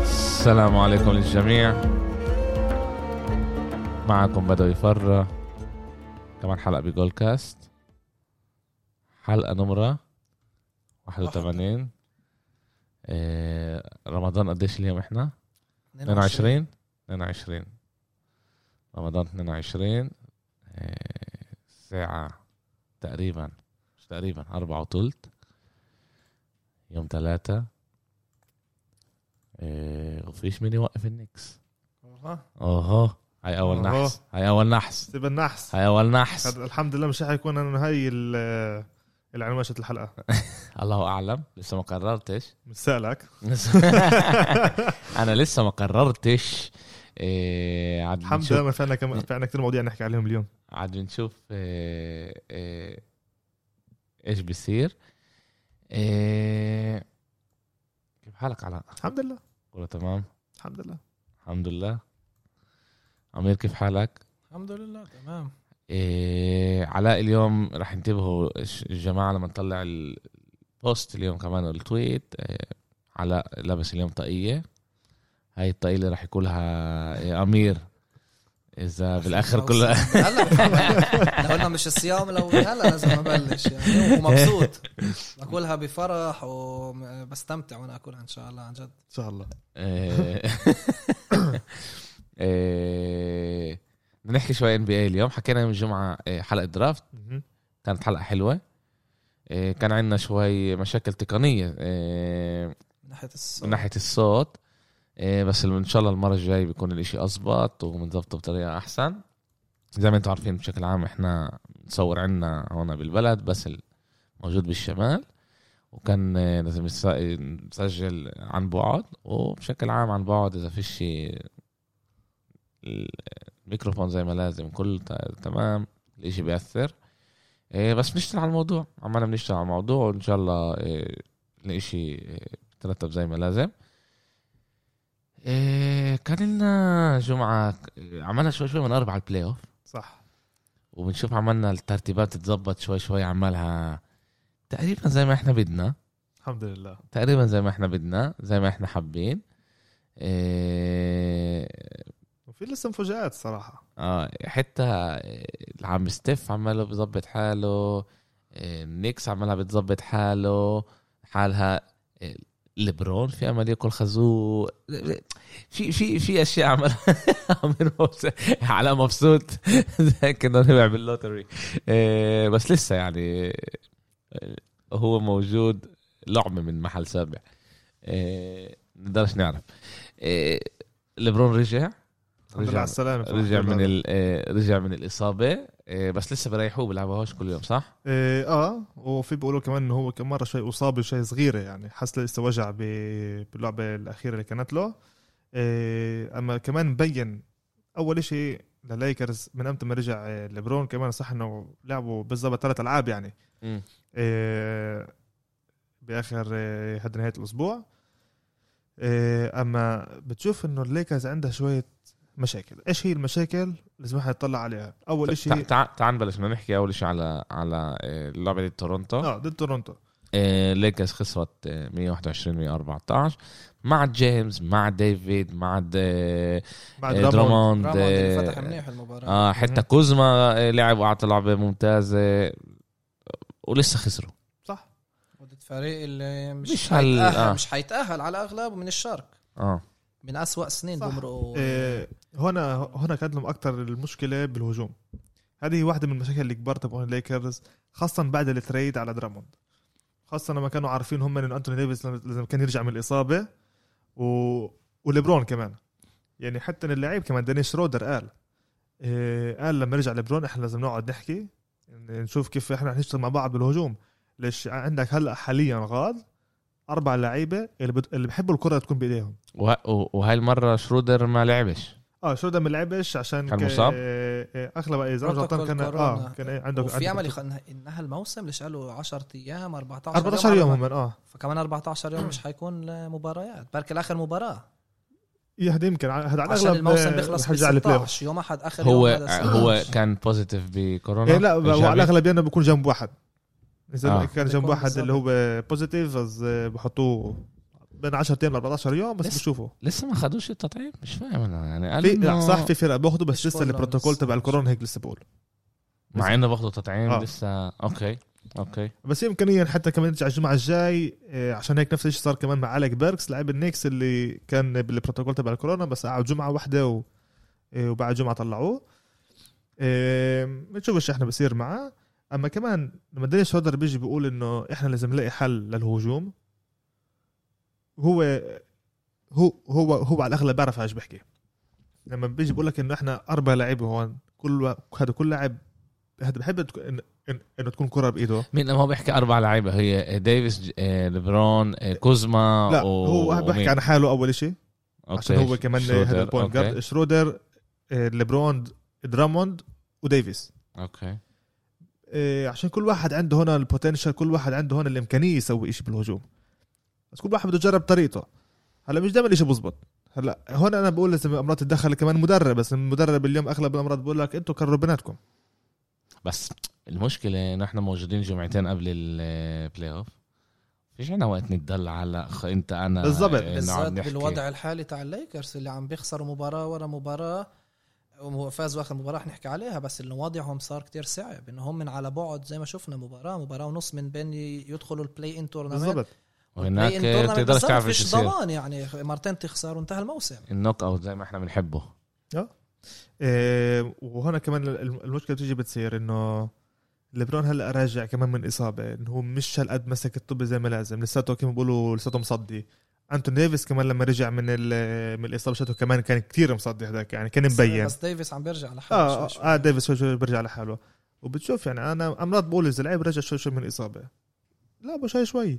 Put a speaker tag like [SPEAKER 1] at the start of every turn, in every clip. [SPEAKER 1] السلام عليكم للجميع معكم بدو يفر كمان حلقة بجول كاست حلقة نمرة 81 إيه رمضان قديش اليوم احنا؟ 22 22 رمضان 22 إيه ساعة تقريبا مش تقريبا أربعة وثلث يوم ثلاثة إيه وفيش مين يوقف النكس
[SPEAKER 2] والله
[SPEAKER 1] اوه هاي أول
[SPEAKER 2] أوه.
[SPEAKER 1] نحس هاي أول نحس
[SPEAKER 2] ستيفن نحس
[SPEAKER 1] هاي أول نحس
[SPEAKER 2] هذا الحمد لله مش حيكون انا هاي ال- العنوان مشت الحلقه
[SPEAKER 1] الله أعلم لسه ما قررتش
[SPEAKER 2] مش سالك
[SPEAKER 1] أنا لسه ما قررتش إيه عاد
[SPEAKER 2] الحمد
[SPEAKER 1] بنشوف-
[SPEAKER 2] لله ما في عنا كم في عنا كثير مواضيع نحكي عليهم اليوم
[SPEAKER 1] عاد بنشوف آه، آه، ايش بصير آه، كيف حالك علاء؟
[SPEAKER 2] الحمد لله
[SPEAKER 1] كله تمام
[SPEAKER 2] الحمد لله
[SPEAKER 1] الحمد لله عمير كيف حالك؟
[SPEAKER 3] الحمد لله تمام
[SPEAKER 1] آه، علاء اليوم رح ينتبهوا ش- الجماعة لما نطلع البوست اليوم كمان والتويت آه، علاء لابس اليوم طاقية هاي الطاقية اللي رح يقولها آه، أمير إذا بالآخر كله
[SPEAKER 3] هلا بفرح. لو انه مش الصيام لو هلا لازم ابلش يعني ومبسوط باكلها بفرح وبستمتع وانا اكلها ان شاء الله عن جد
[SPEAKER 2] ان شاء الله
[SPEAKER 1] إيه. إيه. بدنا نحكي شوي ان بي اي اليوم حكينا يوم الجمعه إيه، حلقه درافت
[SPEAKER 2] مهم.
[SPEAKER 1] كانت حلقه حلوه إيه، كان عندنا شوي مشاكل تقنيه إيه،
[SPEAKER 3] من ناحيه الصوت
[SPEAKER 1] من ناحيه الصوت إيه، بس الم- ان شاء الله المره الجايه بيكون الاشي اضبط ومنضبطه بطريقه احسن زي ما انتم عارفين بشكل عام احنا نصور عنا هون بالبلد بس ال- موجود بالشمال وكان آه، لازم نس- نسجل عن بعد وبشكل عام عن بعد اذا فيش شي- ال- الميكروفون زي ما لازم كل ت- تمام الاشي بيأثر إيه، بس بنشتغل على الموضوع عمالنا بنشتغل على الموضوع وان شاء الله إيه، الاشي إيه، بترتب زي ما لازم إيه، كان لنا جمعة عملنا شوي شوي من أربعة البلاي أوف
[SPEAKER 2] صح
[SPEAKER 1] وبنشوف عملنا الترتيبات تتظبط شوي شوي عمالها تقريبا زي ما احنا بدنا
[SPEAKER 2] الحمد لله
[SPEAKER 1] تقريبا زي ما احنا بدنا زي ما احنا حابين إيه،
[SPEAKER 2] وفي لسه مفاجآت صراحه
[SPEAKER 1] اه حتى إيه، العم ستيف عماله بظبط حاله إيه، نيكس عمالها بتظبط حاله حالها إيه، لبرون في امل ياكل خازوق في في في اشياء عمل عمل مبسوط علاء مبسوط زي كانه ربع باللوتري إيه، بس لسه يعني إيه، هو موجود لعمه من محل سابع إيه، نقدرش نعرف إيه، لبرون رجع
[SPEAKER 2] الحمد لله على السلامه
[SPEAKER 1] رجع من ال- آه، رجع من الاصابه آه، بس لسه بريحوه بيلعبوهاش كل يوم صح؟
[SPEAKER 2] إيه، اه وفي بيقولوا كمان انه هو كم مره شوي اصاب بشيء صغيره يعني حس لسه وجع ب- باللعبه الاخيره اللي كانت له إيه، اما كمان مبين اول شيء لليكرز من امتى ما رجع إيه، ليبرون كمان صح انه لعبوا بالضبط ثلاث العاب يعني إيه، باخر إيه، هاد نهايه الاسبوع إيه، اما بتشوف انه الليكرز عندها شويه مشاكل ايش هي المشاكل لازم احنا نطلع عليها اول
[SPEAKER 1] تع-
[SPEAKER 2] شيء
[SPEAKER 1] تع- تعال نبلش بدنا نحكي اول شيء على على آه، اللعبه دي تورونتو
[SPEAKER 2] اه ضد تورونتو
[SPEAKER 1] آه، ليكرز خسرت آه، 121 114 مع جيمس مع ديفيد مع د- آه،
[SPEAKER 2] بعد درامون
[SPEAKER 1] دراموند
[SPEAKER 3] رامون اللي
[SPEAKER 1] آه،
[SPEAKER 3] فتح منيح المباراه
[SPEAKER 1] اه حتى
[SPEAKER 2] مهم.
[SPEAKER 1] كوزما آه، لعب واعطى لعبه ممتازه ولسه خسروا
[SPEAKER 2] صح
[SPEAKER 3] ضد فريق اللي مش,
[SPEAKER 1] مش
[SPEAKER 3] مش
[SPEAKER 1] هال-
[SPEAKER 3] حيتاهل
[SPEAKER 1] آه.
[SPEAKER 3] مش حيتاهل على اغلبه من الشرق
[SPEAKER 1] اه
[SPEAKER 3] من أسوأ سنين
[SPEAKER 2] صح.
[SPEAKER 3] بمرقوا
[SPEAKER 2] إيه، هنا هنا كانت لهم اكثر المشكله بالهجوم هذه واحده من المشاكل اللي كبرت بون ليكرز خاصه بعد التريد على دراموند خاصه لما كانوا عارفين هم ان انتوني ديفيس لما- لازم كان يرجع من الاصابه و... وليبرون كمان يعني حتى اللاعب كمان داني شرودر قال إيه، قال لما رجع ليبرون احنا لازم نقعد نحكي نشوف كيف احنا هنشتغل مع بعض بالهجوم ليش عندك هلا حاليا غاد اربع لعيبه اللي, بت... اللي بحبوا الكره تكون بايديهم
[SPEAKER 1] وه- و- وهاي المره شرودر ما لعبش
[SPEAKER 2] اه شو ده ما لعبش عشان
[SPEAKER 1] كان
[SPEAKER 2] ك-
[SPEAKER 1] مصاب؟
[SPEAKER 2] آه، آه، اغلب اذا أنا مش غلطان
[SPEAKER 3] بروتوكول
[SPEAKER 2] كان
[SPEAKER 3] كورونا.
[SPEAKER 2] اه كان إيه، عنده
[SPEAKER 3] وفي
[SPEAKER 2] عنده
[SPEAKER 3] امل يخ... انها الموسم ليش قالوا 10 ايام 14
[SPEAKER 2] 14 يوم
[SPEAKER 3] على-
[SPEAKER 2] هم اه
[SPEAKER 3] فكمان 14 يوم مش حيكون مباريات بركي اخر مباراه
[SPEAKER 2] يهدي يمكن ع- إيه، هذا على
[SPEAKER 3] عشان
[SPEAKER 2] الاغلب
[SPEAKER 3] الموسم
[SPEAKER 2] آه،
[SPEAKER 3] بيخلص
[SPEAKER 2] رح يرجع
[SPEAKER 3] ب
[SPEAKER 2] للبلاي اوف
[SPEAKER 3] 16 يوم احد اخر
[SPEAKER 1] هو
[SPEAKER 3] يوم هذا نعم.
[SPEAKER 1] هو
[SPEAKER 3] 16.
[SPEAKER 1] كان بوزيتيف بكورونا
[SPEAKER 2] إيه، لا ب-
[SPEAKER 1] إيجابي.
[SPEAKER 2] على الاغلب يعني بيكون جنب واحد اذا
[SPEAKER 1] آه.
[SPEAKER 2] كان جنب
[SPEAKER 3] بيكون
[SPEAKER 2] واحد اللي
[SPEAKER 3] بالظبط.
[SPEAKER 2] هو بوزيتيف بس آه، بحطوه بين 10 ايام ل 14 يوم بس
[SPEAKER 1] لسه.
[SPEAKER 2] بشوفه
[SPEAKER 1] لسه ما خدوش التطعيم مش فاهم انا يعني قال
[SPEAKER 2] في
[SPEAKER 1] إنه-
[SPEAKER 2] لا، صح في فرق باخده بس
[SPEAKER 3] مش
[SPEAKER 2] لسه
[SPEAKER 3] كله،
[SPEAKER 2] البروتوكول
[SPEAKER 3] بس-
[SPEAKER 2] تبع الكورونا هيك لسه بقول
[SPEAKER 1] مع انه باخده تطعيم
[SPEAKER 2] آه.
[SPEAKER 1] لسه اوكي اوكي
[SPEAKER 2] بس في امكانيه إن حتى كمان يرجع الجمعه الجاي آه، عشان هيك نفس الشيء صار كمان مع اليك بيركس لاعب النيكس اللي كان بالبروتوكول تبع الكورونا بس قعد جمعه واحده و... آه، وبعد جمعه طلعوه آه، بنشوف ايش احنا بصير معاه اما كمان لما دينيس هودر بيجي بيقول انه احنا لازم نلاقي حل للهجوم هو هو هو هو على الاغلب بيعرف ايش بحكي لما بيجي بيقول لك انه احنا اربع لعيبه هون كل وا- هذا كل لاعب هذا بحب تك- إن- إن- انه تكون كره بايده
[SPEAKER 1] مين ما هو بيحكي اربع لعيبه هي ديفيس ج- آه، ليبرون آه، كوزما
[SPEAKER 2] لا
[SPEAKER 1] و-
[SPEAKER 2] هو بحكي
[SPEAKER 1] ومين؟
[SPEAKER 2] عن حاله اول شيء
[SPEAKER 1] أوكي.
[SPEAKER 2] عشان هو كمان
[SPEAKER 1] شرودر،
[SPEAKER 2] هذا البوينت
[SPEAKER 1] أوكي.
[SPEAKER 2] جارد شرودر آه، ليبرون دراموند وديفيس
[SPEAKER 1] اوكي
[SPEAKER 2] آه، عشان كل واحد عنده هنا البوتنشال كل واحد عنده هنا الامكانيه يسوي شيء بالهجوم بس كل واحد بده يجرب طريقته هلا مش دائما الشيء بزبط هلا هون انا بقول لازم امراض تتدخل كمان مدرب بس المدرب اليوم اغلب الامراض بقول لك انتم كرروا بيناتكم
[SPEAKER 1] بس المشكله نحن موجودين جمعتين قبل البلاي اوف فيش عنا وقت نتدلع هلا أخ، انت انا
[SPEAKER 2] بالضبط.
[SPEAKER 1] آه،
[SPEAKER 3] بالذات
[SPEAKER 1] نقعد نحكي.
[SPEAKER 3] بالوضع الحالي تاع الليكرز اللي عم بيخسروا مباراه ورا مباراه وفازوا اخر مباراه رح نحكي عليها بس انه وضعهم صار كتير صعب انه هم من على بعد زي ما شفنا مباراه مباراه ونص من بين يدخلوا البلاي ان تورنمنت
[SPEAKER 2] بالضبط
[SPEAKER 1] وهناك
[SPEAKER 3] البلاي-in tournament
[SPEAKER 1] تقدر
[SPEAKER 3] بالضبط
[SPEAKER 1] تعرف ايش
[SPEAKER 3] فيش
[SPEAKER 1] يصير
[SPEAKER 3] ضمان يعني مرتين تخسر وانتهى الموسم
[SPEAKER 1] النوك اوت زي ما احنا بنحبه
[SPEAKER 2] آه، وهنا كمان الم- المشكله بتيجي بتصير انه ليبرون هلا راجع كمان من اصابه انه هو مش هالقد مسك الطب زي ما لازم لساته كمان بيقولوا لساته مصدي انتون ديفيس كمان لما رجع من ال- من الاصابه شاته كمان كان كتير مصدي هذاك يعني كان مبين
[SPEAKER 3] بس ديفيس عم بيرجع لحاله
[SPEAKER 2] اه
[SPEAKER 3] شوي شوي.
[SPEAKER 2] اه ديفيس شوي شوي بيرجع لحاله وبتشوف يعني انا امراض بقول اذا لعيب رجع شوي شوي من الاصابه لا ابو شوي شوي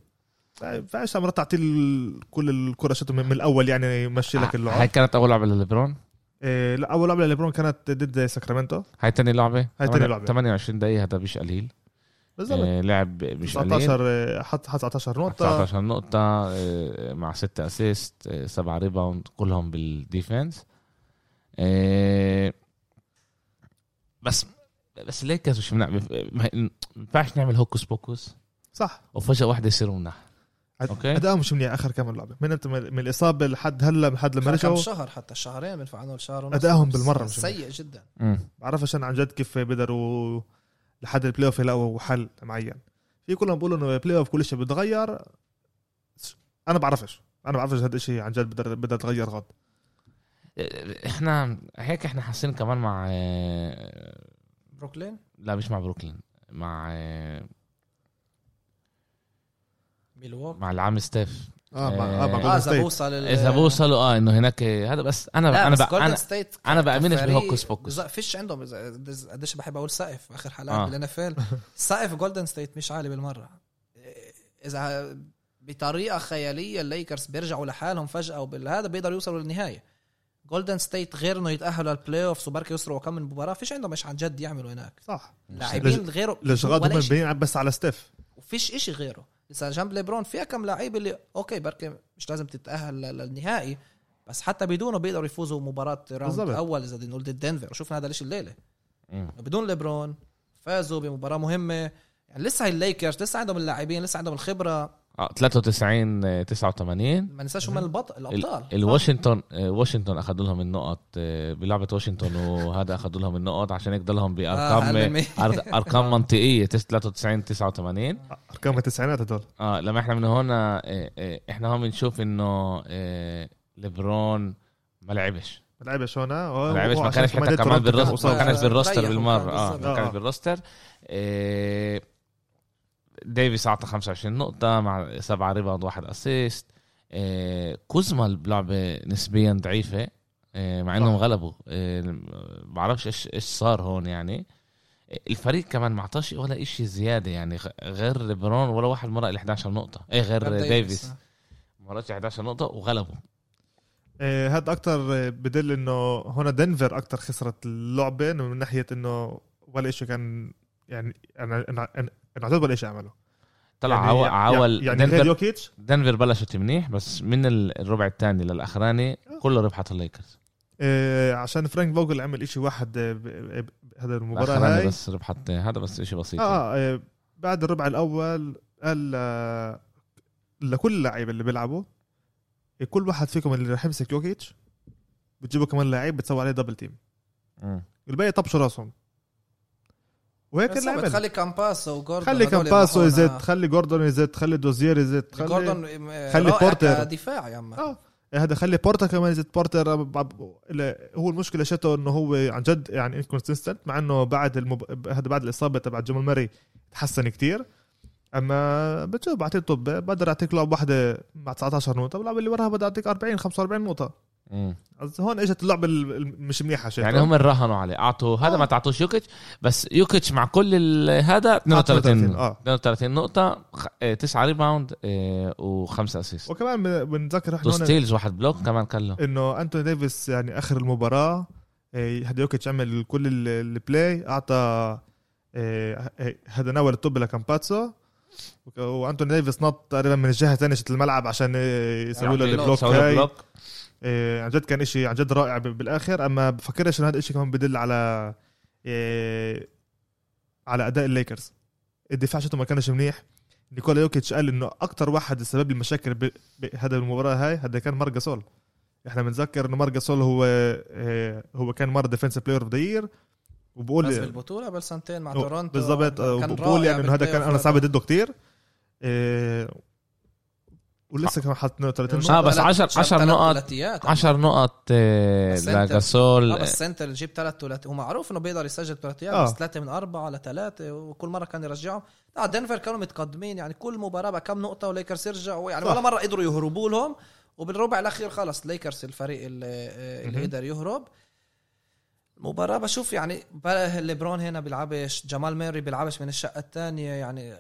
[SPEAKER 2] فايش امراض تعطي ال- كل الكره شاته من من الاول يعني يمشي لك
[SPEAKER 1] هاي
[SPEAKER 2] اللعب
[SPEAKER 1] كانت اول لعبه لليبرون
[SPEAKER 2] إيه لا اول لعبه ليبرون كانت ضد ساكرامنتو
[SPEAKER 1] هاي تاني لعبه
[SPEAKER 2] هاي تاني لعبة.
[SPEAKER 1] 28 دقيقه هذا مش قليل
[SPEAKER 2] بالضبط
[SPEAKER 1] آه، لعب مش قليل
[SPEAKER 2] 19 آه، حط حط 19 نقطة
[SPEAKER 1] 19 نقطة آه، مع 6 اسيست 7 ريباوند كلهم بالديفنس آه، بس بس ليكرز مش منع- ما ما ينفعش نعمل هوكس بوكس
[SPEAKER 2] صح
[SPEAKER 1] وفجأة واحدة يصيروا منح أوكي.
[SPEAKER 2] أوكي أداء مش منيح آخر كم لعبة من أنت من الإصابة لحد هلا لحد لما
[SPEAKER 3] صار كم
[SPEAKER 2] رجعوا
[SPEAKER 3] شهر حتى شهرين بنفع عنه شهر ونص
[SPEAKER 2] أدائهم
[SPEAKER 3] بس
[SPEAKER 2] بالمرة مش
[SPEAKER 3] سيء جدا
[SPEAKER 2] بعرفش أنا عن جد كيف بقدروا لحد البلاي أوف يلاقوا حل معين في كلهم بيقولوا إنه البلاي أوف كل شيء بيتغير أنا بعرفش أنا بعرفش هذا الشيء عن جد بدها بدها تغير غد
[SPEAKER 1] آه، احنا هيك احنا حاسين كمان مع آه،
[SPEAKER 3] بروكلين
[SPEAKER 1] لا مش مع بروكلين مع آه،
[SPEAKER 3] ميلواكي
[SPEAKER 1] مع العم ستيف
[SPEAKER 2] آه
[SPEAKER 1] مع-
[SPEAKER 2] مع
[SPEAKER 1] آه، مع
[SPEAKER 2] آه
[SPEAKER 3] اه
[SPEAKER 2] مع
[SPEAKER 3] اذا
[SPEAKER 2] ستيت
[SPEAKER 3] بوصل ال-
[SPEAKER 1] اذا بوصلوا اه انه هناك آه، هذا بس انا
[SPEAKER 3] لا،
[SPEAKER 1] انا
[SPEAKER 3] بس
[SPEAKER 1] بق- انا
[SPEAKER 3] Golden State
[SPEAKER 1] انا بامنش
[SPEAKER 3] كفريق
[SPEAKER 1] بالهوكس بوكس
[SPEAKER 3] بز- فيش عندهم إذا- قديش بحب اقول سقف اخر حلقات
[SPEAKER 1] آه.
[SPEAKER 3] آه. بالان اف ال سقف جولدن ستيت مش عالي بالمره اذا بطريقه خياليه الليكرز بيرجعوا لحالهم فجاه وبالهذا بيقدروا يوصلوا للنهايه جولدن ستيت غير انه يتاهلوا للبلاي اوف وبركي يسرقوا كم من مباراه فيش عندهم ايش عن جد يعملوا هناك
[SPEAKER 2] صح
[SPEAKER 3] لاعبين غيره
[SPEAKER 2] ليش غد
[SPEAKER 3] ولا
[SPEAKER 2] هم
[SPEAKER 3] إشي.
[SPEAKER 2] بيلعب بس على ستيف
[SPEAKER 3] وفيش إشي غيره لسه جنب ليبرون فيها كم لعيب اللي اوكي بركي مش لازم تتاهل لل- للنهائي بس حتى بدونه بيقدروا يفوزوا مباراه راوند
[SPEAKER 2] بالظبط.
[SPEAKER 3] اول اذا بدنا نقول ضد دنفر وشفنا هذا ليش الليله بدون ليبرون فازوا بمباراه مهمه يعني لسه هاي الليكرز لسه عندهم اللاعبين لسه عندهم الخبره
[SPEAKER 1] آه، 93 آه، 89
[SPEAKER 3] ما ننساش هم البطل الابطال
[SPEAKER 1] ال- الواشنطن آه، واشنطن اخذوا لهم النقط آه، بلعبه واشنطن وهذا اخذوا لهم النقط عشان هيك ضلهم بارقام
[SPEAKER 3] أقل من-
[SPEAKER 1] أر- ارقام منطقيه تس- 93 89
[SPEAKER 2] أرقام التسعينات هدول
[SPEAKER 1] اه لما احنا من هون آه، آه، احنا هون بنشوف انه آه، ليبرون ما لعبش
[SPEAKER 2] ما لعبش هون آه،
[SPEAKER 1] ما لعبش ما كانش حتى كمان بالروستر ما
[SPEAKER 3] مصاب.
[SPEAKER 1] كانش بالروستر
[SPEAKER 3] ريحوا
[SPEAKER 1] بالمره
[SPEAKER 3] كمان
[SPEAKER 1] اه
[SPEAKER 3] بالظبط.
[SPEAKER 1] ما
[SPEAKER 2] آه.
[SPEAKER 1] كانش بالروستر آه، ديفيس اعطى 25 نقطه مع سبعه ريباوند واحد اسيست آه، كوزما بلعبه نسبيا ضعيفه آه، مع انهم
[SPEAKER 2] صح.
[SPEAKER 1] غلبوا آه، بعرفش ايش ايش صار هون يعني الفريق كمان ما اعطاش ولا إشي زياده يعني غ- غير ليبرون ولا واحد مرق ال 11 نقطه ايه غير
[SPEAKER 3] غير
[SPEAKER 1] ديفيس ما مرقش 11 نقطه وغلبوا
[SPEAKER 2] آه، هاد اكتر آه، بدل انه هنا دنفر اكتر خسرت اللعبه إنه من ناحيه انه ولا شيء كان يعني انا انا أنا- انا عدد ولا شيء عمله
[SPEAKER 1] طلع
[SPEAKER 2] يعني
[SPEAKER 1] عول عول
[SPEAKER 2] يعني, يعني غير يوكيتش
[SPEAKER 1] دنفر بلشت منيح بس من ال- الربع الثاني للاخراني كله ربحت الليكرز
[SPEAKER 2] آه، عشان فرانك فوجل عمل شيء واحد آه، ب- آه، ب- هذا المباراه
[SPEAKER 1] الاخراني
[SPEAKER 2] هاي
[SPEAKER 1] بس ربحت هذا بس شيء بسيط آه.
[SPEAKER 2] آه, اه بعد الربع الاول قال آه، لكل اللعيبه اللي بيلعبوا كل واحد فيكم اللي راح يمسك يوكيتش بتجيبوا كمان لعيب بتسوي عليه دبل تيم
[SPEAKER 1] مم.
[SPEAKER 2] الباقي طبشوا راسهم وهيك
[SPEAKER 3] بس
[SPEAKER 2] اللعبة
[SPEAKER 3] بتخلي كامباسو وجوردن
[SPEAKER 2] خلي
[SPEAKER 3] هدول
[SPEAKER 2] كامباسو
[SPEAKER 3] يروحوا
[SPEAKER 2] يزيد
[SPEAKER 3] هنا.
[SPEAKER 2] خلي جوردون يزيد خلي دوزير يزيد خلي
[SPEAKER 3] جوردن
[SPEAKER 2] خلي
[SPEAKER 3] خلي
[SPEAKER 2] بورتر.
[SPEAKER 3] بورتر دفاع يا عم
[SPEAKER 2] آه. هذا خلي بورتا كمان يزيد بورتا رب- عب- لا، هو المشكله شتو انه هو عن جد يعني انكونسيستنت مع انه بعد المب... هذا بعد الاصابه تبع جمال ماري تحسن كتير اما بتشوف بعطيه طب بقدر اعطيك لعب واحده مع 19 نقطه واللعبه اللي وراها بدي اعطيك 40 45 نقطه
[SPEAKER 1] مم.
[SPEAKER 2] قصدي هون اجت اللعبه ال- ال- مش منيحه شتو
[SPEAKER 1] يعني هم راهنوا عليه اعطوا هذا
[SPEAKER 2] آه.
[SPEAKER 1] ما تعطوش يوكيتش بس يوكيتش مع كل ال- هذا 32
[SPEAKER 2] 32 آه.
[SPEAKER 1] 32 نقطه 9 ريباوند وخمسه اسيست
[SPEAKER 2] وكمان بن- بنتذكر احنا
[SPEAKER 1] إيه، تو
[SPEAKER 2] هون
[SPEAKER 1] ستيلز واحد بلوك كمان كان له
[SPEAKER 2] انه انتوني ديفيس يعني اخر المباراه إيه، هديوكيتش عمل كل ال- البلاي اعطى إيه، إيه، هذا ناول الطب لكامباتسو وك- وانتوني ديفيس نط تقريبا من الجهه الثانيه شت الملعب عشان إيه، يسوي له
[SPEAKER 1] يعني
[SPEAKER 2] البلوك
[SPEAKER 1] يسوي له
[SPEAKER 2] هاي
[SPEAKER 1] بلوك.
[SPEAKER 2] إيه، عن جد كان إشي عن جد رائع ب- بالاخر اما بفكرش انه هذا الشيء كمان بدل على إيه، على اداء الليكرز الدفاع شتو ما كانش منيح نيكولا يوكيتش قال انه اكثر واحد سبب المشاكل ب- بهذا المباراه هاي هذا كان مارجاسول احنا بنتذكر انه مارجاسول هو إيه، هو كان مره ديفنسيف بلاير اوف ذا يير
[SPEAKER 3] فاز
[SPEAKER 2] وبقول
[SPEAKER 3] بالبطوله بل سنتين مع
[SPEAKER 2] أو-
[SPEAKER 3] تورونتو
[SPEAKER 2] بالضبط آه،
[SPEAKER 3] كان
[SPEAKER 2] وبقول
[SPEAKER 3] رائع
[SPEAKER 2] يعني انه هذا كان
[SPEAKER 3] بالبلاي
[SPEAKER 2] انا
[SPEAKER 3] أوف.
[SPEAKER 2] صعب ضده كثير إيه، ولسه كان حاط 32
[SPEAKER 1] آه، بس
[SPEAKER 3] ثلاث-
[SPEAKER 1] 10
[SPEAKER 3] جاب
[SPEAKER 1] 10
[SPEAKER 3] ثلاث
[SPEAKER 1] نقط.
[SPEAKER 3] ثلاثيات.
[SPEAKER 1] 10 نقط آه،
[SPEAKER 3] بس أنت-
[SPEAKER 1] لجاسول
[SPEAKER 3] اه بس سنتر اللي جيب ثلاث ثلاثيات ومعروف انه بيقدر يسجل ثلاثيات
[SPEAKER 2] آه.
[SPEAKER 3] بس ثلاثه من اربعه لثلاثه وكل مره كان يرجعهم لا دنفر كانوا متقدمين يعني كل مباراه بقى كم نقطه وليكرز يرجعوا يعني
[SPEAKER 2] صح.
[SPEAKER 3] ولا مره قدروا يهربوا لهم وبالربع الاخير خلص ليكرز الفريق اللي, اللي
[SPEAKER 2] مهم.
[SPEAKER 3] قدر يهرب مباراة بشوف يعني بقى ليبرون هنا بيلعبش جمال ميري بيلعبش من الشقة الثانية يعني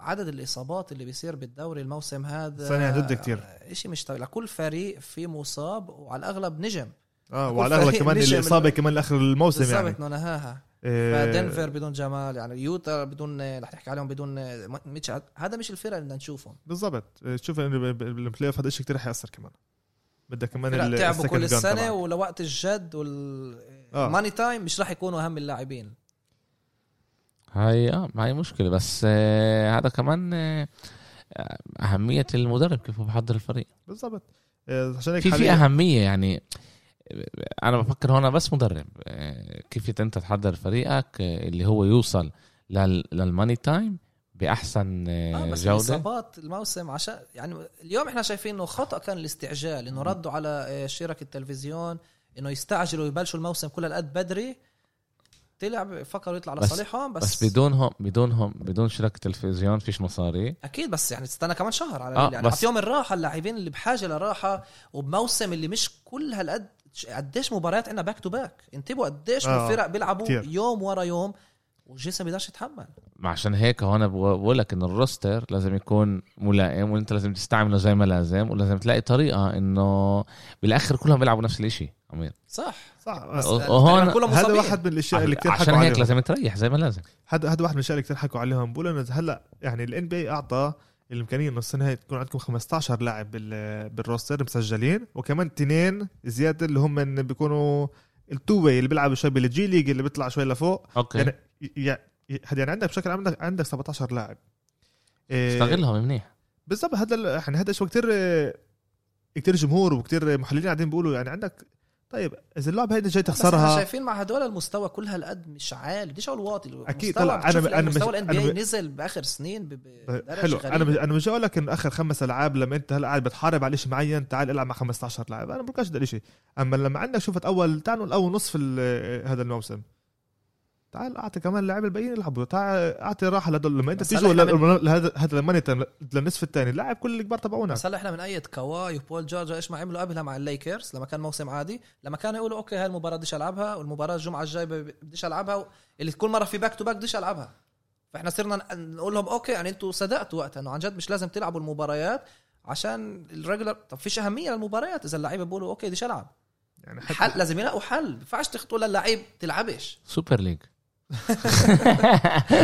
[SPEAKER 3] عدد الإصابات اللي بيصير بالدوري الموسم هذا
[SPEAKER 2] سنة عن جد كتير.
[SPEAKER 3] شيء مش طبيعي لكل فريق فيه مصاب وعلى الأغلب نجم
[SPEAKER 2] اه
[SPEAKER 3] كل
[SPEAKER 2] وعلى الاغلب
[SPEAKER 3] فريق
[SPEAKER 2] كمان
[SPEAKER 3] مش
[SPEAKER 2] الاصابه
[SPEAKER 3] يعمل-
[SPEAKER 2] كمان لاخر الموسم يعني
[SPEAKER 3] بالضبط نهاها
[SPEAKER 2] إيه،
[SPEAKER 3] فدنفر بدون جمال يعني يوتا بدون رح نحكي عليهم بدون ميتشل هذا مش الفرق اللي بدنا نشوفهم
[SPEAKER 2] بالضبط إيه، تشوف انه ب- ب- بالبلاي اوف هذا الشيء كثير رح ياثر كمان بدك كمان
[SPEAKER 3] فرق
[SPEAKER 2] يعني ال-
[SPEAKER 3] تعبوا
[SPEAKER 2] السكند
[SPEAKER 3] كل
[SPEAKER 2] جان
[SPEAKER 3] السنه
[SPEAKER 2] تبعك.
[SPEAKER 3] ولوقت الجد
[SPEAKER 2] آه.
[SPEAKER 3] والماني تايم مش رح يكونوا اهم اللاعبين
[SPEAKER 1] هاي اه ما هي مشكله بس آه، هذا كمان آه، اهميه المدرب كيف هو بحضر الفريق
[SPEAKER 2] بالضبط إيه، عشان هيك
[SPEAKER 1] في في
[SPEAKER 2] حاليا
[SPEAKER 1] اهميه يعني انا بفكر هون بس مدرب آه، كيف انت تحضر فريقك آه، اللي هو يوصل لل- للماني تايم باحسن
[SPEAKER 2] يعني
[SPEAKER 1] آه،
[SPEAKER 3] اه بس
[SPEAKER 1] جوده
[SPEAKER 3] الاصابات الموسم عشان يعني اليوم احنا شايفين انه خطا كان الاستعجال انه ردوا على آه، شركه التلفزيون انه يستعجلوا يبلشوا الموسم كل هالقد بدري تلعب فكروا يطلع على
[SPEAKER 1] بس-
[SPEAKER 3] صالحهم بس,
[SPEAKER 1] بس بدونهم بدونهم بدون شركه تلفزيون فيش مصاري
[SPEAKER 3] اكيد بس يعني تستنى كمان شهر على
[SPEAKER 1] آه،
[SPEAKER 3] آه يعني
[SPEAKER 1] بس-
[SPEAKER 3] اعطيهم الراحه اللاعبين اللي بحاجه لراحه وبموسم اللي مش كل هالقد قديش مباريات عندنا باك تو باك انتبهوا قديش
[SPEAKER 2] آه،
[SPEAKER 3] آه الفرق بيلعبوا
[SPEAKER 2] كتير.
[SPEAKER 3] يوم ورا يوم والجسم بيقدرش يتحمل
[SPEAKER 1] عشان هيك هون بقول لك ان الروستر لازم يكون ملائم وانت لازم تستعمله زي ما لازم ولازم تلاقي طريقه انه بالاخر كلهم بيلعوا نفس الاشي امير
[SPEAKER 3] صح
[SPEAKER 2] صح آه،
[SPEAKER 1] وهون
[SPEAKER 3] كلهم
[SPEAKER 2] هذا
[SPEAKER 3] مصابين.
[SPEAKER 2] واحد من الاشياء اللي كثير
[SPEAKER 1] عشان
[SPEAKER 2] حكوا
[SPEAKER 1] هيك
[SPEAKER 2] عليهم
[SPEAKER 1] لازم تريح زي ما لازم
[SPEAKER 2] هذا هذا واحد من الاشياء اللي كثير حكوا عليهم بقولوا انه هلا يعني الان بي اي اعطى الامكانيه انه السنه هاي تكون عندكم 15 لاعب بال- بالروستر مسجلين وكمان اثنين زياده اللي هم إن بيكونوا التو واي اللي بيلعبوا شوي بالجي ليج اللي بيطلع شوي لفوق
[SPEAKER 1] اوكي
[SPEAKER 2] يعني يعني يعني عندك بشكل عام عندك عندك 17 لاعب إيه،
[SPEAKER 1] استغلهم منيح
[SPEAKER 2] بالضبط هذا ال- يعني هذا شو كثير كثير جمهور وكثير محللين قاعدين بيقولوا يعني عندك طيب اذا اللعبه هيدي جاي
[SPEAKER 3] بس احنا
[SPEAKER 2] تخسرها
[SPEAKER 3] شايفين مع هدول المستوى كل هالقد مش عالي بديش اقول واطي
[SPEAKER 2] أكيد، طلع، أنا- أنا مش-
[SPEAKER 3] مستوى الان بي
[SPEAKER 2] أنا
[SPEAKER 3] اي
[SPEAKER 2] ب-
[SPEAKER 3] نزل باخر سنين ب-
[SPEAKER 2] طيب،
[SPEAKER 3] بدرجه
[SPEAKER 2] حلو
[SPEAKER 3] غريبة.
[SPEAKER 2] انا مش انا مش اقول لك انه اخر خمس العاب لما انت هلا قاعد بتحارب على شيء معين تعال العب مع 15 لاعب انا ما بقولكش هذا الشيء اما لما عندك شفت اول تعال نقول اول نصف ال- هذا الموسم تعال اعطي كمان اللاعب الباقيين يلعبوا تعال اعطي راحه لهدول لما انت
[SPEAKER 3] بس
[SPEAKER 2] تيجوا
[SPEAKER 3] هلا
[SPEAKER 2] لهذا- لهذا هذا الماني تايم، للنصف الثاني لاعب كل الكبار تبعونا
[SPEAKER 3] بس هلا احنا بنأيد كواي وبول جورج ايش ما عملوا قبلها مع الليكرز لما كان موسم عادي لما كانوا يقولوا اوكي هاي المباراه بديش العبها والمباراه الجمعه الجاي ب- بديش العبها اللي كل مره في باك تو باك بديش العبها فاحنا صرنا ن- نقول لهم اوكي يعني انتوا صدقتوا وقتها انه عن جد مش لازم تلعبوا المباريات عشان الريجولر طب فيش اهميه للمباريات اذا اللعيبه بيقولوا اوكي بديش العب
[SPEAKER 2] يعني حتى-
[SPEAKER 3] حل لازم يلاقوا حل ما ينفعش تخطوا للعيب تلعبش
[SPEAKER 1] سوبر ليج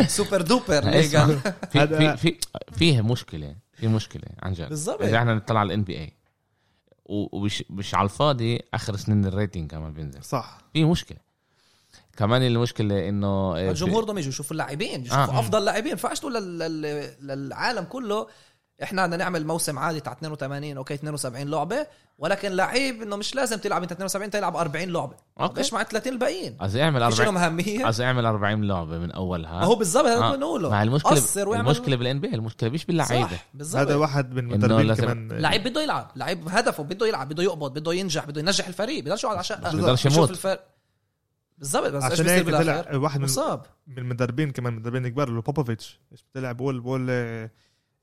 [SPEAKER 3] سوبر دوبر
[SPEAKER 1] اسمع،
[SPEAKER 3] ليجا
[SPEAKER 1] في في
[SPEAKER 2] هذا-
[SPEAKER 1] في فيه مشكله في مشكله عن جد
[SPEAKER 3] بالظبط.
[SPEAKER 1] اذا احنا نطلع على الان بي اي ومش مش على الفاضي اخر سنين الريتنج كمان بينزل
[SPEAKER 2] صح
[SPEAKER 1] في مشكله كمان إيه، المشكله انه
[SPEAKER 3] الجمهور بدهم يجوا يشوفوا اللاعبين
[SPEAKER 1] آه.
[SPEAKER 3] يشوفوا افضل لاعبين فاش تقول لل- لل- للعالم كله احنا بدنا نعمل موسم عادي تاع 82 اوكي 72 لعبه ولكن لعيب انه مش لازم تلعب انت 72 تلعب 40 لعبه
[SPEAKER 1] اوكي
[SPEAKER 3] ايش مع 30 الباقيين
[SPEAKER 1] عايز يعمل
[SPEAKER 3] مش
[SPEAKER 1] 40
[SPEAKER 3] لهم اهميه
[SPEAKER 1] عايز يعمل 40 لعبه من
[SPEAKER 3] ما
[SPEAKER 1] اولها
[SPEAKER 3] هو بالظبط هذا
[SPEAKER 1] آه.
[SPEAKER 3] اللي بنقوله
[SPEAKER 1] مع المشكله
[SPEAKER 3] قصر واعمل-
[SPEAKER 1] المشكله بالان بي المشكله مش باللعيبه
[SPEAKER 3] صح
[SPEAKER 2] هذا
[SPEAKER 3] بالظبط
[SPEAKER 2] واحد من
[SPEAKER 1] إنه
[SPEAKER 2] المدربين
[SPEAKER 1] لازم-
[SPEAKER 2] كمان
[SPEAKER 3] لعيب بده يلعب لعيب هدفه بده يلعب بده يقبض بده ينجح بده ينجح الفريق بيقدرش يقعد على شقه
[SPEAKER 1] بس بيقدرش
[SPEAKER 3] بيشوف
[SPEAKER 1] يموت.
[SPEAKER 3] الفرق بالظبط بس ايش
[SPEAKER 2] عشان
[SPEAKER 3] بيصير
[SPEAKER 2] هيك
[SPEAKER 3] بالاخر
[SPEAKER 2] طلع واحد من
[SPEAKER 3] مصاب
[SPEAKER 2] من المدربين كمان مدربين كبار اللي هو بوبوفيتش ايش بتلعب بقول بقول آه،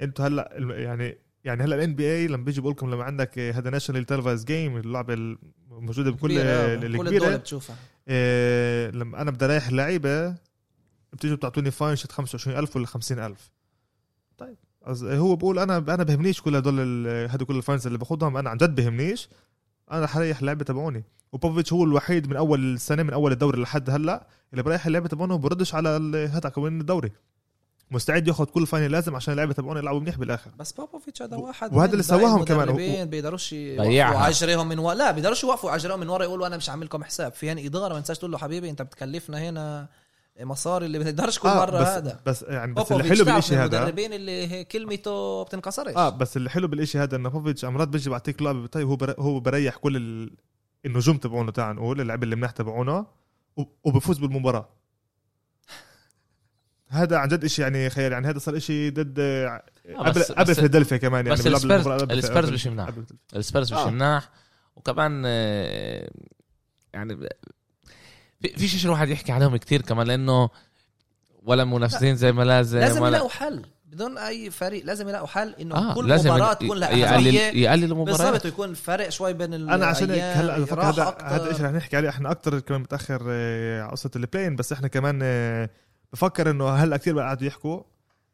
[SPEAKER 2] انتوا هلا ال- يعني يعني هلا الان بي اي لما بيجي بقول لكم لما عندك آه، هذا ناشونال تلفايز جيم اللعبه الموجوده بكل
[SPEAKER 3] كبيرة،
[SPEAKER 2] آه،
[SPEAKER 3] كل الدول
[SPEAKER 2] الكبيره
[SPEAKER 3] بتشوفها
[SPEAKER 2] آه، لما انا بدي اريح اللعيبه بتيجوا بتعطوني فاين شت 25000 ولا 50000 طيب أز- هو بقول انا انا بهمنيش كل هدول ال- هدول كل الفاينز اللي باخذهم انا عن جد بهمنيش انا رح اريح اللعيبه تبعوني وبوفيتش هو الوحيد من اول السنه من اول الدوري لحد هلا اللي بريح اللعيبه تبعونه وبردش على ال- هذا قوانين الدوري مستعد ياخذ كل فاين لازم عشان اللعيبه تبعونه يلعبوا منيح بالاخر
[SPEAKER 3] بس بوبوفيتش هذا واحد
[SPEAKER 2] وهذا
[SPEAKER 3] من
[SPEAKER 2] اللي سواهم
[SPEAKER 3] باقي
[SPEAKER 2] كمان.
[SPEAKER 3] المدربين بيقدروش يوقفوا
[SPEAKER 1] ضيعها.
[SPEAKER 3] عجرهم من ورا لا بيقدروش يوقفوا عجرهم من ورا يقولوا انا مش عامل لكم حساب في يعني اداره ما تنساش تقول له حبيبي انت بتكلفنا هنا مصاري اللي بنقدرش كل مره
[SPEAKER 2] آه، بس
[SPEAKER 3] هذا
[SPEAKER 2] بس يعني بس اللي
[SPEAKER 3] بوبوفيتش
[SPEAKER 2] حلو
[SPEAKER 3] تعرف
[SPEAKER 2] بالشيء
[SPEAKER 3] من
[SPEAKER 2] هذا
[SPEAKER 3] المدربين اللي هي كلمته بتنكسرش
[SPEAKER 2] اه بس اللي حلو بالإشي هذا انه بوفيتش امرات بيجي بعطيك لعبه طيب هو بر... هو بريح كل ال... النجوم تبعونه تعال نقول اللعيبه اللي منيح تبعونه و... وبفوز بالمباراه هذا عن جد إشي يعني خيال يعني هذا صار إشي ضد آه،
[SPEAKER 1] آه،
[SPEAKER 2] قبل
[SPEAKER 1] بس-
[SPEAKER 2] قبل
[SPEAKER 1] بس-
[SPEAKER 2] فيلادلفيا كمان يعني
[SPEAKER 1] بس
[SPEAKER 2] بيلعب
[SPEAKER 1] السبيرز-
[SPEAKER 2] المباراة قبل-
[SPEAKER 1] السبيرز
[SPEAKER 2] قبل-
[SPEAKER 1] مش مناح.
[SPEAKER 2] قبل-
[SPEAKER 1] السبيرز مش
[SPEAKER 2] آه.
[SPEAKER 1] مناح وكمان آه، يعني ب- في في شيء الواحد يحكي عليهم كتير كمان لانه ولا منافسين زي ما لازم
[SPEAKER 3] لازم
[SPEAKER 1] ولا
[SPEAKER 3] يلاقوا حل بدون اي فريق لازم يلاقوا حل انه
[SPEAKER 1] اه
[SPEAKER 3] كل
[SPEAKER 1] لازم يعني
[SPEAKER 3] مباراه
[SPEAKER 1] ي-
[SPEAKER 3] تكون لها
[SPEAKER 1] يقلل
[SPEAKER 3] اهميه
[SPEAKER 1] يقلل
[SPEAKER 3] بالضبط
[SPEAKER 1] المباريات
[SPEAKER 3] ويكون الفرق شوي بين
[SPEAKER 2] انا عشان هيك
[SPEAKER 3] الأيام،
[SPEAKER 2] هلا بفكر
[SPEAKER 3] راحة
[SPEAKER 2] هذا
[SPEAKER 3] أكتر.
[SPEAKER 2] هذا الشيء رح نحكي عليه احنا اكثر كمان متاخر آه، على قصه البلين بس احنا كمان آه، بفكر انه هلا كثير بقى قاعدوا يحكوا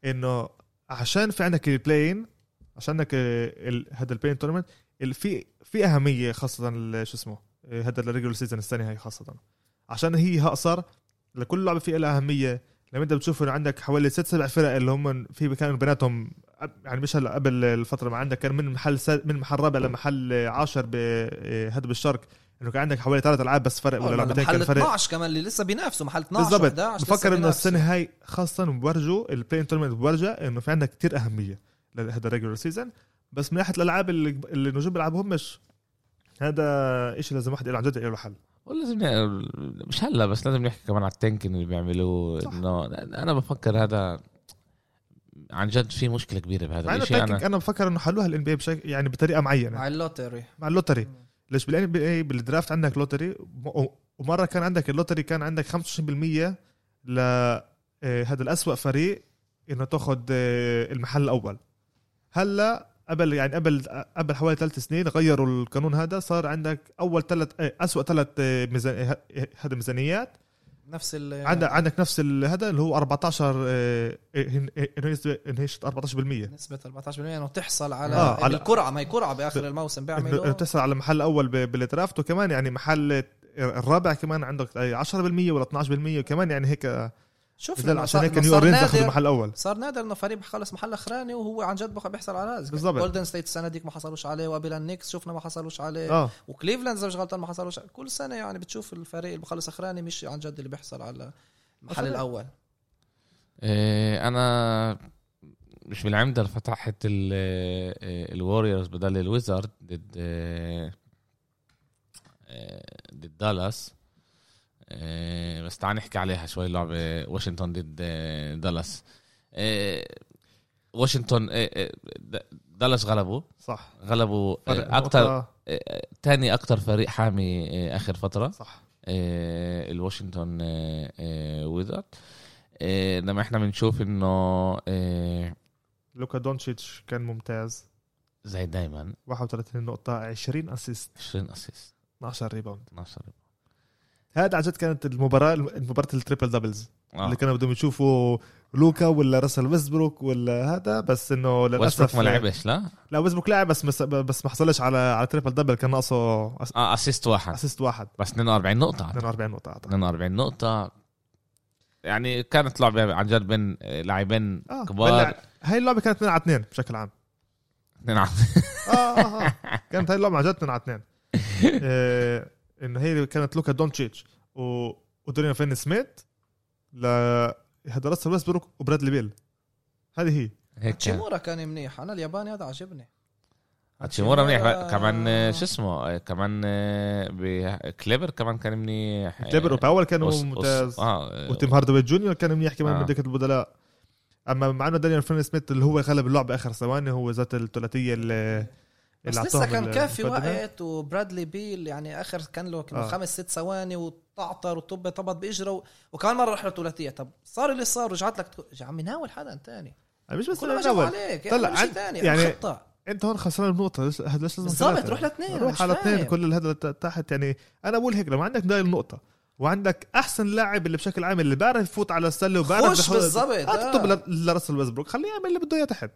[SPEAKER 2] انه عشان في عندك البلين عشان عندك آه، ال- هذا البلين تورنمنت ال- في في اهميه خاصه ال- شو اسمه آه، هذا الريجولر سيزون السنه هاي خاصه عشان هي اقصر لكل لعبه في لها اهميه لما انت بتشوف انه عندك حوالي ست سبع فرق اللي هم في كانوا بيناتهم أب- يعني مش هلا قبل الفتره ما عندك كان من محل ساد من محل رابع لمحل عاشر ب- آه، هذا بالشرق انه كان عندك حوالي ثلاث العاب بس فرق
[SPEAKER 3] آه،
[SPEAKER 2] ولا
[SPEAKER 3] لما
[SPEAKER 2] لعبتين
[SPEAKER 3] محل
[SPEAKER 2] كان فرق
[SPEAKER 3] 12 كمان اللي لسه بينافسوا محل 12
[SPEAKER 2] بالضبط
[SPEAKER 3] 11 لسه
[SPEAKER 2] بفكر انه
[SPEAKER 3] بينافسوا.
[SPEAKER 2] السنه هاي خاصه بورجوا البلاين تورنمنت بورجا انه في عندك كثير اهميه لهذا الريجولر سيزون بس من ناحيه الالعاب اللي اللي النجوم بيلعبوهم مش هذا شيء لازم واحد يلعب جد يقول له حل
[SPEAKER 1] ولازم ن- مش هلا بس لازم نحكي كمان على التنكين اللي بيعملوه
[SPEAKER 2] صح.
[SPEAKER 1] انه انا بفكر هذا عن جد في مشكله كبيره
[SPEAKER 2] مع
[SPEAKER 1] بهذا
[SPEAKER 2] انه
[SPEAKER 1] الشيء انا
[SPEAKER 2] تاكتيك انا بفكر انه حلوها الان بي بشكل يعني بطريقه معينه
[SPEAKER 3] مع اللوتري
[SPEAKER 2] مع اللوتري ليش بالان بي اي بالدرافت عندك لوتري وم- ومره كان عندك اللوتري كان عندك 25% ل آه، هذا الأسوأ فريق انه تاخذ آه، المحل الاول هلا قبل يعني قبل قبل حوالي ثلاث سنين غيروا القانون هذا صار عندك اول ثلاث اسوء ثلاث ميزان آه، هذا ميزانيات
[SPEAKER 3] نفس ال
[SPEAKER 2] عندك عندك نفس ال- هذا اللي هو 14 آه، إن- إنه يسبق- إنه يشط 14%
[SPEAKER 3] نسبة 14% انه تحصل على
[SPEAKER 2] آه،
[SPEAKER 3] آه
[SPEAKER 2] على-
[SPEAKER 3] القرعة ما هي قرعة باخر الموسم
[SPEAKER 2] انه
[SPEAKER 3] بيعملوا
[SPEAKER 2] بتسعى على محل اول ب- بالدرافت وكمان يعني محل الرابع كمان عندك أي 10% ولا 12% وكمان يعني هيك
[SPEAKER 3] شوف
[SPEAKER 2] بدل
[SPEAKER 3] لما
[SPEAKER 2] عشان
[SPEAKER 3] صار,
[SPEAKER 2] هيك
[SPEAKER 3] لما صار
[SPEAKER 2] نيو اورلينز اخذ
[SPEAKER 3] نادر
[SPEAKER 2] المحل الاول
[SPEAKER 3] صار نادر انه فريق بخلص محل اخراني وهو عن جد بخ- بيحصل على رزق
[SPEAKER 2] بالضبط.
[SPEAKER 3] جولدن ستيت السنة ديك ما حصلوش عليه وابيلا نيكس شفنا ما حصلوش عليه
[SPEAKER 2] اه
[SPEAKER 3] وكليفلاند اذا مش غلطان ما حصلوش كل سنه يعني بتشوف الفريق اللي بخلص اخراني مش عن جد اللي بيحصل على المحل
[SPEAKER 2] صحيح.
[SPEAKER 3] الاول
[SPEAKER 1] إيه، انا مش بالعمدة اللي فتحت الوريورز بدل الويزارد ضد إيه، إيه، ضد دالاس إيه، بس تعال نحكي عليها شوي لعبة واشنطن ضد إيه، دالاس إيه، واشنطن إيه، إيه، د- دالاس غلبوا
[SPEAKER 2] صح
[SPEAKER 1] غلبوا آه،
[SPEAKER 2] فرق
[SPEAKER 1] اكثر
[SPEAKER 2] نقطة.
[SPEAKER 1] آه، تاني اكثر فريق حامي إيه، اخر فتره
[SPEAKER 2] صح
[SPEAKER 1] آه، الواشنطن آه، آه، ويزارد آه، لما احنا بنشوف انه آه،
[SPEAKER 2] لوكا دونتشيتش كان ممتاز
[SPEAKER 1] زي دايما
[SPEAKER 2] 31 نقطة 20 اسيست
[SPEAKER 1] 20 اسيست
[SPEAKER 2] 12 ريباوند
[SPEAKER 1] 12
[SPEAKER 2] هذا عن جد كانت المباراة المباراة التريبل دبلز
[SPEAKER 1] آه.
[SPEAKER 2] اللي كانوا بدهم يشوفوا لوكا ولا راسل ويسبروك ولا هذا بس انه
[SPEAKER 1] ويسبروك
[SPEAKER 2] للاسف
[SPEAKER 1] ما لعبش لا
[SPEAKER 2] لا ويسبروك لعب بس مس- بس ما حصلش على على تريبل دبل كان ناقصه أس-
[SPEAKER 1] اه اسيست واحد
[SPEAKER 2] اسيست واحد
[SPEAKER 1] بس 42 نقطه عاد.
[SPEAKER 2] 42 نقطة أعتقد
[SPEAKER 1] 42 نقطه يعني كانت لعبه عن جد بين آه، لاعبين
[SPEAKER 2] اه
[SPEAKER 1] كبار
[SPEAKER 2] بلع- هاي اللعبه كانت 2 على 2 بشكل عام
[SPEAKER 1] اثنين عم-
[SPEAKER 2] اه اه, آه. كانت هاي اللعبه عن جد 2 على 2 آه انه هي كانت لوكا دونتشيتش و... ودوريان فين سميث ل هذا راسل ويسبروك وبرادلي بيل هذه هي
[SPEAKER 1] هيك كان.
[SPEAKER 3] تشيمورا كان منيح انا الياباني هذا عجبني
[SPEAKER 1] تشيمورا منيح
[SPEAKER 3] تشيمورا-
[SPEAKER 1] كمان آه، شو اسمه آه، كمان آه، ب- كليبر كمان كان منيح آه،
[SPEAKER 2] كليبر وباول كانوا
[SPEAKER 1] وس- وس-
[SPEAKER 2] ممتاز
[SPEAKER 1] اه
[SPEAKER 2] وتيم هاردوي جونيور كان منيح كمان
[SPEAKER 1] آه.
[SPEAKER 2] من دكه البدلاء اما معنا دانيال فرين سميث اللي هو غلب اللعبه اخر ثواني هو ذات الثلاثيه اللي
[SPEAKER 3] بس
[SPEAKER 2] اللي
[SPEAKER 3] لسه
[SPEAKER 2] أعطاهم
[SPEAKER 3] كان كافي
[SPEAKER 2] المقدمة.
[SPEAKER 3] وقت وبرادلي بيل يعني اخر كان له كان
[SPEAKER 2] آه.
[SPEAKER 3] خمس ست ثواني وتعطر وطب طبط باجره و- وكان مره رح له ثلاثيه طب صار اللي صار رجعت لك تقول- يا عمي ناول حدا تاني
[SPEAKER 2] يعني مش بس
[SPEAKER 3] كل ما جاب
[SPEAKER 2] الاول
[SPEAKER 3] عليك
[SPEAKER 2] طلع
[SPEAKER 3] طلع شيء
[SPEAKER 2] عن-
[SPEAKER 3] ثاني
[SPEAKER 2] يعني-
[SPEAKER 3] يعني خطه
[SPEAKER 2] انت هون خسران بنقطه ليش ليش لازم
[SPEAKER 3] بالضبط
[SPEAKER 2] ثلاثة؟
[SPEAKER 3] روح لاثنين
[SPEAKER 2] روح على اثنين كل هذا تحت يعني انا بقول هيك لما عندك دايل نقطه وعندك احسن لاعب اللي بشكل عام اللي بيعرف يفوت على السله وبيعرف
[SPEAKER 3] خش
[SPEAKER 2] يحط-
[SPEAKER 3] بالضبط، آه.
[SPEAKER 2] اكتب لراسل ويزبروك خليه يعمل اللي بده اياه تحت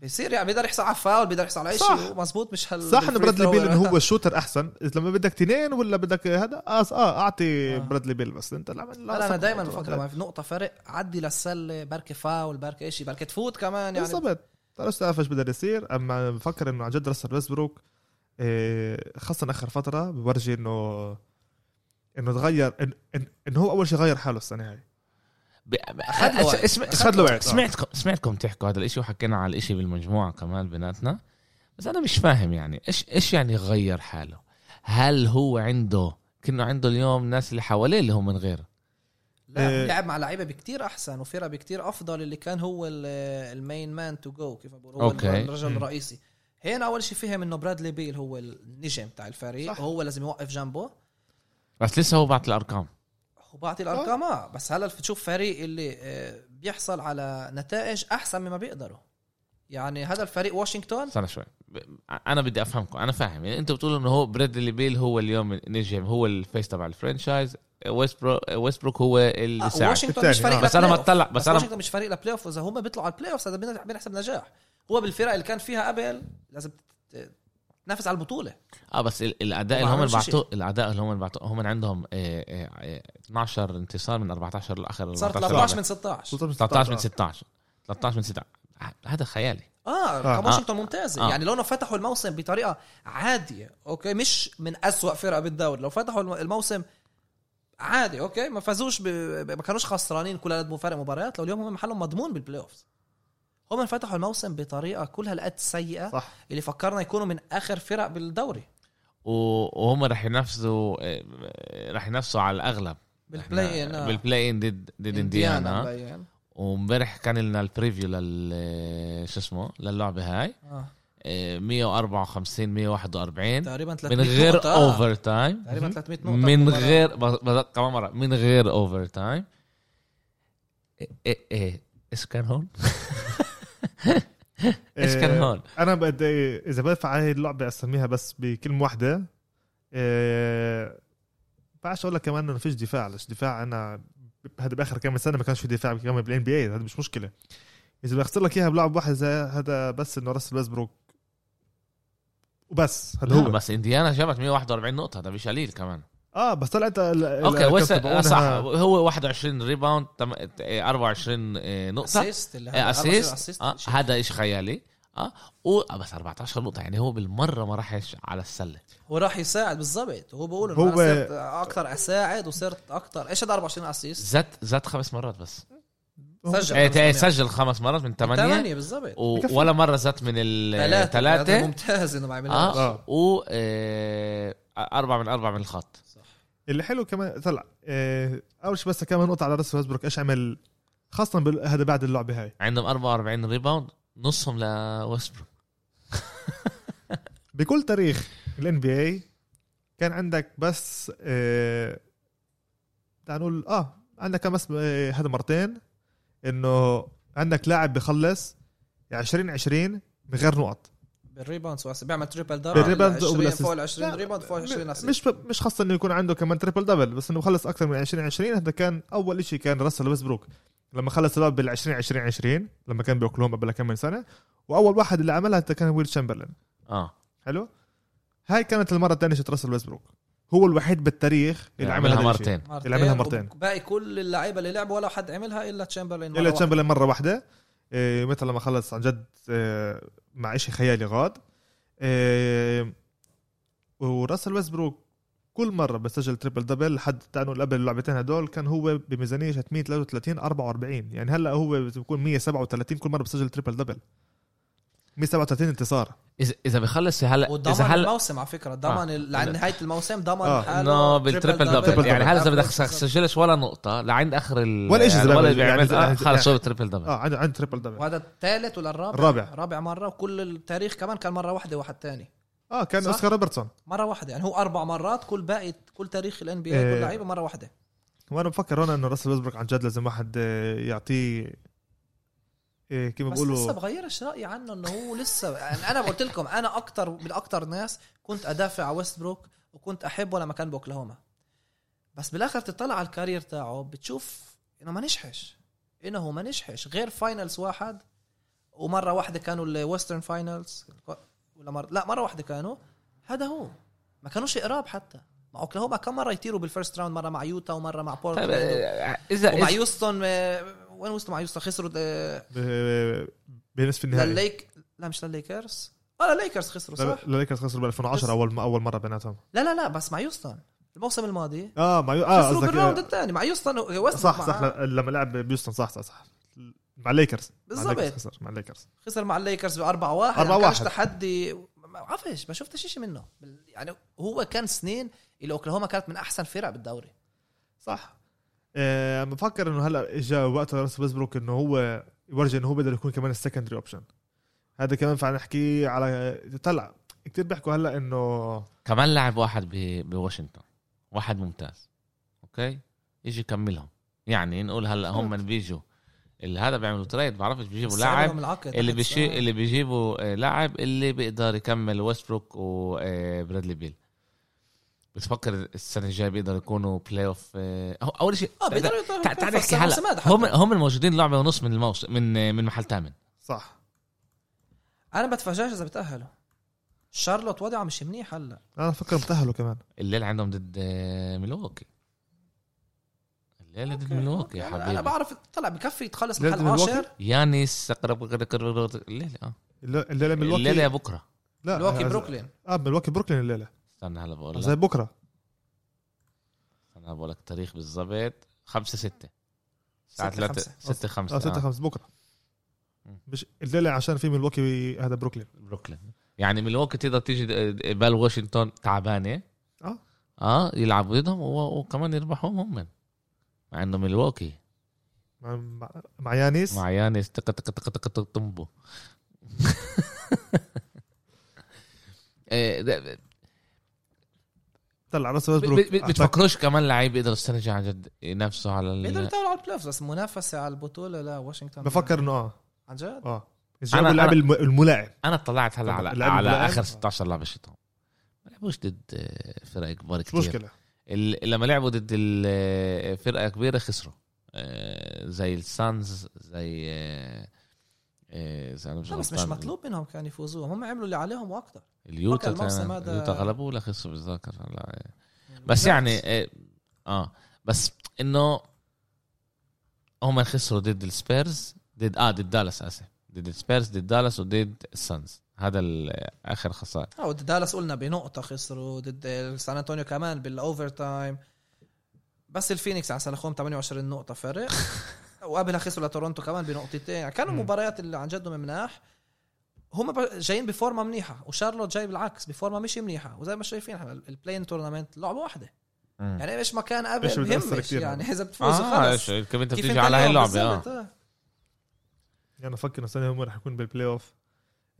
[SPEAKER 3] بيصير يعني بيقدر يحصل على فاول بيقدر يحصل على اي
[SPEAKER 2] صح.
[SPEAKER 3] شيء مزبوط مش هال
[SPEAKER 2] صح انه
[SPEAKER 3] بالfree
[SPEAKER 2] برادلي
[SPEAKER 3] thrower. آه.
[SPEAKER 2] بيل انه هو الشوتر احسن لما بدك تنين ولا بدك هذا اه اه اعطي
[SPEAKER 3] آه.
[SPEAKER 2] برادلي بيل بس انت لا,
[SPEAKER 3] لا, لا انا دائما بفكر لما في نقطه فرق عدي للسله بركي فاول بركي شيء بركي تفوت كمان يعني
[SPEAKER 2] بالضبط تعرفش تعرف ايش بده يصير اما بفكر انه عن جد راسل ويزبروك إيه، خاصة اخر فترة بورجي انه انه تغير إن- إن- انه هو اول شيء غير حاله السنة هاي
[SPEAKER 1] ب-
[SPEAKER 3] أخذ له وقت.
[SPEAKER 1] اسمع
[SPEAKER 2] أخذ له وقت.
[SPEAKER 1] سمعتكم سمعتكم تحكوا هذا الاشي وحكينا على الاشي بالمجموعه كمان بيناتنا بس انا مش فاهم يعني ايش ايش يعني غير حاله هل هو عنده كأنه عنده اليوم ناس اللي حواليه اللي هم من غيره
[SPEAKER 3] لا
[SPEAKER 2] إيه.
[SPEAKER 3] لعب مع لعيبه بكتير احسن وفرق بكتير افضل اللي كان هو ال- المين مان تو جو كيف بقول هو
[SPEAKER 1] أوكي.
[SPEAKER 3] الرجل
[SPEAKER 2] مم.
[SPEAKER 3] الرئيسي هنا اول شيء فهم انه برادلي بيل هو النجم تاع الفريق
[SPEAKER 2] صح.
[SPEAKER 3] صح. هو لازم يوقف جنبه
[SPEAKER 1] بس لسه هو بعت الارقام
[SPEAKER 3] وبعطي الارقام اه بس هلا بتشوف فريق اللي آه، بيحصل على نتائج احسن مما بيقدروا يعني هذا الفريق واشنطن
[SPEAKER 1] استنى شوي ب- انا بدي افهمكم انا فاهم يعني انتم بتقولوا انه هو بريدلي بيل هو اليوم نجم هو الفيس تبع الفرنشايز ويستبروك ويستبروك هو
[SPEAKER 3] آه،
[SPEAKER 1] الساعد
[SPEAKER 3] واشنطن
[SPEAKER 2] الثاني،
[SPEAKER 3] مش فريق
[SPEAKER 2] آه.
[SPEAKER 1] بس انا ما
[SPEAKER 3] للplayoff.
[SPEAKER 1] اطلع
[SPEAKER 3] بس,
[SPEAKER 1] بس انا
[SPEAKER 3] واشنطن مش فريق لبلاي اوف اذا هم بيطلعوا على البلاي اوف هذا بن- بنحسب نجاح هو بالفرق اللي كان فيها قبل لازم تت- تنافس على البطوله
[SPEAKER 1] اه بس ال- الاداء
[SPEAKER 3] وما
[SPEAKER 1] اللي هم
[SPEAKER 3] عملوش
[SPEAKER 1] بعتوه الاداء اللي هم بعتوه هم عندهم آه، آه، آه، 12 انتصار من 14 لاخر
[SPEAKER 3] صار
[SPEAKER 1] 14
[SPEAKER 3] 13
[SPEAKER 1] من
[SPEAKER 3] من 16
[SPEAKER 1] 13 من 16 13 من 16 هذا خيالي
[SPEAKER 3] اه
[SPEAKER 2] آه.
[SPEAKER 3] ارقام واشنطن ممتازه
[SPEAKER 1] آه.
[SPEAKER 3] آه. يعني لو انه فتحوا الموسم بطريقه عاديه اوكي مش من أسوأ فرق بالدوري لو فتحوا الم- الموسم عادي اوكي ما فازوش ب... ب- ما كانوش خسرانين كل هالقد فرق مباريات لو اليوم هم محلهم مضمون بالبلاي اوف هم فتحوا الموسم بطريقه كل هالقد سيئه
[SPEAKER 2] صح.
[SPEAKER 3] صح. اللي فكرنا يكونوا من اخر فرق بالدوري
[SPEAKER 1] و- وهم رح ينافسوا آه، رح ينافسوا على الاغلب
[SPEAKER 3] بالبلاي
[SPEAKER 1] إحنا-
[SPEAKER 3] إن، آه.
[SPEAKER 1] بالبلاي ان ضد ضد
[SPEAKER 3] انديانا
[SPEAKER 1] انديانا
[SPEAKER 3] مبين.
[SPEAKER 1] وامبارح كان لنا البريفيو لل آه، شو اسمه للعبه هاي
[SPEAKER 3] آه.
[SPEAKER 1] آه، 154 141
[SPEAKER 3] تقريبا 300
[SPEAKER 1] من غير
[SPEAKER 3] نقطة. آه.
[SPEAKER 1] اوفر تايم
[SPEAKER 3] تقريبا 300 نقطه
[SPEAKER 1] من
[SPEAKER 3] بالمباراة.
[SPEAKER 1] غير ب- ب- كمان مره من غير اوفر تايم ايه ايه ايش كان هون؟ ايش كان
[SPEAKER 2] آه،
[SPEAKER 1] هون؟
[SPEAKER 2] انا بدي اذا إيه، بدفع هاي اللعبه اسميها بس بكلمه واحده إيه، بعرفش اقول لك كمان انه فيش دفاع ليش دفاع انا هذا باخر كم سنه ما كانش في دفاع كمان بالان بي اي هذا مش مشكله اذا بخسر لك اياها بلعب واحد زي هذا بس انه راس ويزبروك وبس هذا
[SPEAKER 1] لا
[SPEAKER 2] هو
[SPEAKER 1] بس انديانا جابت 141 نقطة ده مش قليل كمان
[SPEAKER 2] اه بس طلعت ال- ال-
[SPEAKER 1] اوكي
[SPEAKER 2] الأرقام
[SPEAKER 1] وس...
[SPEAKER 2] تبعونها-
[SPEAKER 1] صح هو 21 ريباوند تم- ت- إيه، 24 إيه، نقطة
[SPEAKER 3] اسيست اللي هذا-
[SPEAKER 1] اسيست
[SPEAKER 3] أربعة
[SPEAKER 1] آه،
[SPEAKER 3] أسيست.
[SPEAKER 1] هذا ايش خيالي اه و... آه، بس 14 نقطة يعني هو بالمرة ما راحش على السلة
[SPEAKER 3] هو راح يساعد بالضبط هو بقول انه
[SPEAKER 2] هو-
[SPEAKER 3] انا صرت اكثر اساعد وصرت اكثر ايش هذا 24 اسيست
[SPEAKER 1] زت زت خمس مرات بس
[SPEAKER 2] هو-
[SPEAKER 3] سجل
[SPEAKER 1] إيه،
[SPEAKER 3] خمس مرات.
[SPEAKER 1] سجل خمس مرات من ثمانية
[SPEAKER 3] 8 بالضبط
[SPEAKER 1] و... ولا مرة زت من
[SPEAKER 3] ثلاثة ثلاثة
[SPEAKER 1] الثلاثة
[SPEAKER 3] ممتاز انه ما عملهاش
[SPEAKER 1] اه
[SPEAKER 2] آه.
[SPEAKER 1] و آه، أربعة من أربعة من الخط
[SPEAKER 2] اللي حلو كمان طلع إيه، اول شيء بس كمان نقطه على راس ويزبروك ايش عمل خاصه بال- هذا بعد اللعبه هاي
[SPEAKER 1] عندهم 44 ريباوند نصهم لويستبروك
[SPEAKER 2] بكل تاريخ الان بي اي كان عندك بس آه، تعال نقول اه عندك كان بس آه، هذا مرتين انه عندك لاعب بخلص 20 20 من غير نقط
[SPEAKER 3] بالريباوندز وأس- بيعمل تريبل دبل
[SPEAKER 2] بالريباوند
[SPEAKER 3] بالريباوند
[SPEAKER 2] وبالأسيست.
[SPEAKER 3] فوق ال
[SPEAKER 2] لا،
[SPEAKER 3] 20 ريباوند فوق ال 20 اسيست
[SPEAKER 2] مش مش خاصه انه يكون عنده كمان تريبل دبل بس انه بخلص اكثر من 20 20 هذا كان اول شيء كان راسل ويسبروك لما خلص اللعب بال 20 20 20 لما كان باوكلاهوما قبل كم من سنه واول واحد اللي عملها هذا كان ويل تشامبرلين
[SPEAKER 1] اه
[SPEAKER 2] حلو هاي كانت المره الثانيه شت راسل ويسبروك هو الوحيد بالتاريخ اللي عمل هذا
[SPEAKER 1] يعني عملها
[SPEAKER 2] الشيء.
[SPEAKER 1] مرتين
[SPEAKER 2] اللي عملها مرتين.
[SPEAKER 3] باقي كل اللعيبه اللي لعبوا ولا حد عملها الا تشامبرلين
[SPEAKER 2] الا تشامبرلين مره واحده إيه، متى لما خلص عن جد إيه، مع شيء خيالي غاد إيه، وراسل ويسبروك كل مره بسجل تريبل دبل لحد تانو قبل اللعبتين هدول كان هو بميزانيه 633 44 يعني هلا هو بيكون 137 كل مره بسجل تريبل دبل 137 انتصار
[SPEAKER 1] اذا اذا بخلص هلا
[SPEAKER 3] وضمن
[SPEAKER 1] اذا هلا
[SPEAKER 3] الموسم على فكره ضمن آه. لنهايه الموسم ضمن
[SPEAKER 2] آه.
[SPEAKER 3] حاله
[SPEAKER 1] نو بالتريبل دبل
[SPEAKER 2] دبل.
[SPEAKER 1] يعني هلا اذا بدك
[SPEAKER 3] بالظبط.
[SPEAKER 1] تسجلش ولا نقطه لعند اخر ال
[SPEAKER 2] ولا إشي
[SPEAKER 1] يعني
[SPEAKER 2] زلمة.
[SPEAKER 1] ولا
[SPEAKER 2] يعني
[SPEAKER 1] بيعمل آه،
[SPEAKER 2] يعني-
[SPEAKER 1] خلص هو بالتريبل دبل
[SPEAKER 2] اه عنده عنده تريبل دبل
[SPEAKER 3] وهذا الثالث ولا الرابع؟
[SPEAKER 2] الرابع.
[SPEAKER 3] رابع مره وكل التاريخ كمان كان مره واحده واحد ثاني
[SPEAKER 2] اه كان
[SPEAKER 3] صح؟
[SPEAKER 2] اوسكار روبرتسون
[SPEAKER 3] مره واحده يعني هو اربع مرات كل باقي كل تاريخ الان بي
[SPEAKER 2] إيه.
[SPEAKER 3] كل لعيبه مره واحده
[SPEAKER 2] وانا بفكر هون انه راسل ويزبروك عن جد لازم واحد آه، يعطيه آه، كيف
[SPEAKER 3] بس لسه
[SPEAKER 2] بيقولوا
[SPEAKER 3] بغيرش رايي عنه انه هو لسه يعني انا قلت لكم انا اكتر من اكتر ناس كنت ادافع على ويست بروك وكنت احبه لما كان باوكلاهوما بس بالاخر تطلع على الكارير تاعه بتشوف انه ما نجحش انه ما نجحش غير فاينلز واحد ومره واحده كانوا الويسترن فاينلز ولا مرة لا مره واحده كانوا هذا هو ما كانوش قراب حتى مع اوكلاهوما كم مره يطيروا بالفيرست راوند مره مع يوتا ومره مع
[SPEAKER 1] طيب
[SPEAKER 3] بورتلاند
[SPEAKER 1] آه، اذا
[SPEAKER 3] ومع
[SPEAKER 1] إذا-
[SPEAKER 3] يوستون آه، وين وصلوا مع يوستون خسروا آه،
[SPEAKER 2] ب- بنصف النهائي
[SPEAKER 3] للليك لا مش للليكرز اه للليكرز خسروا صح؟
[SPEAKER 2] لليكرز خسروا ب 2010
[SPEAKER 3] بس-
[SPEAKER 2] اول اول مره بيناتهم
[SPEAKER 3] لا لا لا بس مع يوستن الموسم الماضي
[SPEAKER 2] اه مع يو... اه
[SPEAKER 3] خسروا
[SPEAKER 2] قصدك
[SPEAKER 3] بالراوند
[SPEAKER 2] آه،
[SPEAKER 3] الثاني مع يوستن ويست
[SPEAKER 2] صح
[SPEAKER 3] مع-
[SPEAKER 2] صح ل- لما لعب بيوستن صح صح صح مع الليكرز مع الليكرز
[SPEAKER 3] بالظبط.
[SPEAKER 2] خسر مع الليكرز
[SPEAKER 3] خسر مع الليكرز ب 4 1
[SPEAKER 2] 4-1.
[SPEAKER 3] تحدي ما بعرفش ما شفتش شيء منه بال- يعني هو كان سنين اللي اوكلاهوما كانت من احسن فرق بالدوري
[SPEAKER 2] صح آه بفكر انه هلا اجى وقت راس بيزبروك انه هو يورجي انه هو بيقدر يكون كمان السكندري اوبشن هذا كمان فعلا نحكي على طلع كتير بيحكوا هلا انه
[SPEAKER 1] كمان لاعب واحد ب- بواشنطن واحد ممتاز اوكي يجي يكملهم يعني نقول هلا هم بيجوا اللي هذا بيعملوا تريد بعرفش بيجيبوا لاعب اللي بيشي اللي بيجيبوا آه، لاعب اللي بيقدر يكمل ويستبروك وبرادلي بيل بتفكر السنه الجايه بيقدر يكونوا بلاي اوف اول شيء
[SPEAKER 3] اه بيقدروا
[SPEAKER 1] تع- تعال نحكي هلا هم هم الموجودين لعبه ونص من الموسم من آه، من محل ثامن
[SPEAKER 2] صح
[SPEAKER 3] انا بتفاجئش اذا بتاهلوا شارلوت وضعها مش منيح هلا
[SPEAKER 2] انا بفكر متاهلوا كمان
[SPEAKER 1] الليل عندهم ضد آه، ميلواukee الليله ضد ميلواukee يا
[SPEAKER 3] أنا- انا
[SPEAKER 1] حبيبي
[SPEAKER 3] بعرف طلع بكفي تخلص
[SPEAKER 2] ليلة
[SPEAKER 3] محل
[SPEAKER 2] ميلواكي؟
[SPEAKER 3] 10
[SPEAKER 1] يانيس قرب قرب- قرب قرب- الليله اه
[SPEAKER 2] الل- الليله ملواكي
[SPEAKER 1] الليله يا بكره
[SPEAKER 2] لا
[SPEAKER 3] ميلواكي
[SPEAKER 2] آه،
[SPEAKER 3] بروكلين
[SPEAKER 2] اه ملواكي بروكلين الليله
[SPEAKER 1] استنى هلا بقول
[SPEAKER 2] زي آه،
[SPEAKER 1] لك
[SPEAKER 2] بكره
[SPEAKER 1] انا بقول لك تاريخ بالظبط 5 6 الساعه
[SPEAKER 3] ستة
[SPEAKER 1] 3
[SPEAKER 3] خمسة. آه،
[SPEAKER 1] 6 5
[SPEAKER 2] اه 6 5 بكره
[SPEAKER 1] مم.
[SPEAKER 2] مش الليله عشان في ملواكي هذا بروكلين
[SPEAKER 1] بروكلين يعني ميلواكي تقدر تيجي آه، بال واشنطن تعبانه
[SPEAKER 2] آه.
[SPEAKER 1] اه يلعبوا ضدهم و- وكمان يربحوهم هم مع انه ميلواكي
[SPEAKER 2] مع, مع, مع يانيس
[SPEAKER 1] مع يانس تك تك تك تك تك طنبو إيه، ده- ب-
[SPEAKER 2] طلع راس
[SPEAKER 1] ب-
[SPEAKER 2] ويزبروك
[SPEAKER 1] ب- بتفكروش كمان لعيب يقدر السنه الجايه عن جد ينافسوا على
[SPEAKER 3] بيقدروا
[SPEAKER 1] ال...
[SPEAKER 3] يطلعوا على البلاي أوفز، بس منافسه على البطوله لا واشنطن
[SPEAKER 2] بفكر انه اه
[SPEAKER 3] عن جد
[SPEAKER 2] اه
[SPEAKER 1] أنا-
[SPEAKER 2] الجواب اللاعب
[SPEAKER 1] أنا-
[SPEAKER 2] الم- الملاعب
[SPEAKER 1] انا طلعت هلا
[SPEAKER 2] طبعاً،
[SPEAKER 1] على
[SPEAKER 2] اللعيب
[SPEAKER 1] على
[SPEAKER 2] الملاعب.
[SPEAKER 1] اخر 16 لعبه شتهم ما لعبوش ضد آه، فرق كبار
[SPEAKER 2] مش
[SPEAKER 1] كتير
[SPEAKER 2] مشكله
[SPEAKER 1] ال- لما لعبوا ضد ال- فرقه كبيره خسروا آه، زي السانز زي آه، آه، إذا أنا
[SPEAKER 3] لا بس مش
[SPEAKER 1] غلطان،
[SPEAKER 3] مطلوب منهم كان يفوزوا هم عملوا اللي عليهم واكثر
[SPEAKER 1] اليوتا
[SPEAKER 3] فكر الموسم
[SPEAKER 1] كان-
[SPEAKER 3] هذا-
[SPEAKER 1] اليوتا غلبوا ولا خسروا بتذكر هلا بس يعني آه، اه بس انه هم خسروا ضد السبيرز ضد اه ضد دالاس اسف ضد السبيرز ضد دالاس وضد السانز هذا ال- اخر خساره
[SPEAKER 3] اه ضد دالاس قلنا بنقطه خسروا ضد سان انطونيو كمان بالاوفر تايم بس الفينيكس على سلخهم 28 نقطه فرق وقبلها خسروا لتورونتو كمان بنقطتين يعني كانوا
[SPEAKER 2] مم.
[SPEAKER 3] مباريات اللي عن جد مناح هم ب- جايين بفورمه منيحه وشارلوت جاي بالعكس بفورمه مش منيحه وزي ما شايفين احنا البلاين تورنمنت لعبه واحده يعني ايش ما كان
[SPEAKER 2] إيش
[SPEAKER 3] قبل
[SPEAKER 2] بتأثر
[SPEAKER 3] بهمش
[SPEAKER 2] كتير
[SPEAKER 3] يعني اذا بتفوزوا
[SPEAKER 1] اه
[SPEAKER 3] خلص
[SPEAKER 1] إيش- كيف انت
[SPEAKER 3] كيف
[SPEAKER 1] بتيجي
[SPEAKER 3] انت
[SPEAKER 1] على هاي
[SPEAKER 3] اليوم
[SPEAKER 1] اللعبه اه
[SPEAKER 3] بالظبط، آه.
[SPEAKER 2] يعني بفكر انه السنه هم رح يكون بالبلاي اوف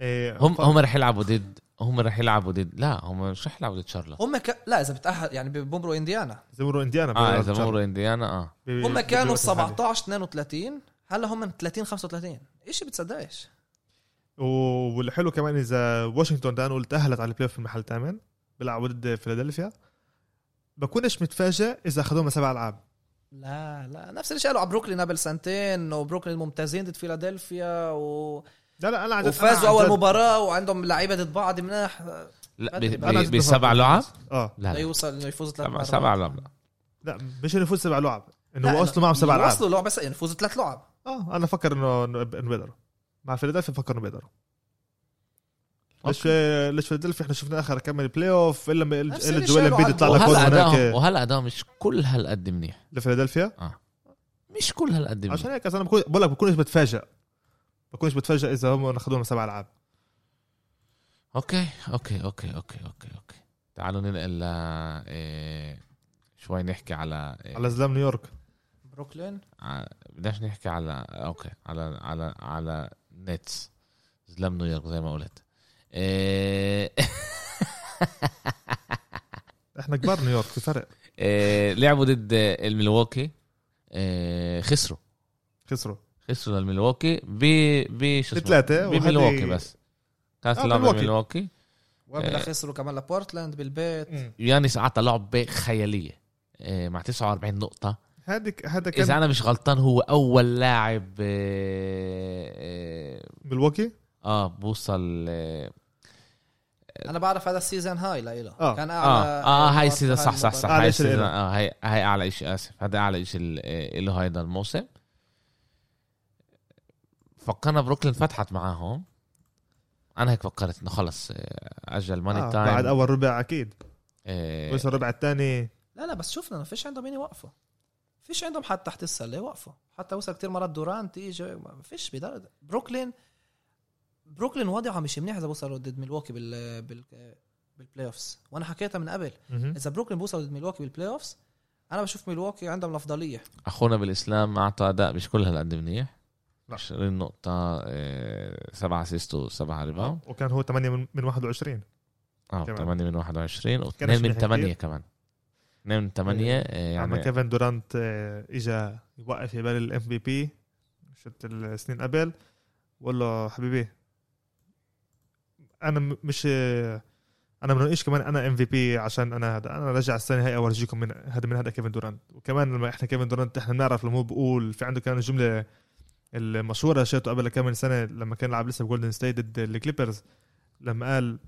[SPEAKER 2] إيه،
[SPEAKER 1] هم
[SPEAKER 2] ف-
[SPEAKER 1] هم رح يلعبوا ضد هم رح يلعبوا ضد لا هم مش رح يلعبوا ضد شارلوت
[SPEAKER 3] هم ك... لا اذا بتاهل يعني بمروا انديانا
[SPEAKER 2] زي مرو انديانا
[SPEAKER 1] اه
[SPEAKER 2] بال-
[SPEAKER 1] اذا مروا انديانا اه
[SPEAKER 2] بال-
[SPEAKER 3] هم
[SPEAKER 2] بالوقت
[SPEAKER 3] كانوا
[SPEAKER 2] الحالي.
[SPEAKER 3] 17 32 هلا هم 30 35 ايش بتصدقش
[SPEAKER 2] و- والحلو كمان اذا واشنطن ده انا قلت تاهلت على البلاي اوف في المحل الثامن بيلعبوا ضد فيلادلفيا بكونش متفاجئ اذا اخذوهم سبع العاب
[SPEAKER 3] لا لا نفس اللي قالوا على بروكلين قبل سنتين وبروكلين ممتازين ضد فيلادلفيا و...
[SPEAKER 2] لا لا انا عن جد- أنا عن
[SPEAKER 3] وفازوا اول
[SPEAKER 2] جد-
[SPEAKER 3] مباراه وعندهم لعيبه ضد بعض مناح
[SPEAKER 1] لا
[SPEAKER 3] بدري.
[SPEAKER 1] ب-
[SPEAKER 2] أنا عن
[SPEAKER 1] ب-
[SPEAKER 2] جد
[SPEAKER 1] بسبع
[SPEAKER 2] بفكر.
[SPEAKER 1] لعب
[SPEAKER 2] اه
[SPEAKER 1] لا
[SPEAKER 3] لا
[SPEAKER 1] لا
[SPEAKER 3] يوصل انه يفوز ثلاث
[SPEAKER 1] سبع-
[SPEAKER 3] مرات
[SPEAKER 1] سبع لعب، لا.
[SPEAKER 2] لا مش انه يفوز سبع لعاب انه
[SPEAKER 3] لا،
[SPEAKER 2] هو وصلوا معهم سبع آه، العاب
[SPEAKER 3] وصلوا لعبه بس يعني فوزوا ثلاث لعب
[SPEAKER 2] اه انا فكر انه انه إنه بيقدروا مع فيلادلفيا فكر انه بيقدروا ليش ليش فيلادلفيا احنا شفنا اخر كمل بلاي اوف الا ما-
[SPEAKER 3] نفس
[SPEAKER 2] الا
[SPEAKER 3] اللي
[SPEAKER 2] جوال
[SPEAKER 3] شالوا
[SPEAKER 2] امبيد يطلع لك
[SPEAKER 1] وهلا ادائهم
[SPEAKER 2] هناك
[SPEAKER 1] وهلا ادائهم مش كل هالقد منيح
[SPEAKER 2] لفيلادلفيا
[SPEAKER 1] مش كل هالقد منيح
[SPEAKER 2] عشان هيك أصلاً انا بكون بقول لك بكونش بتفاجئ بكونش بتفاجئ اذا هم اخذونا سبع العاب
[SPEAKER 1] اوكي اوكي اوكي اوكي اوكي اوكي تعالوا ننقل ل إيه، شوي نحكي على إيه،
[SPEAKER 2] على زلام نيويورك
[SPEAKER 3] بروكلين
[SPEAKER 1] ع- بدناش نحكي على اوكي على على على نتس زلم نيويورك زي ما قلت إيه
[SPEAKER 2] احنا كبار نيويورك في فرق
[SPEAKER 1] إيه لعبوا ضد الملواكي إيه خسروا
[SPEAKER 2] خسروا
[SPEAKER 1] خسروا للملواكي ب ب شو اسمه؟
[SPEAKER 2] بثلاثة وهذه-
[SPEAKER 1] بملواكي بس كانت
[SPEAKER 2] آه،
[SPEAKER 1] لعبة
[SPEAKER 2] ملواكي.
[SPEAKER 1] ملواكي
[SPEAKER 3] وقبل خسروا كمان لبورتلاند بالبيت
[SPEAKER 1] يانس عطى لعبة خيالية إيه مع 49 نقطة
[SPEAKER 2] هذيك هذا
[SPEAKER 1] إذا
[SPEAKER 2] كان
[SPEAKER 1] أنا مش غلطان هو أول لاعب إيه إيه،
[SPEAKER 2] ملواكي
[SPEAKER 1] آه بوصل إيه
[SPEAKER 3] انا بعرف هذا السيزون هاي لإله
[SPEAKER 2] آه.
[SPEAKER 3] كان
[SPEAKER 1] اه
[SPEAKER 3] اعلى
[SPEAKER 1] اه هاي السيزون صح صح صح
[SPEAKER 2] أعلى
[SPEAKER 1] هاي
[SPEAKER 2] شيء
[SPEAKER 1] السيزون
[SPEAKER 2] إله.
[SPEAKER 1] اه هاي هاي اعلى شيء اسف هذا اعلى شيء ال- له هيدا الموسم فكرنا بروكلين فتحت معاهم انا هيك فكرت انه خلص آه، اجل ماني
[SPEAKER 2] آه،
[SPEAKER 1] تايم
[SPEAKER 2] بعد اول ربع اكيد
[SPEAKER 1] آه،
[SPEAKER 2] بس الربع الثاني
[SPEAKER 3] لا لا بس شفنا ما فيش عندهم مين يوقفوا فيش عندهم حد تحت السله يوقفوا حتى وصل كتير مرات دورانت يجي ما فيش بدرجة بروكلين بروكلين وضعها مش منيح اذا بوصلوا ضد ميلواكي بال بال بالبلاي اوفز وانا حكيتها من قبل
[SPEAKER 2] مهم.
[SPEAKER 3] اذا بروكلين بوصلوا ضد ميلواكي بالبلاي اوفز انا بشوف ميلواكي عندهم الافضليه
[SPEAKER 1] اخونا بالاسلام اعطى اداء مش كل هالقد منيح
[SPEAKER 2] لا.
[SPEAKER 1] 20 نقطة آه، سبعة اسيست وسبعة ريباوند
[SPEAKER 2] وكان هو 8 من من 21
[SPEAKER 1] اه
[SPEAKER 2] كمان.
[SPEAKER 1] 8 من 21 و2 من
[SPEAKER 2] منيح
[SPEAKER 1] 8
[SPEAKER 2] كتير.
[SPEAKER 1] كمان 2 من 8
[SPEAKER 2] يعني
[SPEAKER 1] يعني
[SPEAKER 2] كيفن دورانت آه، اجى يوقف يبال الام في بي شفت السنين قبل وقال له حبيبي انا م- مش آه، انا ما ايش كمان انا ام في بي عشان انا هذا انا رجع السنه هاي اورجيكم من هذا من هذا كيفن دورانت وكمان لما احنا كيفن دورانت احنا بنعرف لما هو بقول في عنده كان الجمله المشهوره شيته قبل كم من سنه لما كان لعب لسه بجولدن ستيت ضد الكليبرز لما قال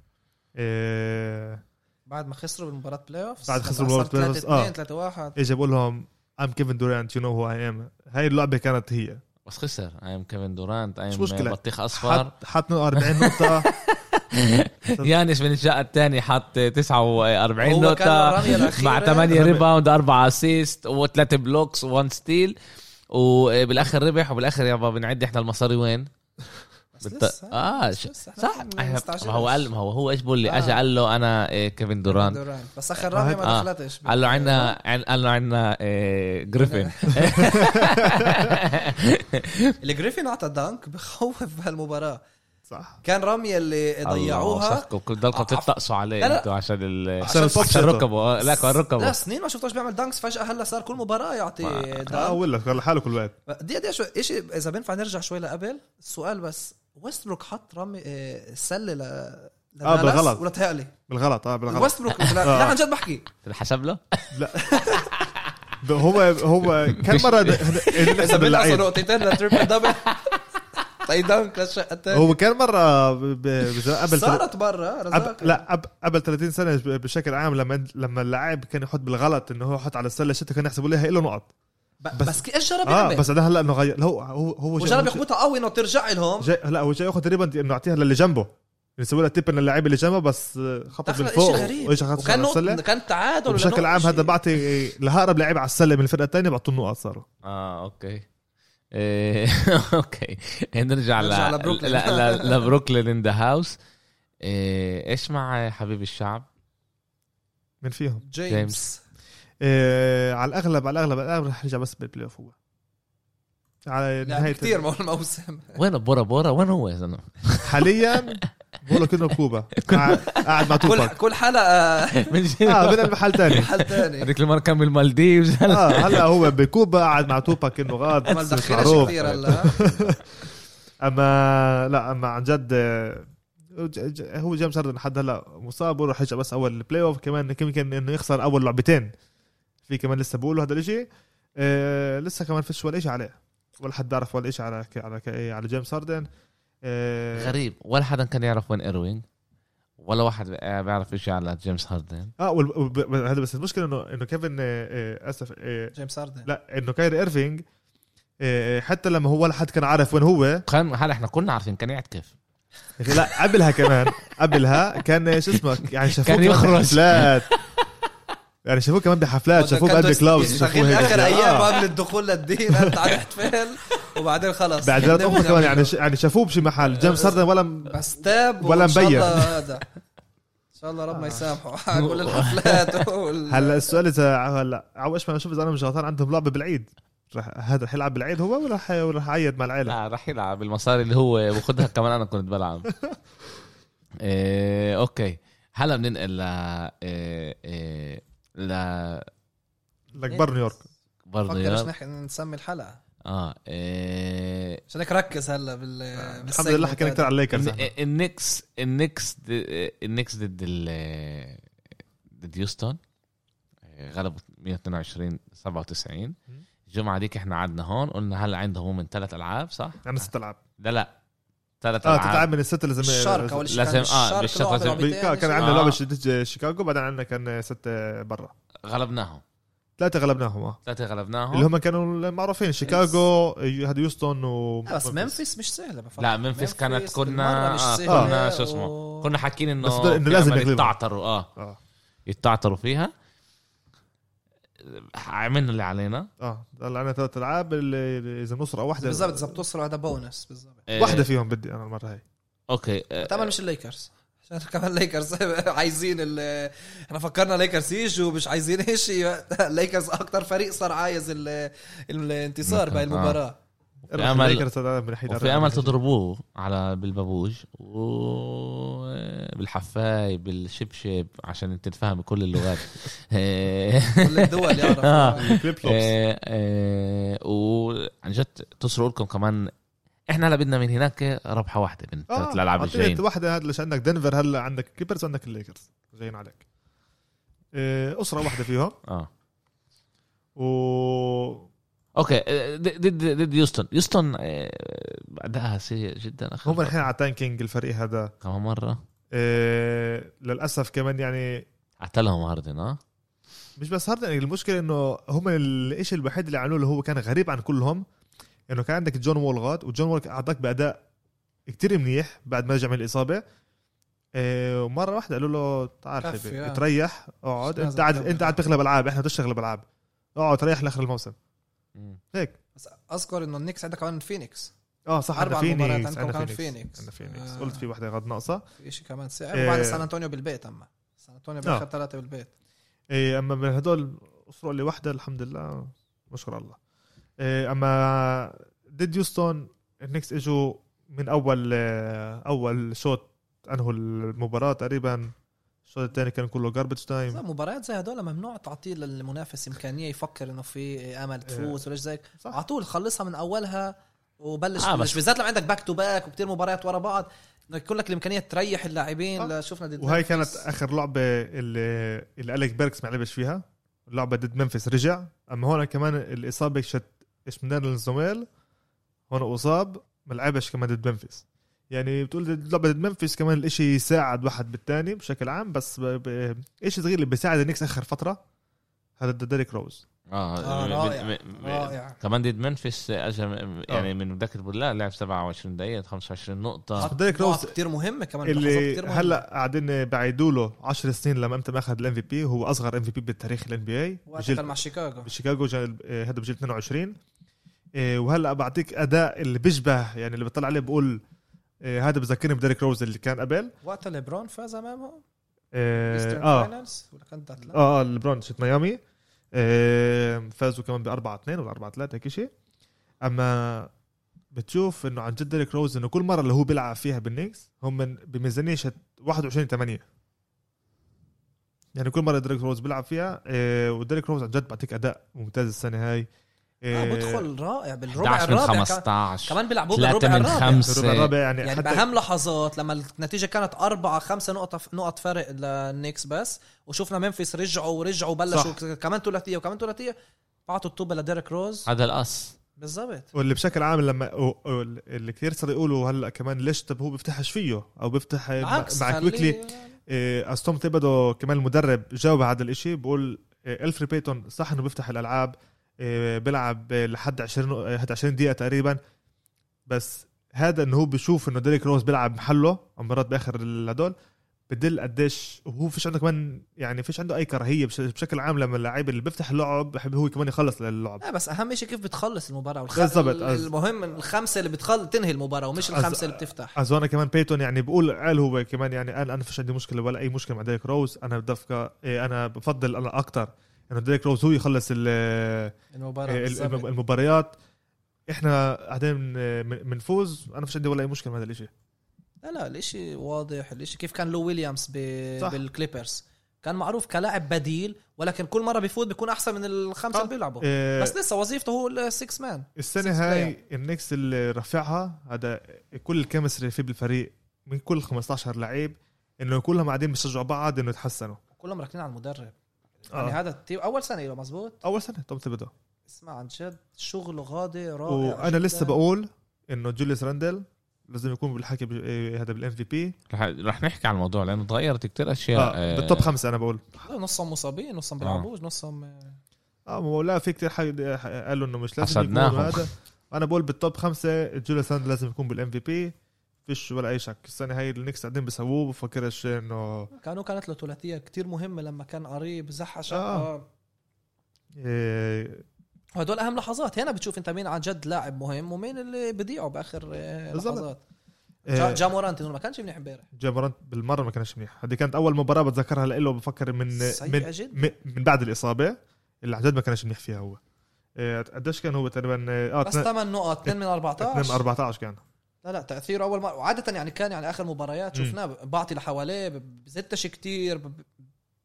[SPEAKER 2] آه،
[SPEAKER 3] بعد ما خسروا بالمباراه بلاي اوفز
[SPEAKER 2] بعد خسروا بالمباراة
[SPEAKER 3] بلاي
[SPEAKER 2] بلاي
[SPEAKER 3] اوفز
[SPEAKER 2] أوفز،
[SPEAKER 3] 3
[SPEAKER 2] آه.
[SPEAKER 3] 3 1
[SPEAKER 2] اجى بقول لهم ام كيفن دورانت يو نو هو اي ام هاي اللعبه كانت هي
[SPEAKER 1] بس خسر ايام كيفن دورانت ايام
[SPEAKER 2] مش مشكلة.
[SPEAKER 1] بطيخ اصفر
[SPEAKER 2] حط حط 42 نقطه
[SPEAKER 1] يانس من الشقه الثاني حط 49
[SPEAKER 3] هو كان
[SPEAKER 1] نقطه
[SPEAKER 3] الرمية الأخيرة.
[SPEAKER 1] مع 8 ريباوند 4 اسيست و3 بلوكس و1 ستيل وبالاخر ربح وبالاخر يابا بنعد احنا المصاري وين؟
[SPEAKER 3] بس
[SPEAKER 1] بالت-
[SPEAKER 3] لسه
[SPEAKER 1] اه
[SPEAKER 3] بس
[SPEAKER 1] ش-
[SPEAKER 3] لسه. إحنا
[SPEAKER 1] صح
[SPEAKER 3] ما
[SPEAKER 1] ما
[SPEAKER 3] نستعجلش.
[SPEAKER 1] هو قال ما هو هو ايش بقول لي
[SPEAKER 3] آه.
[SPEAKER 1] اجى قال له انا إيه، كيفن دورانت
[SPEAKER 3] دوران بس اخر رميه
[SPEAKER 1] آه.
[SPEAKER 3] ما دخلتش
[SPEAKER 1] قال له عندنا قال له عندنا إيه، جريفن
[SPEAKER 3] الجريفين اعطى دانك بخوف بهالمباراه
[SPEAKER 2] صح
[SPEAKER 3] كان رميه اللي ضيعوها
[SPEAKER 1] الله، كل ضلكم تتقصوا عليه
[SPEAKER 3] لا، لا.
[SPEAKER 1] انتوا عشان ال
[SPEAKER 2] عشان
[SPEAKER 1] عشان
[SPEAKER 2] الفوكس.
[SPEAKER 1] ركبه آه، لا كان ركبه
[SPEAKER 3] لا سنين ما شفتوش بيعمل دانكس فجاه هلا صار كل مباراه يعطي
[SPEAKER 1] ما-
[SPEAKER 2] اه
[SPEAKER 3] دانك
[SPEAKER 2] اقول لك قال لحاله كل وقت
[SPEAKER 3] دي دي شو إشي اذا بينفع نرجع شوي لقبل السؤال بس ويستبروك حط رمي آه، سله ل
[SPEAKER 2] آه،
[SPEAKER 3] لدالاس
[SPEAKER 2] بالغلط.
[SPEAKER 3] ولا تهيألي
[SPEAKER 2] بالغلط اه بالغلط
[SPEAKER 3] ويستبروك لا, لا عن جد بحكي
[SPEAKER 1] حسب له
[SPEAKER 2] ب- هو هو كم إيه،
[SPEAKER 1] مش-
[SPEAKER 2] مره د- د-
[SPEAKER 3] اذا
[SPEAKER 2] نحسب
[SPEAKER 3] بينقصوا
[SPEAKER 2] اللعيب
[SPEAKER 3] نقطتين لتريبل دبل طي طيب، دانك للشقتين
[SPEAKER 2] هو كان مره ب- ب- ب- قبل تل-
[SPEAKER 3] صارت برا رزاق
[SPEAKER 2] قبل- لا قبل- قبل 30 سنه ب- بشكل عام لما لما اللاعب كان يحط بالغلط انه هو يحط على السله شتى كان يحسبوا لها له نقط
[SPEAKER 3] ب-
[SPEAKER 2] بس-
[SPEAKER 3] بس كي- ايش جرب
[SPEAKER 2] اه
[SPEAKER 3] يعمل؟
[SPEAKER 2] بس بعدها هلا انه غير هو هو هو جاي-
[SPEAKER 3] وجرب يخبطها قوي انه ترجع لهم
[SPEAKER 2] جاي هلا هو جاي ياخذ تقريبا انه يعطيها للي جنبه يسوي لها تيب للاعب اللي جنبه بس آه، خبط من
[SPEAKER 3] دخل إيه، شيء
[SPEAKER 2] فوق
[SPEAKER 3] غريب
[SPEAKER 2] واجى خبط
[SPEAKER 3] وكان
[SPEAKER 2] على
[SPEAKER 3] نقطة
[SPEAKER 2] السله
[SPEAKER 3] كان تعادل ولا
[SPEAKER 2] وبشكل
[SPEAKER 3] نقطة
[SPEAKER 2] عام
[SPEAKER 3] شيء.
[SPEAKER 2] هذا بعطي لهقرب لعيب على السله من الفرقه الثانيه بعطوا النقط صاروا
[SPEAKER 1] اه اوكي إيه، اوكي نرجع ل
[SPEAKER 3] نرجع
[SPEAKER 1] ل-
[SPEAKER 3] لبروكلين.
[SPEAKER 1] ل- ل- لبروكلين ان ذا هاوس ايش إيه، مع حبيب الشعب؟
[SPEAKER 2] من فيهم
[SPEAKER 3] جيمس
[SPEAKER 2] إيه على الاغلب على الاغلب على الاغلب رح يرجع بس بالبلاي اوف هو على
[SPEAKER 3] لعب
[SPEAKER 2] نهايه
[SPEAKER 3] كثير مول يعني الموسم
[SPEAKER 1] وين بورا بورا وين هو يا زلمه؟
[SPEAKER 2] حاليا بقول لك انه بكوبا قاعد قاعد مع
[SPEAKER 3] كل
[SPEAKER 2] توباك
[SPEAKER 3] كل حلقة
[SPEAKER 1] من جد.
[SPEAKER 3] آه،
[SPEAKER 2] اه بين المحل ثاني
[SPEAKER 3] حل ثاني
[SPEAKER 1] هذيك المره كان بالمالديفز
[SPEAKER 2] اه هلا هو بكوبا قاعد مع توباك انه غاد
[SPEAKER 3] عمل
[SPEAKER 2] مش
[SPEAKER 3] دخيلة
[SPEAKER 2] معروف.
[SPEAKER 3] كثير هلا
[SPEAKER 2] اما لا اما عن جد آه، ج- ج- هو جيمس هاردن لحد هلا مصاب وراح يرجع بس اول البلاي اوف كمان يمكن انه يخسر اول لعبتين في كمان لسه بقولوا هذا الشيء آه لسه كمان فيش ولا شيء عليه ولا حد بيعرف ولا شيء على ك- على ك- إيه، على جيمس هاردن آه
[SPEAKER 1] غريب ولا حدا كان يعرف وين ايروين ولا واحد آه، بيعرف شيء على جيمس هاردن
[SPEAKER 2] اه وال- وب- وب- هذا بس المشكله انه انه كيفن آه آه اسف آه
[SPEAKER 3] جيمس هاردن
[SPEAKER 2] لا انه كاير ايرفينج آه حتى لما هو ولا حد كان عارف وين هو
[SPEAKER 1] كان هلا احنا كنا عارفين كان يعتكف
[SPEAKER 2] يا أخي لا قبلها كمان قبلها كان شو اسمك يعني شافوه
[SPEAKER 1] كان
[SPEAKER 2] كمان
[SPEAKER 1] يخرج.
[SPEAKER 2] بحفلات يعني شافوه كمان بحفلات شافوه بقلب كلاوز شافوه
[SPEAKER 3] شافوه
[SPEAKER 2] هيك
[SPEAKER 3] اخر ايام
[SPEAKER 2] آه.
[SPEAKER 3] قبل الدخول للدين انت على احتفال وبعدين خلص
[SPEAKER 2] بعد ثلاث امه كمان يعني يعني شافوه بشي محل جنب سردن ولا م-
[SPEAKER 3] آه، بس تاب
[SPEAKER 2] ولا
[SPEAKER 3] وإن شاء
[SPEAKER 2] مبين. آه.
[SPEAKER 3] الله هذا ان شاء الله ربنا يسامحه على كل الحفلات وال-
[SPEAKER 2] هلا السؤال اذا هلا عوش ما اشوف اذا انا مش غلطان عندهم لعبه بالعيد رح هذا رح يلعب بالعيد هو ولا رح ولا رح يعيد مع العيله؟
[SPEAKER 1] لا رح آه، يلعب المصاري اللي هو باخذها كمان انا كنت بلعب إيه اوكي هلا بننقل ل إيه إيه ل
[SPEAKER 2] لكبار نيويورك
[SPEAKER 1] برضه
[SPEAKER 3] فكر
[SPEAKER 1] يا-
[SPEAKER 3] ايش نحن نسمي الحلقه
[SPEAKER 1] اه إيه
[SPEAKER 3] عشان هيك ركز هلا بال
[SPEAKER 2] آه. الحمد لله حكينا كثير على الليكرز
[SPEAKER 1] الن- النكس النكس د- النكس ضد ال ضد يوستون غلبوا 122 97
[SPEAKER 2] مم.
[SPEAKER 1] الجمعه ديك احنا قعدنا هون قلنا هلا عندهم من ثلاث العاب صح؟
[SPEAKER 2] عندنا يعني ست العاب
[SPEAKER 1] لا لا ثلاث
[SPEAKER 2] اه تتعب
[SPEAKER 1] العاب
[SPEAKER 2] من الست اللي زمان
[SPEAKER 3] الشرق اول شيء
[SPEAKER 1] لازم-
[SPEAKER 3] كان
[SPEAKER 1] آه،
[SPEAKER 3] الشرق
[SPEAKER 1] بالشرق
[SPEAKER 3] لعبة
[SPEAKER 1] لازم-
[SPEAKER 2] بي-
[SPEAKER 3] لعبتين،
[SPEAKER 2] كان
[SPEAKER 3] شيء.
[SPEAKER 2] عندنا
[SPEAKER 1] آه.
[SPEAKER 2] لعبه ضد شيكاغو بعدين عندنا كان ست برا
[SPEAKER 1] غلبناهم
[SPEAKER 2] ثلاثه غلبناهم اه
[SPEAKER 1] ثلاثه غلبناهم
[SPEAKER 2] اللي هم كانوا المعروفين شيكاغو هذا يوستون و
[SPEAKER 3] آه، بس ممفيس مش سهله بفكر.
[SPEAKER 1] لا منفس كانت
[SPEAKER 3] بالمرة
[SPEAKER 1] كنا
[SPEAKER 3] مش
[SPEAKER 1] آه
[SPEAKER 3] سهلة
[SPEAKER 1] كنا شو
[SPEAKER 3] و-
[SPEAKER 1] اسمه كنا حاكين انه
[SPEAKER 2] بس ده- إنه
[SPEAKER 1] في
[SPEAKER 2] لازم
[SPEAKER 1] أمل
[SPEAKER 2] يغلبهم.
[SPEAKER 1] يتعثروا اه
[SPEAKER 2] اه
[SPEAKER 1] يتعثروا فيها عملنا اللي علينا
[SPEAKER 2] اه طلع عندنا ثلاث العاب اللي اذا بنوصل او واحده
[SPEAKER 3] بالضبط اذا بتوصلوا هذا بونس بالضبط
[SPEAKER 1] آه،
[SPEAKER 2] واحده فيهم بدي انا المره هي
[SPEAKER 1] اوكي آه،
[SPEAKER 3] طبعا مش الليكرز عشان كمان الليكرز عايزين ال- احنا فكرنا ليكرز يجوا مش عايزين شيء الليكرز اكتر فريق صار عايز ال- الانتصار بهاي المباراه
[SPEAKER 1] وفي امل
[SPEAKER 2] الليكرز هذا من ناحية
[SPEAKER 1] وفي
[SPEAKER 2] الرياضة.
[SPEAKER 1] امل تضربوه على بالبابوج وبالحفاي بالشبشب عشان تتفهم كل اللغات آه،
[SPEAKER 3] كل الدول
[SPEAKER 1] آه.
[SPEAKER 3] يعرف
[SPEAKER 2] كليب لوبس
[SPEAKER 1] آه، آه، وعن جد تسرقوا لكم كمان احنا هلا بدنا من هناك ربحه واحده من
[SPEAKER 3] آه،
[SPEAKER 1] ثلاث الالعاب الجايين
[SPEAKER 2] واحده هذا ليش عندك دنفر هلا عندك كليبرز عندك الليكرز جايين عليك آه، اسره واحده فيهم
[SPEAKER 1] اه
[SPEAKER 2] و
[SPEAKER 1] اوكي آه، ضد ضد ضد يوستن يوستن آه، ادائها سيء جدا اخر
[SPEAKER 2] هم الحين على تانكينج الفريق هذا
[SPEAKER 1] كمان مره
[SPEAKER 2] آه، للاسف كمان يعني
[SPEAKER 1] قتلهم هاردن اه
[SPEAKER 2] مش بس هاردن المشكله انه هم الشيء الوحيد اللي عملوه اللي هو كان غريب عن كلهم انه كان عندك جون وول غاد وجون وول اعطاك باداء كتير منيح بعد ما رجع من الاصابه آه، ومره واحده قالوا له تعال
[SPEAKER 3] كفي،
[SPEAKER 2] حبيبي
[SPEAKER 3] آه.
[SPEAKER 2] تريح اقعد
[SPEAKER 3] مش لازم
[SPEAKER 2] انت قاعد
[SPEAKER 3] تلعب.
[SPEAKER 2] انت قاعد تغلب العاب احنا بدناش نغلب العاب اقعد ريح لاخر الموسم هيك
[SPEAKER 3] بس اذكر انه النكس عندها كمان فينيكس
[SPEAKER 2] اه صح عندنا
[SPEAKER 3] أربع مباريات
[SPEAKER 2] فينيكس
[SPEAKER 3] عندكم
[SPEAKER 2] عندنا
[SPEAKER 3] كان
[SPEAKER 2] فينيكس
[SPEAKER 3] فينيكس.
[SPEAKER 2] عندنا فينيكس
[SPEAKER 3] آه.
[SPEAKER 2] قلت في واحده غاد ناقصه
[SPEAKER 3] في شيء كمان صعب
[SPEAKER 2] إيه.
[SPEAKER 3] وبعد سان انطونيو بالبيت اما سان انطونيو
[SPEAKER 2] آه.
[SPEAKER 3] باخر ثلاثه بالبيت
[SPEAKER 2] إيه اما من هدول اسرق لي واحده الحمد لله مشكور الله إيه اما ديد يوستون النكس اجوا من اول آه، اول شوط انهوا المباراه تقريبا الشوط الثاني كان كله جاربج
[SPEAKER 3] لا،
[SPEAKER 2] تايم
[SPEAKER 3] مباريات زي هدول ممنوع تعطيه للمنافس امكانيه يفكر انه في امل
[SPEAKER 2] إيه.
[SPEAKER 3] تفوز ولا شيء زي هيك. على
[SPEAKER 2] صح
[SPEAKER 3] طول خلصها من اولها وبلش
[SPEAKER 1] آه،
[SPEAKER 3] آه
[SPEAKER 1] بس-
[SPEAKER 3] بالذات لما عندك باك تو باك وكتير مباريات ورا بعض انك يكون لك الامكانيه تريح اللاعبين
[SPEAKER 2] آه.
[SPEAKER 3] آه. شفنا ضد
[SPEAKER 2] وهي
[SPEAKER 3] ممفيس.
[SPEAKER 2] كانت
[SPEAKER 1] آه،
[SPEAKER 2] اخر لعبه اللي, اللي اليك بيركس ما لعبش فيها اللعبه ضد منفس رجع اما هون كمان الاصابه شت اشمنان الزميل هون اصاب ما لعبش كمان ضد منفس يعني بتقول ضد- اللعبه ضد منفس كمان الاشي يساعد واحد بالتاني بشكل عام بس ب... ب... اشي صغير اللي بيساعد النكس اخر فتره هذا ضد ديريك روز
[SPEAKER 1] اه,
[SPEAKER 3] آه يعني رائع
[SPEAKER 1] يعني.
[SPEAKER 3] رائع
[SPEAKER 1] كمان ديد منفس اجى يعني من مذاكره بالله لعب 27 دقيقه 25 نقطه
[SPEAKER 2] حط ديريك روز
[SPEAKER 3] كثير مهمه كمان لحظات
[SPEAKER 2] اللي
[SPEAKER 3] آه. كتير مهمة.
[SPEAKER 2] هلا قاعدين بعيدوا له 10 سنين لما امتى ما اخذ الام في بي هو اصغر ام في بي بالتاريخ الان بي اي
[SPEAKER 3] وقتها كان مع شيكاغو
[SPEAKER 2] بشيكاغو جا- آه، هذا بجيل 22 آه، وهلا بعطيك اداء اللي بيشبه يعني اللي بطلع عليه بقول آه، هذا بذكرني بديريك روز اللي كان قبل
[SPEAKER 3] وقتها ليبرون فاز امامهم
[SPEAKER 2] اه
[SPEAKER 3] إيسترن
[SPEAKER 2] اه,
[SPEAKER 3] فاينلز ولا كان ذات لا
[SPEAKER 2] آه لبرون شت ميامي آه، فازوا كمان ب 4 2 ولا 4 3 هيك شيء اما بتشوف انه عن جد ديريك روز انه كل مره اللي هو بيلعب فيها بالنكس هم من- بميزانيه شت 21 8 يعني كل مره ديريك روز بيلعب فيها آه، وديريك روز عن جد بعطيك اداء ممتاز السنه هاي
[SPEAKER 3] آه
[SPEAKER 2] آه،
[SPEAKER 3] بدخل رائع بالربع
[SPEAKER 1] 11 من
[SPEAKER 3] الرابع كمان-
[SPEAKER 1] 15
[SPEAKER 3] كمان بيلعبوه
[SPEAKER 1] 3
[SPEAKER 3] بالربع
[SPEAKER 1] من
[SPEAKER 3] الرابع
[SPEAKER 1] 5
[SPEAKER 2] الربع الرابع يعني,
[SPEAKER 3] يعني
[SPEAKER 2] حتى
[SPEAKER 3] باهم لحظات لما النتيجه كانت أربعة خمسة نقطة نقط فرق للنيكس بس وشفنا ممفيس رجعوا ورجعوا بلشوا
[SPEAKER 2] صح.
[SPEAKER 3] كمان ثلاثية وكمان ثلاثية بعتوا الطوبة لديريك روز
[SPEAKER 1] هذا القص
[SPEAKER 3] بالضبط
[SPEAKER 2] واللي بشكل عام لما و- و- اللي كثير صار يقولوا هلا كمان ليش طب هو بيفتحش فيه او بيفتح مع,
[SPEAKER 3] بالعكس
[SPEAKER 2] مع
[SPEAKER 3] خليه-
[SPEAKER 2] كويكلي إيه، استوم تبدو كمان المدرب جاوب على هذا الاشي بقول إيه، الفري بيتون صح انه بيفتح الالعاب إيه، بيلعب إيه، لحد 20 نق- إيه، حد 20 دقيقه تقريبا بس هذا انه هو بيشوف انه ديريك روز بيلعب محله مرات باخر هدول بدل قديش وهو فيش عنده كمان يعني فيش عنده اي كراهيه بش- بشكل عام لما اللعيب اللي بيفتح اللعب بحب هو كمان يخلص للعب
[SPEAKER 3] لا بس اهم شيء كيف بتخلص المباراه والخ...
[SPEAKER 2] بالضبط.
[SPEAKER 3] المهم الخمسه اللي بتخل تنهي المباراه
[SPEAKER 2] أز-
[SPEAKER 3] ومش الخمسه اللي بتفتح
[SPEAKER 2] أزوانا كمان بيتون يعني بقول قال هو كمان يعني انا انا فيش عندي مشكله ولا اي مشكله مع ديريك روز انا بدفكه إيه انا بفضل انا اكتر انه ديريك روز هو يخلص ال-
[SPEAKER 3] المباراه
[SPEAKER 2] ال-
[SPEAKER 3] بالظبط.
[SPEAKER 2] الم- المباريات احنا قاعدين بنفوز انا فيش عندي ولا اي مشكله مع هذا الشيء
[SPEAKER 3] لا لا الاشي واضح الاشي كيف كان لو ويليامز ب...
[SPEAKER 2] صح.
[SPEAKER 3] بالكليبرز كان معروف كلاعب بديل ولكن كل مره بيفوت بيكون احسن من الخمسه
[SPEAKER 2] آه.
[SPEAKER 3] اللي بيلعبوا بس يعني. لسه وظيفته هو السكس مان
[SPEAKER 2] السنه
[SPEAKER 3] six
[SPEAKER 2] هاي النكس اللي رفعها هذا كل الكيمستري في بالفريق من كل 15 لعيب انه كلهم قاعدين بيشجعوا بعض انه يتحسنوا
[SPEAKER 3] كلهم راكنين على المدرب يعني
[SPEAKER 2] آه.
[SPEAKER 3] هذا التيم اول سنه له مزبوط
[SPEAKER 2] اول سنه طب تبدا
[SPEAKER 3] اسمع عن جد شغله غادي رائع
[SPEAKER 2] وانا
[SPEAKER 3] جداً.
[SPEAKER 2] لسه بقول انه جوليس راندل لازم يكون بالحكي ب- إيه هذا بالام في بي
[SPEAKER 1] رح, رح نحكي على الموضوع لانه تغيرت كتير اشياء آه،
[SPEAKER 2] بالتوب خمسه انا بقول
[SPEAKER 3] لا، نصهم مصابين
[SPEAKER 2] آه.
[SPEAKER 3] نصهم بيلعبوش نصهم
[SPEAKER 2] اه ما هو لا في كثير حاجه قالوا انه مش لازم يكون
[SPEAKER 1] حسدناهم.
[SPEAKER 2] هذا انا بقول بالتوب خمسه جوليس راندل لازم يكون بالام في بي فيش ولا اي شك السنه هاي النكس قاعدين بيسووه بفكرش انه
[SPEAKER 3] كانوا كانت له ثلاثيه كتير مهمه لما كان قريب زحى
[SPEAKER 2] آه.
[SPEAKER 3] شقه
[SPEAKER 2] إيه،
[SPEAKER 3] وهدول اهم لحظات هنا بتشوف انت مين عن جد لاعب مهم ومين اللي بضيعوا باخر آه،
[SPEAKER 2] بالظبط.
[SPEAKER 3] لحظات
[SPEAKER 2] إيه.
[SPEAKER 3] جا, جا مورانت إنه ما كانش منيح امبارح
[SPEAKER 2] جابرانت بالمره ما كانش منيح هذه كانت اول مباراه بتذكرها له بفكر من
[SPEAKER 3] سيئه
[SPEAKER 2] من
[SPEAKER 3] جدا
[SPEAKER 2] من- من بعد الاصابه اللي عن جد ما كانش منيح فيها هو إيه، قديش كان هو تقريبا اه
[SPEAKER 3] بس 8 نقط 2 من 14
[SPEAKER 2] 2 14 كان
[SPEAKER 3] لا لا تاثيره اول مره وعاده يعني كان يعني اخر مباريات
[SPEAKER 2] مم.
[SPEAKER 3] شفناه بعطي لحواليه ب- بزتش كتير ب-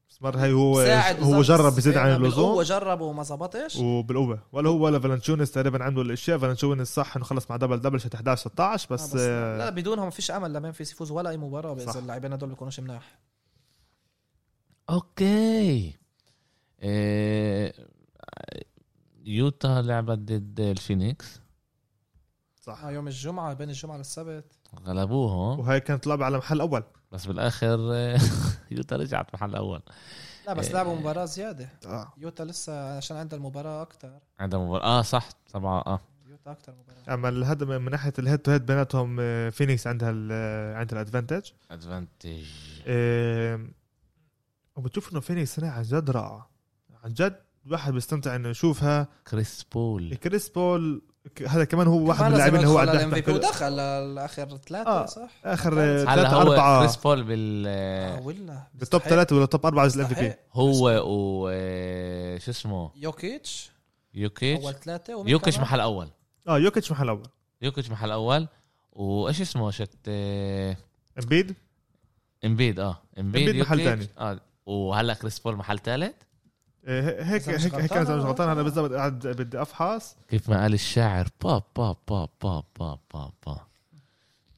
[SPEAKER 2] بس مرة هي هو
[SPEAKER 3] بساعد
[SPEAKER 2] هو
[SPEAKER 3] بالظبط.
[SPEAKER 2] جرب بزيد عن
[SPEAKER 3] يعني هو
[SPEAKER 2] اللزوم
[SPEAKER 3] جرب وما زبطش
[SPEAKER 2] وبالقوه ولا هو ولا فالنشونس تقريبا عنده الاشياء فالنشونس صح انه خلص مع دبل دبل شت 11 16
[SPEAKER 3] آه،
[SPEAKER 2] بس,
[SPEAKER 3] لا
[SPEAKER 2] آه،
[SPEAKER 3] لا بدونهم ما فيش امل لمنفيس يفوز ولا اي مباراه
[SPEAKER 2] صح.
[SPEAKER 3] باذا اللاعبين هدول بيكونوش مناح
[SPEAKER 1] اوكي آه، يوتا لعبت ضد الفينيكس
[SPEAKER 2] صح
[SPEAKER 3] آه، يوم الجمعه بين الجمعه للسبت
[SPEAKER 1] غلبوهم
[SPEAKER 2] وهي كانت لعبه على محل اول
[SPEAKER 1] بس بالاخر آه، يوتا رجعت محل اول
[SPEAKER 3] لا بس
[SPEAKER 1] إيه.
[SPEAKER 3] لعبوا مباراه زياده
[SPEAKER 2] اه
[SPEAKER 3] يوتا لسه عشان عندها المباراه اكثر
[SPEAKER 1] عندها مباراة اه صح سبعة اه
[SPEAKER 3] يوتا اكثر مباراه
[SPEAKER 2] اما الهد من ناحيه الهيد تو هيد بيناتهم آه، فينيكس عندها ال- آه، عندها الادفانتج
[SPEAKER 1] ادفانتج
[SPEAKER 2] آم، وبتشوف انه فينيكس هنا عن جد رائعه عن جد الواحد بيستمتع انه يشوفها
[SPEAKER 1] كريس بول
[SPEAKER 2] كريس بول ك- هذا كمان هو واحد
[SPEAKER 3] كمان
[SPEAKER 2] من
[SPEAKER 3] لازم
[SPEAKER 2] اللاعبين اللي هو عداه
[SPEAKER 3] يدخل على MVP
[SPEAKER 2] تحت-
[SPEAKER 3] ودخل اخر ثلاثه
[SPEAKER 2] آه.
[SPEAKER 3] صح؟
[SPEAKER 2] اخر
[SPEAKER 3] آه،
[SPEAKER 1] هلا
[SPEAKER 2] ثلاثة
[SPEAKER 1] هو
[SPEAKER 2] أربعة
[SPEAKER 1] كريس بول بال آه،
[SPEAKER 3] ولا
[SPEAKER 2] بالتوب ثلاثة ولا توب أربعة جزء الام في بي
[SPEAKER 1] هو و آه، شو اسمه
[SPEAKER 3] يوكيتش
[SPEAKER 1] يوكيتش
[SPEAKER 3] اول ثلاثه ومين
[SPEAKER 1] يوكيتش
[SPEAKER 3] كمان؟
[SPEAKER 1] محل اول
[SPEAKER 2] اه يوكيتش محل أول
[SPEAKER 1] يوكيتش محل اول وايش اسمه شت آه،
[SPEAKER 2] امبيد
[SPEAKER 1] امبيد اه
[SPEAKER 2] إمبيد محل
[SPEAKER 1] يوكيتش، اه وهلا كريس بول محل ثالث
[SPEAKER 2] آه، هيك
[SPEAKER 3] إذا مش
[SPEAKER 2] هيك هيك
[SPEAKER 3] غلطان،
[SPEAKER 2] انا مش
[SPEAKER 3] آه.
[SPEAKER 2] غلطان انا بالضبط قاعد بدي افحص
[SPEAKER 1] كيف ما قال الشاعر با با با با با با با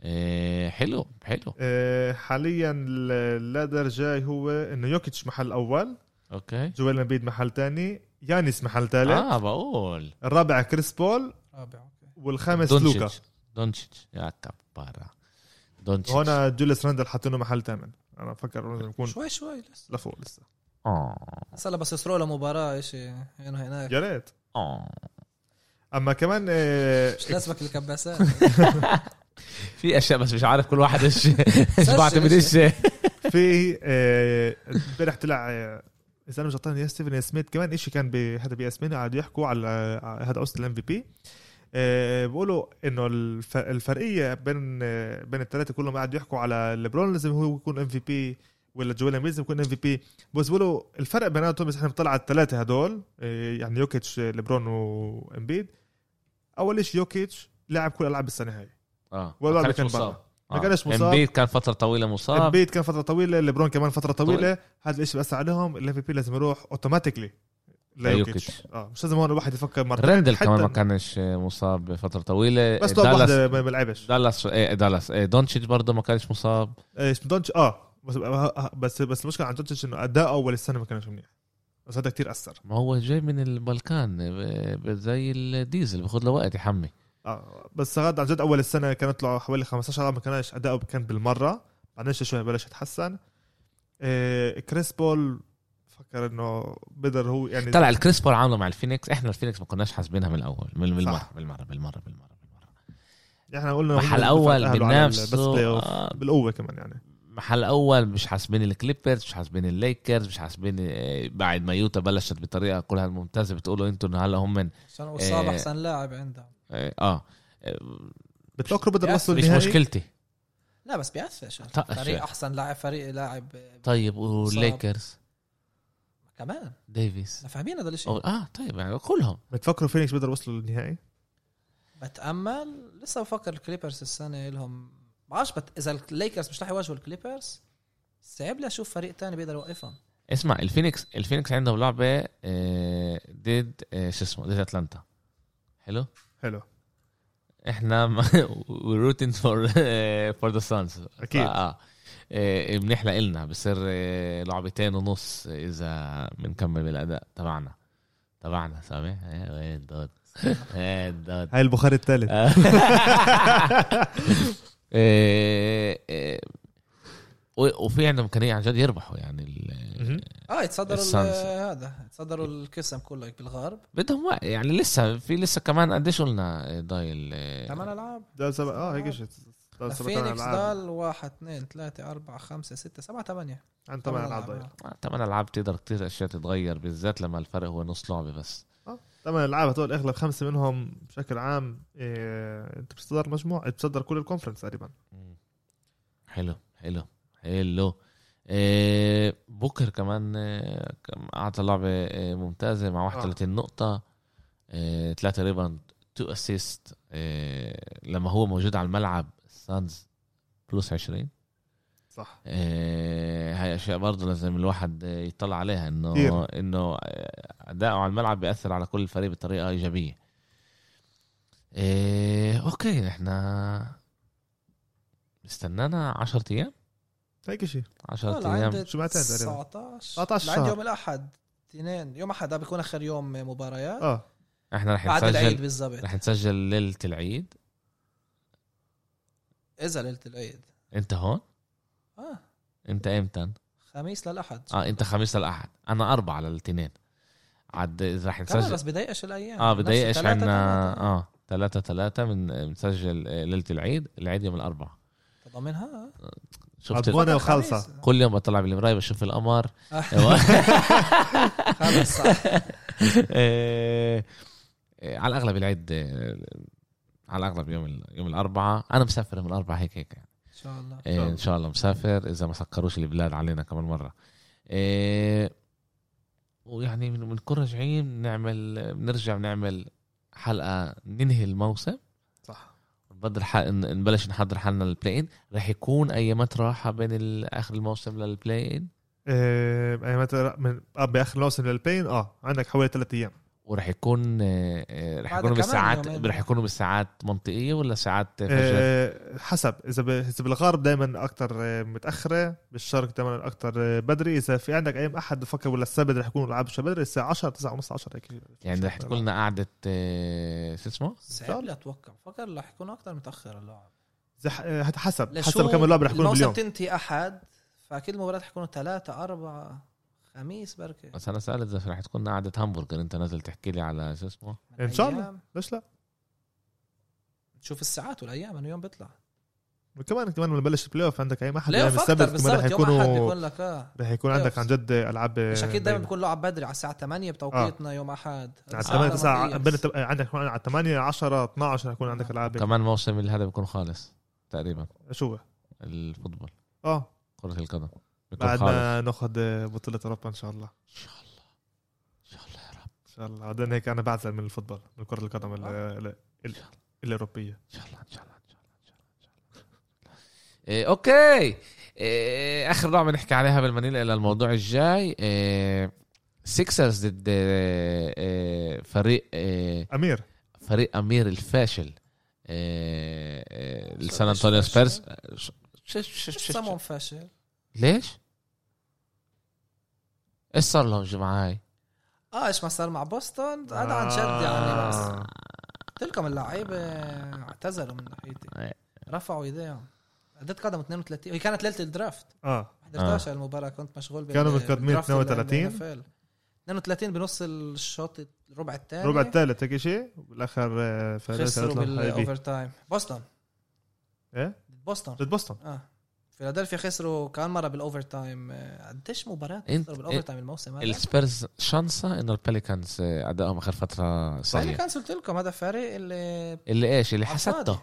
[SPEAKER 1] إيه حلو حلو
[SPEAKER 2] آه، حاليا اللادر جاي هو انه يوكيتش محل اول
[SPEAKER 1] اوكي
[SPEAKER 2] جويل امبيد محل ثاني يانيس محل ثالث
[SPEAKER 1] اه بقول
[SPEAKER 2] الرابع كريس بول
[SPEAKER 3] رابع اوكي
[SPEAKER 2] والخامس
[SPEAKER 1] دونتش.
[SPEAKER 2] لوكا
[SPEAKER 1] دونتش يا كبارة دونتش
[SPEAKER 2] هون جوليس راندل حاطينه محل ثامن انا بفكر انه يكون
[SPEAKER 3] شوي شوي لسه
[SPEAKER 2] لفوق لسه
[SPEAKER 1] آه،
[SPEAKER 3] هسا هلا بس يسرقوا له مباراه شيء هنا هناك
[SPEAKER 2] يا ريت
[SPEAKER 1] آه.
[SPEAKER 2] اما كمان آه،
[SPEAKER 3] مش لازمك الكباسات
[SPEAKER 1] في اشياء بس مش عارف كل واحد ايش ايش بعتمد ايش
[SPEAKER 2] في آه، امبارح طلع آه، اذا انا مش غلطان يا ستيفن يا سميث كمان شيء كان بهذا بي اس مين قاعد يحكوا على آه، على هذا قصه الام في بي بيقولوا انه الف- الفرقيه بين آه، بين الثلاثه كلهم قاعد يحكوا على ليبرون لازم هو يكون ام في بي ولا جويل امبيد لازم يكون ام في بي بس بيقولوا الفرق بيناتهم بس احنا بنطلع على الثلاثه هدول آه، يعني يوكيتش آه، ليبرون وامبيد اول شيء يوكيتش لعب كل العاب السنه هاي
[SPEAKER 1] اه
[SPEAKER 2] والله
[SPEAKER 1] ما
[SPEAKER 2] ما
[SPEAKER 1] كانش
[SPEAKER 2] كان
[SPEAKER 1] مصاب
[SPEAKER 2] برا. ما كانش مصاب.
[SPEAKER 1] امبيد آه. كان فترة طويلة مصاب
[SPEAKER 2] امبيد كان فتره طويله ليبرون كمان فتره طويله هذا الشيء بأثر عليهم الام في بي لازم يروح اوتوماتيكلي
[SPEAKER 1] ليوكيتش.
[SPEAKER 2] ليوكيتش اه مش لازم هون الواحد يفكر مرتين
[SPEAKER 1] رندل
[SPEAKER 2] حتى
[SPEAKER 1] كمان ما كانش مصاب فترة طويلة
[SPEAKER 2] بس لعبه
[SPEAKER 1] دالاس
[SPEAKER 2] واحده ما ما لعبش
[SPEAKER 1] دالاس ايه دالاس ايه دونتش برضه ما كانش مصاب
[SPEAKER 2] إيش، دونتش اه بس بس بس المشكله عن دونتش انه اداء اول السنه ما كانش منيح بس هذا كتير اثر
[SPEAKER 1] ما هو جاي من البلكان ب- ب- زي الديزل بياخد له وقت يحمي
[SPEAKER 2] اه بس غاد عن جد اول السنه كانت له حوالي 15 عام ما كانش اداؤه كان بالمره بعدين شوي شوي بلش يتحسن إيه كريس بول فكر انه بقدر هو يعني
[SPEAKER 1] طلع الكريس بول عامله مع الفينيكس احنا الفينيكس ما كناش حاسبينها من الاول من بالمره
[SPEAKER 2] صح.
[SPEAKER 1] بالمره بالمره بالمره بالمره
[SPEAKER 2] احنا يعني قلنا هم
[SPEAKER 1] محل
[SPEAKER 2] اللي
[SPEAKER 1] اول
[SPEAKER 2] تأهلوا على البس
[SPEAKER 1] بننافسوا
[SPEAKER 2] بلاي أوف.
[SPEAKER 1] آه،
[SPEAKER 2] بالقوه كمان يعني
[SPEAKER 1] محل اول مش حاسبين الكليبرز مش حاسبين الليكرز مش حاسبين آه، بعد ما يوتا بلشت بطريقه كلها ممتازه بتقولوا انتوا انه هلا هم من
[SPEAKER 3] عشان وصاب
[SPEAKER 1] آه.
[SPEAKER 3] احسن لاعب عندهم
[SPEAKER 1] اه, آه
[SPEAKER 2] بتفكروا بدهم يوصلوا
[SPEAKER 1] مش
[SPEAKER 2] النهائي
[SPEAKER 1] مشكلتي
[SPEAKER 3] لا بس بيأثرش
[SPEAKER 1] بتأثر.
[SPEAKER 3] فريق احسن لاعب فريق لاعب
[SPEAKER 1] طيب والليكرز
[SPEAKER 3] كمان
[SPEAKER 1] ديفيس
[SPEAKER 3] احنا فاهمين هذا الشيء
[SPEAKER 1] أو اه طيب يعني كلهم
[SPEAKER 2] بتفكروا فينيكس بدهم يوصلوا للنهائي
[SPEAKER 3] بتامل لسه بفكر الكليبرز السنه لهم بعرفش بت... اذا الليكرز مش رح يواجهوا الكليبرز صعب لي اشوف فريق تاني بيقدر يوقفهم
[SPEAKER 1] اسمع الفينيكس الفينيكس عندهم لعبه آه، ضد آه، شو اسمه ضد اتلانتا حلو
[SPEAKER 2] حلو
[SPEAKER 1] احنا روتين فور فور ذا سانز
[SPEAKER 2] أكيد.
[SPEAKER 1] اه آه، بنحلق لنا بصير آه، لعبتين ونص اذا بنكمل بالاداء تبعنا تبعنا سامع آه، وين إيه، دوت وين دوت
[SPEAKER 2] هاي البخاري الثالث
[SPEAKER 1] آه، آه، و- وفي عندهم امكانيه عن جد يربحوا يعني ال-
[SPEAKER 2] مهم.
[SPEAKER 3] اه يتصدروا ال-
[SPEAKER 1] السانز.
[SPEAKER 3] هذا يتصدروا القسم كله بالغرب
[SPEAKER 1] بدهم وقت يعني لسه في لسه كمان قديش قلنا ضايل
[SPEAKER 3] ثمان العاب
[SPEAKER 2] ده سبع اه هيك شيء ده سبع ثمان
[SPEAKER 3] فينيكس
[SPEAKER 2] العاب
[SPEAKER 3] ضل واحد اثنين ثلاثة أربعة خمسة ستة سبعة ثمانية
[SPEAKER 2] عن ثمان العاب ضايع
[SPEAKER 1] ثمان العاب تقدر كتير اشياء تتغير بالذات لما الفرق هو نص لعبه بس
[SPEAKER 2] ثمان العاب هدول اغلب خمسه منهم بشكل عام إيه انت بتصدر مجموع بتصدر كل الكونفرنس تقريبا
[SPEAKER 1] حلو حلو حلو إيه بوكر كمان إيه، كم- اعطى لعبه إيه، ممتازه مع 31 نقطه إيه، ثلاثه ريباوند تو اسيست آه، لما هو موجود على الملعب سانز بلس 20
[SPEAKER 2] صح
[SPEAKER 1] إيه، هاي اشياء برضه لازم الواحد إيه، يطلع عليها انه
[SPEAKER 2] كتير.
[SPEAKER 1] انه إيه، اداؤه على الملعب بياثر على كل الفريق بطريقه ايجابيه إيه اوكي احنا استنانا 10 ايام
[SPEAKER 2] هيك شيء
[SPEAKER 1] 10
[SPEAKER 3] عندي
[SPEAKER 1] ايام
[SPEAKER 2] شو بعتها تقريباً؟
[SPEAKER 3] 19
[SPEAKER 2] 19
[SPEAKER 3] عندي
[SPEAKER 2] شهر.
[SPEAKER 3] يوم الأحد اثنين يوم أحد هذا بيكون آخر يوم مباريات
[SPEAKER 2] اه
[SPEAKER 1] احنا رح
[SPEAKER 3] بعد العيد
[SPEAKER 1] نسجل
[SPEAKER 3] بالضبط
[SPEAKER 1] رح نسجل ليله العيد
[SPEAKER 3] إذا ليلة العيد
[SPEAKER 1] انت هون
[SPEAKER 3] اه
[SPEAKER 1] انت امتى
[SPEAKER 3] خميس للأحد
[SPEAKER 1] اه انت خميس للاحد انا اربعة للاثنين عاد إذا رح
[SPEAKER 3] كمان
[SPEAKER 1] نسجل
[SPEAKER 3] بس بضايقش الايام
[SPEAKER 1] اه
[SPEAKER 3] نفس
[SPEAKER 1] بضايقش
[SPEAKER 3] تلاتة
[SPEAKER 1] عنا
[SPEAKER 3] تلاتة.
[SPEAKER 1] اه ثلاثة ثلاثة من بنسجل آه، ليلة العيد العيد يوم الأربعاء
[SPEAKER 3] انت ضامنها
[SPEAKER 1] شفت
[SPEAKER 2] أضمن. وأنا
[SPEAKER 3] آه.
[SPEAKER 2] وخالصة.
[SPEAKER 3] خميس. آه،
[SPEAKER 1] كل يوم بطلع بالمراية بشوف القمر
[SPEAKER 3] خمس صح
[SPEAKER 1] آه، آه، على الأغلب العيد آه، على الأغلب يوم ال- يوم الأربعاء أنا مسافر يوم الأربعاء هيك هيك يعني.
[SPEAKER 3] ان شاء الله
[SPEAKER 1] آه، إن شاء الله مسافر إذا ما سكروش البلاد علينا كمان مرة آه، ويعني من- بنكون راجعين بنعمل بنرجع بنعمل حلقة ننهي الموسم
[SPEAKER 2] صح
[SPEAKER 1] بدر ح... ن- نبلش نحضر حالنا للبلاي ان رح يكون ايامات راحه بين ال- اخر الموسم للبلاي ان
[SPEAKER 2] إيه متى من آه باخر الموسم للبين اه عندك حوالي ثلاث ايام
[SPEAKER 1] ورح يكون آه، آه، رح
[SPEAKER 3] بعد
[SPEAKER 1] يكونوا
[SPEAKER 3] كمان
[SPEAKER 1] بالساعات
[SPEAKER 3] يومين.
[SPEAKER 1] رح يكونوا بالساعات منطقيه ولا ساعات فجر
[SPEAKER 2] إيه حسب اذا ب- اذا بالغرب دائما اكثر متاخره بالشرق دائما اكثر بدري اذا في عندك ايام احد بفكر ولا السبت رح يكونوا العاب بدري الساعه 10 9 ونص 10 هيك
[SPEAKER 1] يعني رح تكون لنا قعده آه، شو اسمه
[SPEAKER 3] صعب لي اتوقع فكر رح يكون اكثر متاخر اللاعب
[SPEAKER 2] زح... آه، حسب
[SPEAKER 3] لشو
[SPEAKER 2] حسب كم لعبه رح يكونوا
[SPEAKER 3] الموسم
[SPEAKER 2] باليوم
[SPEAKER 3] تنتهي احد فاكيد المباريات رح يكونوا ثلاثة أربعة خميس بركة
[SPEAKER 1] بس انا سالت اذا رح تكون لنا قعده همبرجر انت نازل تحكي لي على شو اسمه
[SPEAKER 3] من
[SPEAKER 2] إن شاء الله.
[SPEAKER 3] أيام.
[SPEAKER 2] ليش لا
[SPEAKER 3] نشوف الساعات والايام انه يوم بيطلع
[SPEAKER 2] وكمان كمان لما بلش البلاي اوف عندك ايام احد
[SPEAKER 3] ليه
[SPEAKER 2] ايام
[SPEAKER 3] فكر
[SPEAKER 2] يعني السبت كمان رح
[SPEAKER 3] بالضبط يوم احد
[SPEAKER 2] يكونوا
[SPEAKER 3] بيكون لك اه
[SPEAKER 2] رح يكون
[SPEAKER 3] بلاي
[SPEAKER 2] عندك عن
[SPEAKER 3] أوفز.
[SPEAKER 2] جد آه، العاب
[SPEAKER 3] مش اكيد دايما
[SPEAKER 2] بين-
[SPEAKER 3] بيكون لعب بدري على الساعة 8 بتوقيتنا يوم آه، احد
[SPEAKER 2] آه. على
[SPEAKER 3] الساعة
[SPEAKER 2] 8 9
[SPEAKER 3] منطقية.
[SPEAKER 2] يعني بين الت- عندك كمان على 8 10 12 رح يكون عندك العاب
[SPEAKER 1] آه، كمان موسم اللي هذا بيكون خالص تقريبا
[SPEAKER 2] شو
[SPEAKER 1] الفوتبول
[SPEAKER 2] اه
[SPEAKER 1] كره القدم بيكون
[SPEAKER 2] بعد
[SPEAKER 1] خالص
[SPEAKER 2] ما آه، ناخذ بطوله اوروبا ان شاء الله
[SPEAKER 1] ان شاء الله ان شاء الله يا رب
[SPEAKER 2] ان شاء الله بعدين هيك انا بعزل من الفوتبول من كره القدم ال- ال- ال- الاوروبيه
[SPEAKER 1] ان شاء الله ان شاء الله ان شاء الله ان شاء الله ان شاء الله إيه اوكي إيه اخر لعبه نحكي عليها بالمنيل الى الموضوع الجاي إيه سيكسرز ضد إيه إيه فريق إيه
[SPEAKER 2] امير
[SPEAKER 1] فريق امير الفاشل إيه إيه السان انطونيو سبيرز ش- ش- ش-
[SPEAKER 3] مش
[SPEAKER 1] ش-
[SPEAKER 3] سمون فاشل
[SPEAKER 1] ليش؟ ايش صار لهم جماعه هاي؟
[SPEAKER 3] اه ايش ما صار مع بوسطن
[SPEAKER 2] آه.
[SPEAKER 3] هذا عن جد يعني بس قلت لكم اللعيبه اعتذروا من ناحيتي
[SPEAKER 1] إيه.
[SPEAKER 3] رفعوا ايديهم عدت قدم 32 هي كانت ليله الدرافت
[SPEAKER 2] اه
[SPEAKER 3] ما حضرتهاش المباراه كنت مشغول بال-
[SPEAKER 2] كانوا متقدمين
[SPEAKER 3] بالدرافت اللي
[SPEAKER 2] 32.
[SPEAKER 3] عند ال NFL. 32 بنص الشوط الربع الثاني
[SPEAKER 2] ربع الثالث هيك شيء بالاخر آه، فريق
[SPEAKER 3] خسروا
[SPEAKER 2] ثلاث لهم حبيبي.
[SPEAKER 3] بالاوفر تايم بوسطن
[SPEAKER 2] ايه
[SPEAKER 3] بوسطن
[SPEAKER 2] ضد بوسطن
[SPEAKER 3] اه فيلادلفيا خسروا كمان مره بالاوفر تايم آه، قديش مباريات
[SPEAKER 1] انت-
[SPEAKER 3] خسروا بالاوفر تايم الموسم هذا
[SPEAKER 1] السبيرز شانسه انه البليكانز آه، ادائهم اخر فتره
[SPEAKER 3] انا
[SPEAKER 1] سيء
[SPEAKER 3] كان قلت لكم هذا فريق اللي
[SPEAKER 1] اللي ايش اللي
[SPEAKER 3] على
[SPEAKER 1] حسدته
[SPEAKER 3] الفاضي.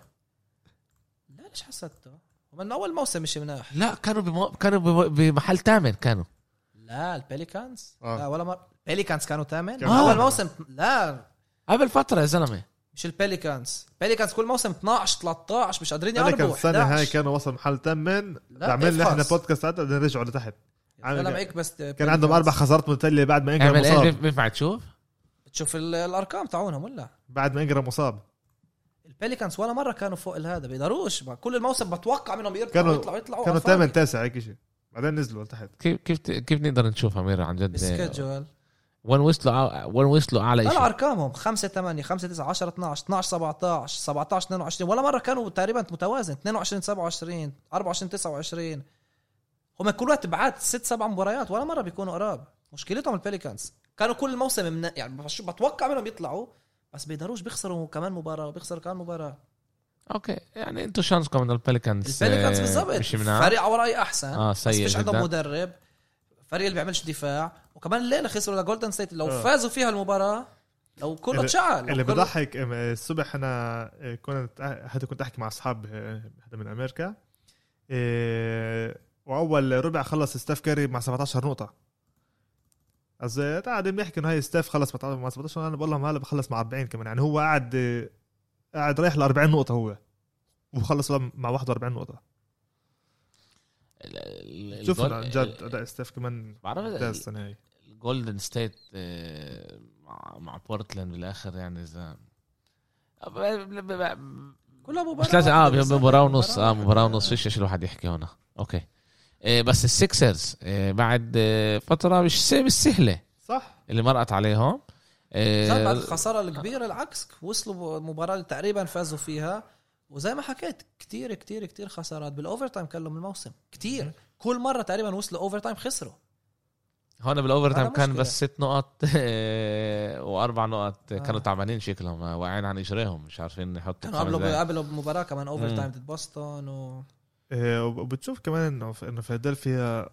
[SPEAKER 3] لا ليش حسدته؟ هم من اول موسم مش مناح
[SPEAKER 1] لا كانوا بمو... كانوا بمو... بمحل ثامن كانوا
[SPEAKER 3] لا البليكانز
[SPEAKER 2] آه.
[SPEAKER 3] لا ولا مره البليكانز كانوا ثامن
[SPEAKER 2] كانوا
[SPEAKER 3] اول
[SPEAKER 2] ثامن.
[SPEAKER 3] موسم لا
[SPEAKER 1] قبل فتره يا زلمه
[SPEAKER 3] مش البليكانز البليكانز كل موسم 12 13 مش قادرين
[SPEAKER 2] انا كان
[SPEAKER 3] يقربوا
[SPEAKER 2] السنه هاي
[SPEAKER 3] 11
[SPEAKER 2] كانوا وصل محل ثامن
[SPEAKER 3] لا
[SPEAKER 2] عملنا احنا
[SPEAKER 3] افحص.
[SPEAKER 2] بودكاست ساعتها بدنا نرجعوا لتحت عامل
[SPEAKER 3] زلمة
[SPEAKER 2] كان-
[SPEAKER 3] هيك بس
[SPEAKER 2] كان عندهم اربع خسارات متتاليه بعد
[SPEAKER 3] إيه،
[SPEAKER 2] ما انجرام
[SPEAKER 1] اعمل ايه
[SPEAKER 2] مصاب
[SPEAKER 1] بينفع- بينفع تشوف
[SPEAKER 3] تشوف ال- الارقام تاعونهم ولا
[SPEAKER 2] بعد ما انجرام مصاب
[SPEAKER 3] البليكانز ولا مره كانوا فوق الهذا بيقدروش ما كل الموسم بتوقع منهم يركضوا
[SPEAKER 2] كانوا-
[SPEAKER 3] يطلعوا يطلعوا
[SPEAKER 2] كانوا
[SPEAKER 3] على الفاضي.
[SPEAKER 2] ثامن تاسع هيك شيء بعدين نزلوا لتحت
[SPEAKER 1] كيف كيف ت- كيف نقدر نشوف امير عن جد
[SPEAKER 3] بالسكجول
[SPEAKER 1] وين وصلوا وين وصلوا اعلى
[SPEAKER 3] طلع
[SPEAKER 1] شيء
[SPEAKER 3] ارقامهم 5 8 5 9 10 12 12 17 17 22 ولا مره كانوا تقريبا متوازن 22 27 24 29 هم كل وقت بعد ست سبع مباريات ولا مره بيكونوا قراب مشكلتهم البليكانز كانوا كل الموسم من... يعني بش- بتوقع منهم يطلعوا بس بيقدروش بيخسروا كمان مباراه وبيخسروا كمان مباراه
[SPEAKER 1] اوكي يعني انتم شانسكم انه البليكانز
[SPEAKER 3] البليكانز
[SPEAKER 1] آه،
[SPEAKER 3] بالضبط
[SPEAKER 1] مش منها
[SPEAKER 3] فريق على رايي احسن
[SPEAKER 1] اه
[SPEAKER 3] بس
[SPEAKER 1] سيء
[SPEAKER 3] فيش عندهم
[SPEAKER 1] جدا
[SPEAKER 3] مدرب فريق اللي بيعملش دفاع وكمان الليله خسروا لجولدن ستيت لو
[SPEAKER 2] آه.
[SPEAKER 3] فازوا فيها المباراه لو كله
[SPEAKER 2] اللي-
[SPEAKER 3] تشعل لو
[SPEAKER 2] اللي
[SPEAKER 3] كله-
[SPEAKER 2] بضحك أم- الصبح انا أه، كنت حتى كنت احكي مع اصحاب أه، حدا من امريكا أه، واول ربع خلص ستاف كاري مع 17 نقطه از قاعدين بيحكي انه هاي ستاف خلص مع- مع 17 انا بقول لهم هلا بخلص مع 40 كمان يعني هو قاعد أه، قاعد رايح ل 40 نقطه هو وخلص ولا مع 41 نقطه
[SPEAKER 1] ال- ال-
[SPEAKER 2] شوف
[SPEAKER 1] الجول-
[SPEAKER 2] عن جد اداء ستاف كمان
[SPEAKER 1] بعرف ال-
[SPEAKER 2] ممتاز السنه هاي
[SPEAKER 1] جولدن ستيت مع مع بورتلاند بالاخر يعني اذا
[SPEAKER 3] كلها مباراه
[SPEAKER 1] مش لازم اه
[SPEAKER 3] واحدة بس.
[SPEAKER 1] مباراه ونص اه مباراه ونص فيش ايش الواحد يحكي هنا اوكي آه، بس السكسرز آه، بعد آه، فتره مش س- مش سهله
[SPEAKER 2] صح
[SPEAKER 1] اللي مرقت عليهم آه،
[SPEAKER 3] كان بعد الخساره الكبيره العكس وصلوا مباراه اللي تقريبا فازوا فيها وزي ما حكيت كتير كتير كتير خسارات بالاوفر تايم كان لهم الموسم كتير كل مره تقريبا وصلوا اوفر تايم خسروا
[SPEAKER 1] هون بالاوفر تايم
[SPEAKER 3] هذا
[SPEAKER 1] كان
[SPEAKER 3] مشكلة.
[SPEAKER 1] بس ست نقط واربع نقط
[SPEAKER 3] آه.
[SPEAKER 1] كانوا تعبانين شكلهم آه، واقعين عن اجريهم مش عارفين يحطوا
[SPEAKER 3] كانوا
[SPEAKER 1] خمس
[SPEAKER 3] قبلوا
[SPEAKER 1] دقايق.
[SPEAKER 3] قبلوا بمباراه كمان اوفر
[SPEAKER 1] مم.
[SPEAKER 3] تايم ضد بوسطن و
[SPEAKER 2] آه، وبتشوف كمان انه في- انه فيلادلفيا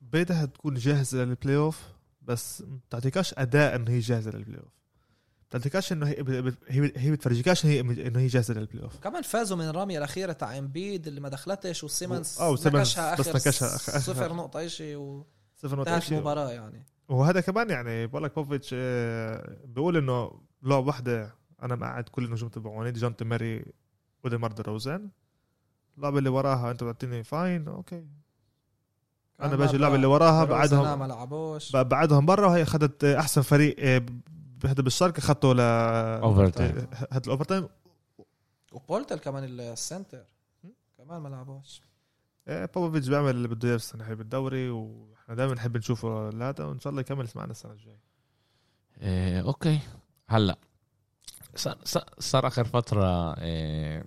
[SPEAKER 2] بدها تكون جاهزه للبلاي اوف بس ما بتعطيكاش اداء انه هي جاهزه للبلاي اوف بتعطيكاش انه هي هي, هي بتفرجيكاش انه هي انه هي جاهزه للبلاي اوف
[SPEAKER 3] كمان فازوا من الرميه الاخيره تاع امبيد اللي ما دخلتش وسيمنز
[SPEAKER 2] آه، وسيمنز بس نكشها آخر- آخر-
[SPEAKER 3] صفر نقطه شيء وانتهت
[SPEAKER 2] صفر نقطة شيء.
[SPEAKER 3] المباراه يعني
[SPEAKER 2] وهذا كمان يعني بقولك بوفيتش آه، بيقول انه لعبه واحده انا مقعد كل النجوم تبعوني ديجونتي ماري وديمار دي روزان اللعبه اللي وراها انت بتعطيني فاين اوكي انا باجي اللعبه اللي وراها
[SPEAKER 3] بعدهم ما
[SPEAKER 2] بعدهم
[SPEAKER 3] لعبوش
[SPEAKER 2] بعدهم برا وهي اخذت آه، احسن فريق آه، ب- بهذا بالشرق اخذته ل
[SPEAKER 1] اوفر تايم
[SPEAKER 2] هاد الاوفر تايم
[SPEAKER 3] وبولتل كمان السنتر كمان ما لعبوش
[SPEAKER 2] إيه، بوبوفيتش بيعمل اللي بده اياه السنه هي بالدوري واحنا دائما نحب نشوفه لهذا وان شاء الله يكمل معنا السنه الجايه
[SPEAKER 1] إيه اوكي هلا صار, صار- صار اخر فتره إيه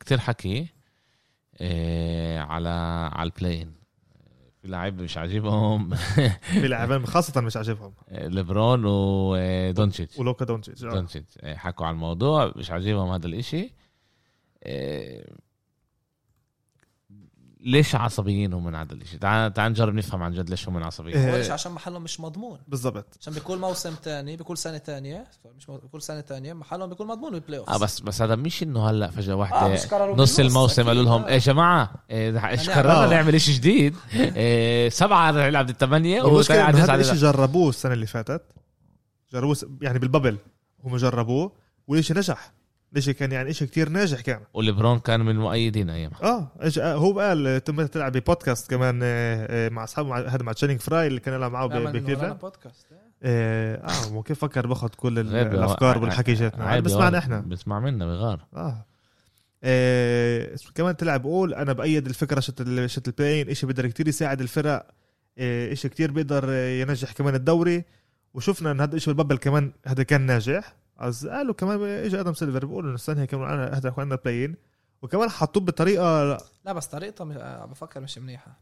[SPEAKER 1] كتير حكي إيه على على البلاين في لعيب مش عاجبهم إيه،
[SPEAKER 2] في لاعبين خاصه مش عاجبهم
[SPEAKER 1] ليبرون ودونتشيتش
[SPEAKER 2] ولوكا دونتش آه.
[SPEAKER 1] دونتشيتش إيه، حكوا على الموضوع مش عاجبهم هذا الاشي إيه، ليش عصبيين هم من هذا الاشي تعال تعال نجرب نفهم عن جد ليش هم عصبيين
[SPEAKER 2] إيه.
[SPEAKER 3] اول شيء عشان محلهم مش مضمون
[SPEAKER 2] بالضبط
[SPEAKER 3] عشان بكل موسم تاني بكل سنه تانية مش مو- بكل سنه تانية محلهم بيكون مضمون بالبلاي اوف
[SPEAKER 1] اه بس بس هذا مش انه هلا فجاه
[SPEAKER 3] آه،
[SPEAKER 1] واحده
[SPEAKER 3] مش قرروا
[SPEAKER 1] نص
[SPEAKER 3] بالنص،
[SPEAKER 1] الموسم
[SPEAKER 3] أكيد.
[SPEAKER 1] قالوا لهم
[SPEAKER 3] آه.
[SPEAKER 1] يا جماعه إيه، ايش
[SPEAKER 3] هنعمل-
[SPEAKER 1] قررنا
[SPEAKER 2] آه.
[SPEAKER 1] نعمل شيء جديد إيه، سبعه رح يلعب الثمانيه
[SPEAKER 2] المشكله
[SPEAKER 1] وتلعب
[SPEAKER 2] انه هذا
[SPEAKER 1] تسعه
[SPEAKER 2] الشيء
[SPEAKER 1] لله.
[SPEAKER 2] جربوه السنه اللي فاتت جربوه س- يعني بالببل هم جربوه والشيء نجح ليش كان يعني شيء كتير ناجح كان
[SPEAKER 1] وليبرون كان من المؤيدين ايامها
[SPEAKER 2] اه إيش- آه، هو قال آه، تم تلعب ببودكاست كمان آه، آه، مع اصحابه مع- هذا مع تشيلينج فراي اللي كان يلعب معه ب-
[SPEAKER 3] بيعمل من ورانا
[SPEAKER 2] بكليفلاند
[SPEAKER 3] بودكاست إيه.
[SPEAKER 2] اه آه، مو كيف فكر باخذ كل ال-
[SPEAKER 1] غير بي-
[SPEAKER 2] الافكار والحكي جاتنا
[SPEAKER 1] عيب
[SPEAKER 2] بسمعنا
[SPEAKER 1] يا
[SPEAKER 2] احنا
[SPEAKER 1] ولد، بسمع منا بغار
[SPEAKER 2] اه إيه كمان تلعب قول انا بايد الفكره شت ال- شت البلاين شيء بيقدر كتير يساعد الفرق إيه شيء كتير بيقدر إيه، ينجح كمان الدوري وشفنا ان هذا الشيء بالببل كمان هذا كان ناجح از قالوا كمان اجى ادم سيلفر بيقول انه السنه هي كمان عنا هذا عندنا بلاين وكمان حطوه بطريقه
[SPEAKER 3] لا بس طريقته مش... آه، بفكر مش منيحه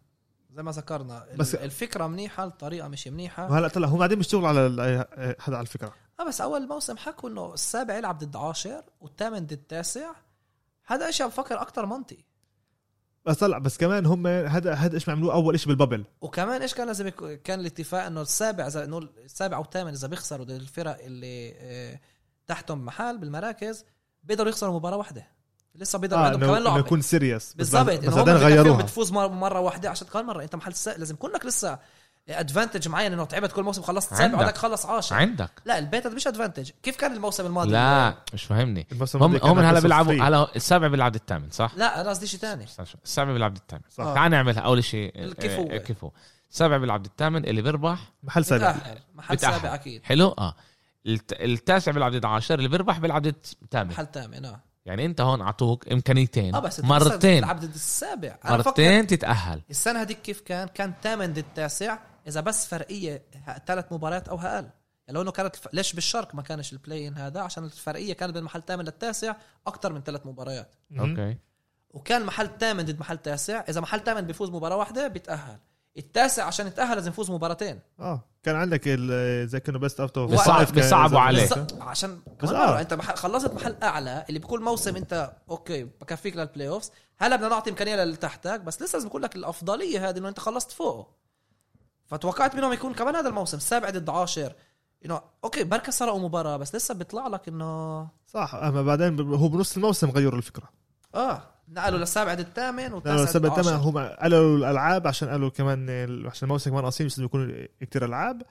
[SPEAKER 3] زي ما ذكرنا
[SPEAKER 2] بس-
[SPEAKER 3] بس الفكره منيحه الطريقه مش منيحه
[SPEAKER 2] هلا طلع هم قاعدين بيشتغلوا على ال- آه، هذا على الفكره
[SPEAKER 3] اه بس اول موسم حكوا انه السابع يلعب ضد عاشر والثامن ضد تاسع هذا اشي بفكر اكتر منطقي
[SPEAKER 2] بس لا بس كمان هم هذا هذا ايش ما عملوه اول شيء بالبابل
[SPEAKER 3] وكمان ايش كان لازم يكون- كان الاتفاق انه السابع اذا انه السابع والثامن اذا بيخسروا ضد الفرق اللي آه، تحتهم محل بالمراكز بيقدروا يخسروا مباراه واحده لسه بيقدروا
[SPEAKER 2] اه
[SPEAKER 3] عندهم كمان
[SPEAKER 2] انه
[SPEAKER 3] لعبه
[SPEAKER 2] يكون سيريس
[SPEAKER 3] بالضبط
[SPEAKER 2] بس
[SPEAKER 3] انه
[SPEAKER 2] بعدين
[SPEAKER 3] هم بتكفيهم
[SPEAKER 2] غيروها
[SPEAKER 3] بتفوز مر- مره واحده عشان كمان مره انت محل السابع لازم يكون لك لسه ادفانتج معين انه تعبت كل موسم خلصت سابع
[SPEAKER 1] عندك.
[SPEAKER 3] وعندك خلص عاشر
[SPEAKER 1] عندك
[SPEAKER 3] لا البيت هذا مش ادفانتج كيف كان الموسم الماضي
[SPEAKER 1] لا مش فاهمني
[SPEAKER 2] الموسم
[SPEAKER 1] هم
[SPEAKER 2] الماضي كان
[SPEAKER 1] هم هلا
[SPEAKER 2] بس
[SPEAKER 1] بيلعبوا
[SPEAKER 2] free.
[SPEAKER 1] هلا السابع بيلعب الثامن صح؟
[SPEAKER 3] لا انا قصدي شيء ثاني
[SPEAKER 1] استنى شوي. السابع بيلعب الثامن
[SPEAKER 2] صح.
[SPEAKER 3] آه.
[SPEAKER 1] تعال نعملها اول شيء
[SPEAKER 3] الكيف هو.
[SPEAKER 1] كيف هو إيه، السابع بيلعب الثامن اللي بيربح
[SPEAKER 2] محل سابع
[SPEAKER 3] بتأهل محل
[SPEAKER 1] بتأهل.
[SPEAKER 3] سابع اكيد
[SPEAKER 1] حلو اه الت- التاسع بيلعب ضد 10 اللي بيربح بيلعب ضد الثامن
[SPEAKER 3] محل ثامن اه
[SPEAKER 1] يعني انت هون اعطوك امكانيتين
[SPEAKER 3] اه بس أنت لسه
[SPEAKER 1] مرتين
[SPEAKER 3] بتلعب ضد السابع أنا بفكر
[SPEAKER 1] مرتين تتاهل
[SPEAKER 3] السنه هذيك كيف كان كان ثامن ضد تاسع اذا بس فرقيه ثلاث مباريات او اقل يعني لو انه كانت الف- ليش بالشرق ما كانش البلاي إن هذا عشان الفرقيه كانت بين محل ثامن للتاسع اكثر من ثلاث مباريات
[SPEAKER 1] اوكي
[SPEAKER 3] وكان محل ثامن ضد محل تاسع اذا محل ثامن بيفوز مباراه واحده بيتاهل التاسع عشان يتاهل لازم يفوز مباراتين
[SPEAKER 2] اه كان عندك ال- زي كانوا بيست اوت اوف
[SPEAKER 1] بيصعب- بيصعبوا عليه.
[SPEAKER 3] بس عشان كمان
[SPEAKER 2] آه.
[SPEAKER 3] مرة انت محل خلصت محل اعلى اللي بكل موسم انت اوكي بكفيك للبلاي اوفز هلا بدنا نعطي امكانيه للي تحتك بس لسه لازم يكون لك الافضليه هذه انه انت خلصت فوقه فتوقعت منهم يكون كمان هذا الموسم سابع ضد عاشر انه اوكي بركة سرقوا مباراه بس لسه بيطلع لك انه
[SPEAKER 2] صح اما بعدين ب- هو بنص الموسم غيروا الفكره
[SPEAKER 3] اه نقلوا للسابع ضد الثامن
[SPEAKER 2] لانه
[SPEAKER 3] والتاسع ضد
[SPEAKER 2] السبب تمام
[SPEAKER 3] العاشر.
[SPEAKER 2] هم قالوا الالعاب عشان قالوا كمان ال- عشان الموسم كمان قصير بس بيكون كثير العاب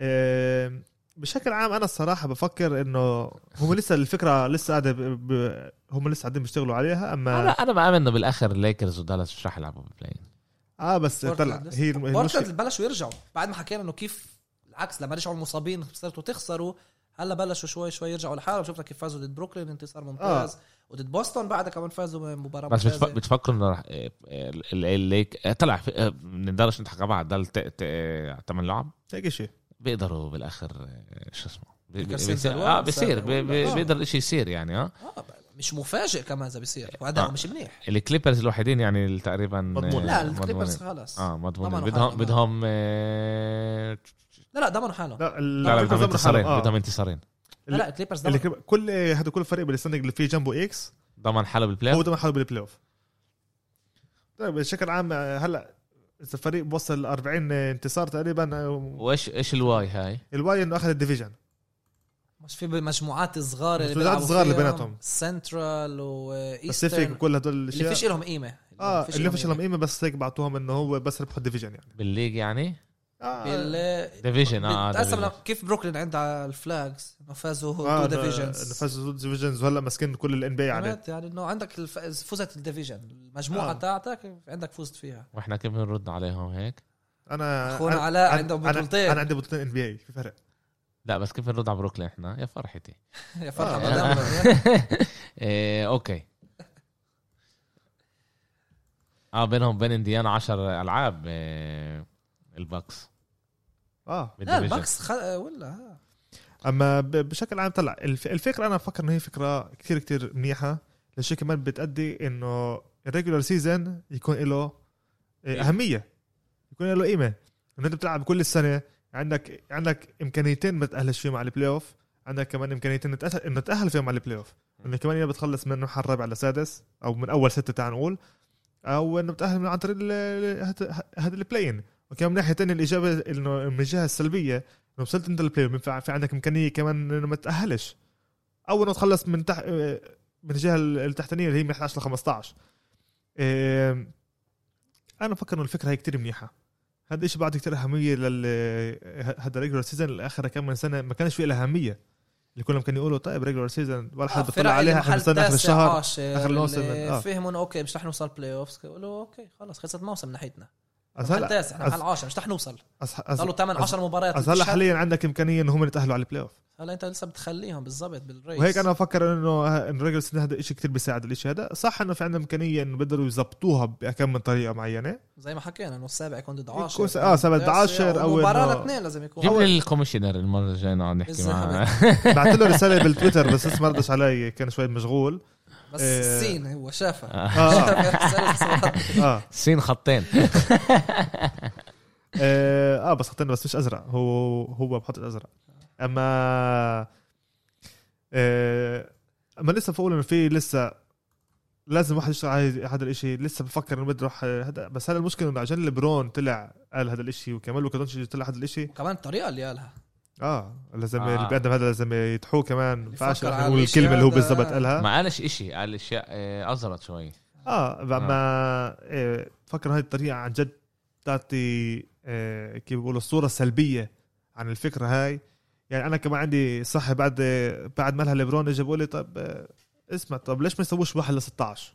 [SPEAKER 2] آم، بشكل عام انا الصراحه بفكر انه هم لسه الفكره لسه قاعده ب- ب- هم لسه قاعدين بيشتغلوا عليها
[SPEAKER 1] انا
[SPEAKER 2] اما
[SPEAKER 1] انا بامن انه بالاخر الليكرز ودالاس مش رح يلعبوا بالبلاي
[SPEAKER 2] اه بس طلع
[SPEAKER 3] بورتلاند
[SPEAKER 2] هي
[SPEAKER 3] لسه.
[SPEAKER 2] الم-
[SPEAKER 3] بورتلاند
[SPEAKER 2] المشكله
[SPEAKER 3] بلشوا يرجعوا بعد ما حكينا انه كيف العكس لما رجعوا المصابين صرتوا تخسروا هلا بلشوا شوي شوي يرجعوا لحالهم شفنا كيف فازوا ضد بروكلين انتصار
[SPEAKER 2] آه.
[SPEAKER 3] ممتاز وضد بوسطن بعدها كمان فازوا مباراه
[SPEAKER 1] بس بتف...
[SPEAKER 3] ممتازه
[SPEAKER 1] بتفكروا انه رح إيه، إيه، ال- الليك إيه، طلع في... إيه، بنقدرش نضحك على بعض ده الت... ت... إيه، تمن لعب
[SPEAKER 2] هيك شيء
[SPEAKER 1] بيقدروا بالاخر إيه، شو اسمه بي-
[SPEAKER 3] يكسر
[SPEAKER 1] بيصير-
[SPEAKER 3] زلوان،
[SPEAKER 1] اه بيصير
[SPEAKER 3] سابع
[SPEAKER 1] بي-
[SPEAKER 3] ولا-
[SPEAKER 1] بي-
[SPEAKER 3] آه.
[SPEAKER 1] بيقدر الشيء يصير يعني اه
[SPEAKER 3] آه مش مفاجئ كمان اذا بيصير واداء
[SPEAKER 1] آه.
[SPEAKER 3] مش منيح
[SPEAKER 1] الكليبرز الوحيدين يعني اللي تقريبا
[SPEAKER 2] مضمون.
[SPEAKER 1] آه،
[SPEAKER 3] لا
[SPEAKER 1] مضمونين.
[SPEAKER 3] الكليبرز خلاص
[SPEAKER 1] اه مضمون
[SPEAKER 3] ضمنوا
[SPEAKER 1] بدهم
[SPEAKER 3] حالهم.
[SPEAKER 1] بدهم آه،
[SPEAKER 3] لا لا ضمنوا حالهم لا
[SPEAKER 2] لا ال-
[SPEAKER 1] لا لا
[SPEAKER 2] الفكرة
[SPEAKER 1] بدهم
[SPEAKER 2] زي ما حرام.
[SPEAKER 1] انتصارين
[SPEAKER 2] آه.
[SPEAKER 1] بدهم انتصارين
[SPEAKER 3] لا, لا الكليبرز
[SPEAKER 2] اللي
[SPEAKER 3] ضمنوا
[SPEAKER 2] كب- كل هذا كل فريق بالستاندنج اللي فيه جنبه اكس
[SPEAKER 1] ضمن حاله بالبلاي
[SPEAKER 2] هو
[SPEAKER 1] أوف.
[SPEAKER 2] ده محله بالبلاي اوف طيب بشكل عام آه، هلا اذا الفريق بوصل 40 انتصار تقريبا آه،
[SPEAKER 1] وايش ايش الواي هاي؟
[SPEAKER 2] الواي انه اخذ الديفيجن
[SPEAKER 3] مش في مجموعات صغار اللي
[SPEAKER 2] مجموعات
[SPEAKER 3] بيلعبوا
[SPEAKER 2] صغار اللي
[SPEAKER 3] فيهم.
[SPEAKER 2] بيناتهم.
[SPEAKER 3] سنترال وايسترن
[SPEAKER 2] باسيفيك وكل هدول
[SPEAKER 3] اللي
[SPEAKER 2] الاشياء
[SPEAKER 3] فيش لهم قيمه
[SPEAKER 2] اه اللي فيش لهم
[SPEAKER 3] قيمه
[SPEAKER 2] قيمه بس هيك بعطوهم انه هو بس ربحوا الديفيجن يعني
[SPEAKER 1] بالليج يعني
[SPEAKER 2] اه
[SPEAKER 3] بال-
[SPEAKER 1] ديفيجن اه
[SPEAKER 3] بتأثر
[SPEAKER 1] division.
[SPEAKER 3] لما- كيف بروكلين عندها الفلاجز انه فازوا
[SPEAKER 2] آه،
[SPEAKER 3] تو
[SPEAKER 2] إنه- إنه
[SPEAKER 3] ديفيجنز
[SPEAKER 2] فازوا ديفيجنز وهلا ماسكين كل الان بي عليه
[SPEAKER 3] يعني انه عندك الف... فزت الديفيجن المجموعه
[SPEAKER 2] آه.
[SPEAKER 3] آه. تاعتك عندك فزت فيها
[SPEAKER 1] واحنا كيف بنرد عليهم هيك؟
[SPEAKER 2] انا
[SPEAKER 3] أخونا
[SPEAKER 2] أنا-
[SPEAKER 3] علاء
[SPEAKER 2] أنا-
[SPEAKER 3] عنده
[SPEAKER 2] أنا-
[SPEAKER 3] بطولتين.
[SPEAKER 2] انا عندي بطولتين ان بي اي في فرق
[SPEAKER 1] لا بس كيف بنرد على بروكلين احنا؟ يا فرحتي
[SPEAKER 3] يا فرحه
[SPEAKER 2] آه.
[SPEAKER 3] آه.
[SPEAKER 1] إيه، اوكي اه بينهم بين انديانا 10 العاب إيه، الباكس
[SPEAKER 2] اه
[SPEAKER 3] لا
[SPEAKER 1] بالdivision.
[SPEAKER 3] الباكس خ... ولا آه.
[SPEAKER 2] اما ب- بشكل عام طلع الف- الفكره انا بفكر انه هي فكره كثير كثير منيحه لشيء كمان بتأدي انه الريجولار سيزون يكون له اهميه يكون له قيمه انه انت بتلعب كل السنه عندك عندك امكانيتين ما تتاهلش فيهم على البلاي اوف عندك كمان امكانيتين تتأهل- انه تتاهل فيهم على البلاي اوف انه كمان يا بتخلص من المحل الرابع لسادس او من اول سته تعال نقول او انه بتاهل من عن طريق ال- هاد- هاد البلاين وكمان من ناحيه ثانيه الاجابه انه من الجهه السلبيه لو وصلت انت للبلاي اوف ينفع- في عندك امكانيه كمان انه ما تاهلش اول ما تخلص من تح... من الجهه التحتانيه اللي هي من 11 ل 15 إيه، انا بفكر انه الفكره هي كتير منيحه هذا الشيء بعد كتير اهميه لل هذا ريجولار سيزون اللي اخر كم من سنه ما كانش في له اهميه اللي كلهم كانوا يقولوا طيب ريجولار سيزون ولا حد
[SPEAKER 3] آه، فرق
[SPEAKER 2] بيطلع عليها
[SPEAKER 3] اللي
[SPEAKER 2] احنا بنستنى
[SPEAKER 3] محل
[SPEAKER 2] اخر
[SPEAKER 3] تاسع،
[SPEAKER 2] الشهر
[SPEAKER 3] عاشر،
[SPEAKER 2] آخر الموسم،
[SPEAKER 3] اللي
[SPEAKER 2] آه.
[SPEAKER 3] فهموا انه اوكي مش رح نوصل بلاي اوف يقولوا اوكي خلص خلصت موسم من ناحيتنا
[SPEAKER 2] أصل
[SPEAKER 3] محل
[SPEAKER 2] هلا
[SPEAKER 3] تاسع احنا
[SPEAKER 2] أز-
[SPEAKER 3] محل 10 مش رح نوصل
[SPEAKER 2] أص-
[SPEAKER 3] صار له
[SPEAKER 2] أص-
[SPEAKER 3] 8 10 مباريات
[SPEAKER 2] أصل هلا
[SPEAKER 3] مش-
[SPEAKER 2] حاليا عندك امكانيه ان هم يتاهلوا على البلاي اوف
[SPEAKER 3] هلا انت لسه بتخليهم بالضبط بالريس
[SPEAKER 2] وهيك انا بفكر أه، انه الريجل سيزون هذا الشيء كثير بيساعد الشيء هذا صح انه في عندنا امكانيه انه بيقدروا يظبطوها بكم من طريقه معينه
[SPEAKER 3] زي ما حكينا انه السابع يكون ضد
[SPEAKER 2] يكون
[SPEAKER 3] 10
[SPEAKER 2] س- آه، سابع ضد 10 أو إنه-
[SPEAKER 3] مباراه لاثنين لازم يكون
[SPEAKER 1] جيب لي الكوميشنر المره الجايه نقعد نحكي
[SPEAKER 3] بالظبط.
[SPEAKER 1] معاه
[SPEAKER 2] بعت له رساله بالتويتر بس لسه ما ردش علي كان شوي مشغول
[SPEAKER 3] بس
[SPEAKER 2] آه.
[SPEAKER 3] السين هو شافها
[SPEAKER 2] اه اه,
[SPEAKER 1] سين خطين
[SPEAKER 2] آه, آه بس حطينا بس مش ازرق هو هو بحط الازرق اما آه اما لسه بقول انه في لسه لازم واحد يشتغل على هذا الاشي لسه بفكر انه بده يروح هذا بس هذا المشكله انه عشان لبرون طلع قال هذا الاشي وكمان لوكا دونتش طلع هذا الاشي
[SPEAKER 3] وكمان الطريقه اللي قالها
[SPEAKER 2] اه لازم
[SPEAKER 1] آه.
[SPEAKER 2] آه. اللي بيقدم هذا لازم يتحوه كمان فعش
[SPEAKER 3] يفكر على
[SPEAKER 2] هو
[SPEAKER 3] الإشي
[SPEAKER 2] الكلمه اللي هو
[SPEAKER 3] هذا.
[SPEAKER 2] بالضبط قالها
[SPEAKER 1] ما قالش اشي قال اشياء آه، اظهرت شوي
[SPEAKER 2] اه لما آه. فكر هاي الطريقه عن جد تعطي آه كيف بيقولوا الصوره السلبيه عن الفكره هاي يعني انا كمان عندي صاحب بعد بعد ما لها ليبرون اجى بيقول لي طب آه، اسمع طب ليش ما يسووش واحد ل 16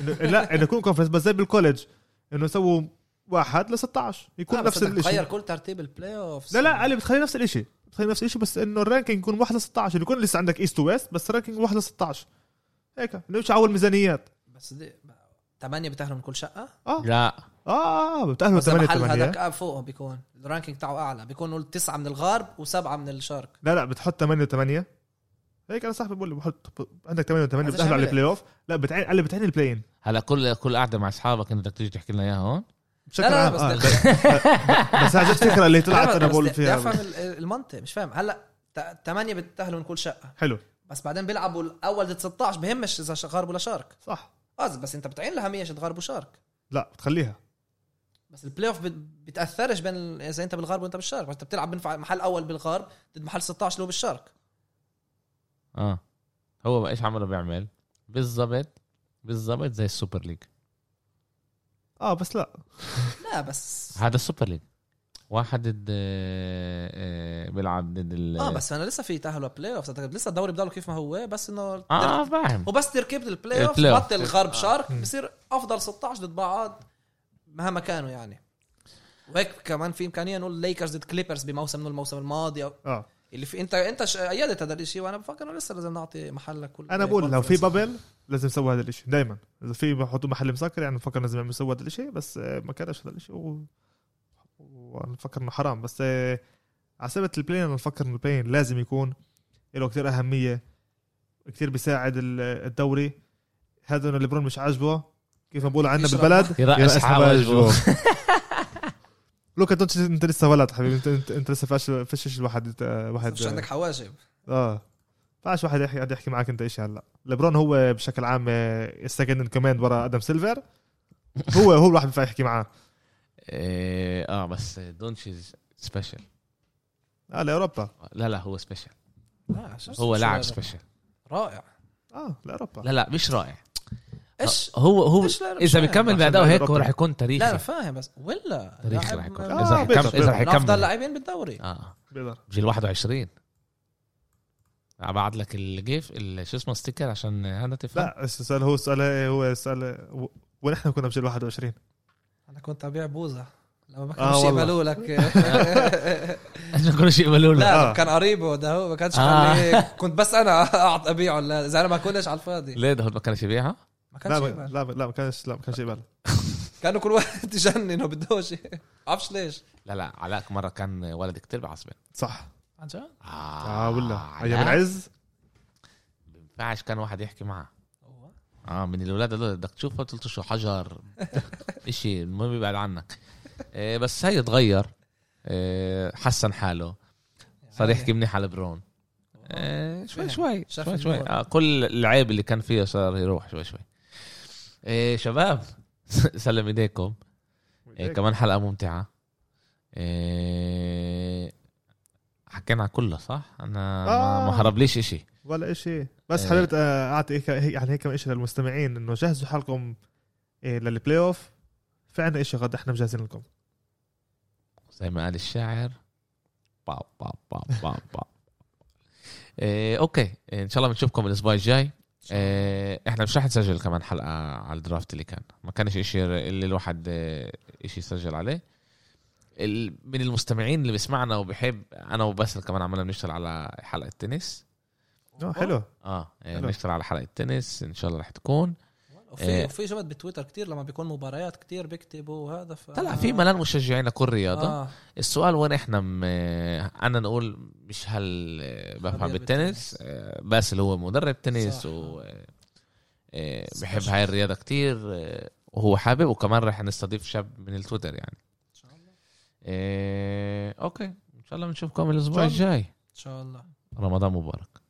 [SPEAKER 2] إنه لا انه يكون كونفرنس بس زي بالكولج انه يسووا واحد ل 16 يكون
[SPEAKER 3] آه، بس
[SPEAKER 2] نفس
[SPEAKER 3] بدك تغير
[SPEAKER 2] الشيء
[SPEAKER 3] كل ترتيب البلاي اوف
[SPEAKER 2] لا لا قال لي بتخلي نفس الشيء بتخلي نفس الشيء بس انه الرانكينج يكون 1 ل 16 اللي يكون لسه عندك ايست وويست بس الرانكينج 1 ل 16 هيك إنه مش عول ميزانيات
[SPEAKER 3] بس دي ثمانية بتاهلوا من كل شقة
[SPEAKER 2] اه
[SPEAKER 1] لا
[SPEAKER 2] اه اه بتاهلوا
[SPEAKER 3] بس
[SPEAKER 2] 8
[SPEAKER 3] المحل
[SPEAKER 2] 8
[SPEAKER 3] هذاك آه، فوق بيكون الرانكينج تاعه اعلى بيكون نقول تسعة من الغرب وسبعة من الشرق
[SPEAKER 2] لا لا بتحط 8 8 هيك انا صاحبي بقول لي بحط عندك 8 8
[SPEAKER 3] عايز
[SPEAKER 2] بتاهلوا على
[SPEAKER 3] أعمل
[SPEAKER 2] البلاي اوف لا بتعين قال لي بتعين البلاين
[SPEAKER 1] هلا كل كل قعده مع اصحابك انت بدك تيجي تحكي لنا اياها هون
[SPEAKER 2] بشكل
[SPEAKER 3] لا لا
[SPEAKER 2] عام
[SPEAKER 3] بس
[SPEAKER 2] آه،
[SPEAKER 3] بدك-
[SPEAKER 2] بس هاي جد الفكره اللي طلعت
[SPEAKER 3] لا،
[SPEAKER 2] انا
[SPEAKER 3] بس
[SPEAKER 2] بقول
[SPEAKER 3] بدي- بدي
[SPEAKER 2] فيها
[SPEAKER 3] افهم ال- المنطق مش فاهم هلا ثمانية بتاهلوا من كل شقة
[SPEAKER 2] حلو
[SPEAKER 3] بس بعدين بيلعبوا الاول ضد 16 بهمش اذا ش- غرب ولا شرق
[SPEAKER 2] صح
[SPEAKER 3] قصد بس انت بتعين الأهمية غرب وشرق
[SPEAKER 2] لا بتخليها
[SPEAKER 3] بس البلاي اوف بت- بتاثرش بين ال- اذا انت بالغرب وانت بالشرق بس انت بتلعب بين محل اول بالغرب ضد محل 16 اللي هو بالشرق
[SPEAKER 1] اه هو بقى ايش عمله بيعمل بالضبط بالضبط زي السوبر ليج
[SPEAKER 2] اه بس لا
[SPEAKER 3] لا بس
[SPEAKER 1] هذا السوبر ليج واحد ضد آه، آه، بيلعب ضد ال
[SPEAKER 3] اه بس انا لسه في تاهلوا بلاي اوف لسه الدوري بضله كيف ما هو بس انه
[SPEAKER 1] اه فاهم
[SPEAKER 3] وبس تركيبة البلاي اوف
[SPEAKER 1] البلاي أوف.
[SPEAKER 3] بطل غرب شرق
[SPEAKER 2] آه. مم.
[SPEAKER 3] بصير افضل 16 ضد بعض مهما كانوا يعني وهيك كمان في امكانيه نقول ليكرز ضد كليبرز بموسم من الموسم الماضي أو-
[SPEAKER 2] اه
[SPEAKER 3] اللي في انت انت ش- ايدت هذا الشيء وانا بفكر انه لسه لازم نعطي محلك كل
[SPEAKER 2] انا بقول لو في بابل لازم يسوي هذا الشيء دائما اذا في بحطوا محل مسكر يعني بفكر لازم يعملوا يسوي هذا الشيء بس آه، ما كانش هذا الشيء و... ونفكر انه حرام بس آه، عسبة البلاين انا بفكر انه البلاين لازم يكون له كثير اهميه كثير بيساعد ال- الدوري هذا انه ليبرون مش عاجبه كيف ما بقول عندنا
[SPEAKER 3] يشرب
[SPEAKER 2] بالبلد
[SPEAKER 1] يرقص
[SPEAKER 2] يرقص
[SPEAKER 1] حواجبه
[SPEAKER 2] لوكا دونتش انت لسه ولد حبيبي انت انت, انت لسه فاش فشش الواحد انت- واحد آه،
[SPEAKER 3] مش عندك حواجب
[SPEAKER 2] اه فاش واحد يحكي قاعد يحكي معك انت ايش هلا لبرون هو بشكل عام آه، السكند ان كوماند ورا ادم سيلفر هو هو الواحد بينفع يحكي معاه
[SPEAKER 1] إيه، اه بس دونتشيز سبيشل
[SPEAKER 2] اه لاوروبا
[SPEAKER 1] لا لا هو سبيشل
[SPEAKER 3] لا، شو-
[SPEAKER 1] هو
[SPEAKER 3] شو
[SPEAKER 1] لاعب
[SPEAKER 3] هذا؟
[SPEAKER 1] سبيشل
[SPEAKER 3] رائع
[SPEAKER 2] اه لاوروبا
[SPEAKER 1] لا لا مش رائع آه،
[SPEAKER 3] ايش
[SPEAKER 1] هو هو
[SPEAKER 3] إيش لا- مش
[SPEAKER 1] اذا
[SPEAKER 3] فاهم.
[SPEAKER 1] بيكمل
[SPEAKER 2] عشان
[SPEAKER 1] بأداؤه هيك هو
[SPEAKER 2] أوروبا.
[SPEAKER 1] راح يكون
[SPEAKER 3] لا انا
[SPEAKER 1] تاريخي
[SPEAKER 3] فاهم بس ولا
[SPEAKER 1] تاريخي
[SPEAKER 3] لاعب
[SPEAKER 1] راح يكون
[SPEAKER 3] من-
[SPEAKER 1] اذا راح
[SPEAKER 2] آه، بيقدر-
[SPEAKER 1] يكمل اذا راح
[SPEAKER 3] من افضل
[SPEAKER 1] يكمل
[SPEAKER 3] لاعبين بالدوري
[SPEAKER 1] اه
[SPEAKER 2] بيقدر
[SPEAKER 1] جيل 21 ابعت لك الجيف ال- شو اسمه ستيكر عشان هذا تفهم
[SPEAKER 2] لا السؤال هو السؤال آه، هو السؤال و- وين احنا كنا بجيل 21
[SPEAKER 3] انا كنت ابيع بوزه لما ما
[SPEAKER 2] آه،
[SPEAKER 3] كانوش
[SPEAKER 2] والله.
[SPEAKER 3] يقبلوا لك
[SPEAKER 1] عشان كل شيء يقبلوا له
[SPEAKER 3] لا
[SPEAKER 2] آه.
[SPEAKER 3] كان قريبه ده هو ما كانش
[SPEAKER 1] آه.
[SPEAKER 3] خليه كنت بس انا أعط- ابيعه لا اذا انا ما كنتش على الفاضي
[SPEAKER 1] ليه ده هو ما كانش يبيعها؟
[SPEAKER 2] لا
[SPEAKER 3] ما كانش
[SPEAKER 2] ما-
[SPEAKER 3] يقبل.
[SPEAKER 2] لا ما- لا ما كانش لا ما كانش يقبل
[SPEAKER 3] كانوا كل واحد يجنن وبدوش عرفش ليش
[SPEAKER 1] لا لا علاء مرة كان ولد كتير بعصبن
[SPEAKER 2] صح
[SPEAKER 3] عن جد؟
[SPEAKER 1] اه,
[SPEAKER 2] اه ولا ايام
[SPEAKER 1] علاء
[SPEAKER 2] العز
[SPEAKER 1] ما ينفعش كان واحد يحكي معه اه من الولاد هذول بدك تشوفه قلت له شو حجر اشي المهم يبعد عنك آه بس هي تغير آه حسن حاله صار
[SPEAKER 3] يعني
[SPEAKER 1] يحكي منيح على برون آه شوي
[SPEAKER 3] فهم.
[SPEAKER 1] شوي
[SPEAKER 3] شاف
[SPEAKER 1] شوي شوي
[SPEAKER 3] النور.
[SPEAKER 1] آه كل العيب اللي كان فيه صار يروح شوي شوي آه شباب سلم ايديكم آه كمان حلقه ممتعه آه حكينا على كله صح؟ انا ما- ما
[SPEAKER 2] آه.
[SPEAKER 1] هرب ليش اشي
[SPEAKER 2] ولا شيء بس
[SPEAKER 1] آه.
[SPEAKER 2] حبيت آه، اعطي هيك هيك- يعني هيك شيء للمستمعين انه جهزوا حالكم آه، للبلاي اوف في عندنا شيء غد احنا مجهزين لكم
[SPEAKER 1] زي ما قال الشاعر باو باو باو باو باو إيه اوكي إيه، ان شاء الله بنشوفكم الاسبوع الجاي إيه احنا مش رح نسجل كمان حلقه على الدرافت اللي كان ما كانش اشي اللي الواحد إيه، اشي يسجل عليه ال- من المستمعين اللي بيسمعنا وبيحب انا وباسل كمان عمالنا بنشتغل على حلقه تنس
[SPEAKER 2] آه، حلو
[SPEAKER 1] اه إيه،
[SPEAKER 2] حلو.
[SPEAKER 1] بنشتغل على حلقه تنس ان شاء الله رح تكون
[SPEAKER 3] وفي
[SPEAKER 1] إيه.
[SPEAKER 3] وفي شباب بتويتر كتير لما بيكون مباريات كتير بيكتبوا هذا ف...
[SPEAKER 1] طلع في ملان مشجعين لكل رياضه
[SPEAKER 3] آه.
[SPEAKER 1] السؤال وين احنا م... انا نقول مش هل آه، بفهم
[SPEAKER 3] خبير
[SPEAKER 1] بالتنس آه، باسل هو مدرب تنس
[SPEAKER 3] صح.
[SPEAKER 1] و آه، آه،
[SPEAKER 3] صح.
[SPEAKER 1] بحب هاي الرياضه كتير آه، وهو حابب وكمان رح نستضيف شاب من التويتر يعني
[SPEAKER 3] ان شاء الله
[SPEAKER 1] آه، اوكي ان شاء الله بنشوفكم الاسبوع
[SPEAKER 2] إن شاء
[SPEAKER 1] الجاي
[SPEAKER 3] ان شاء الله
[SPEAKER 1] رمضان مبارك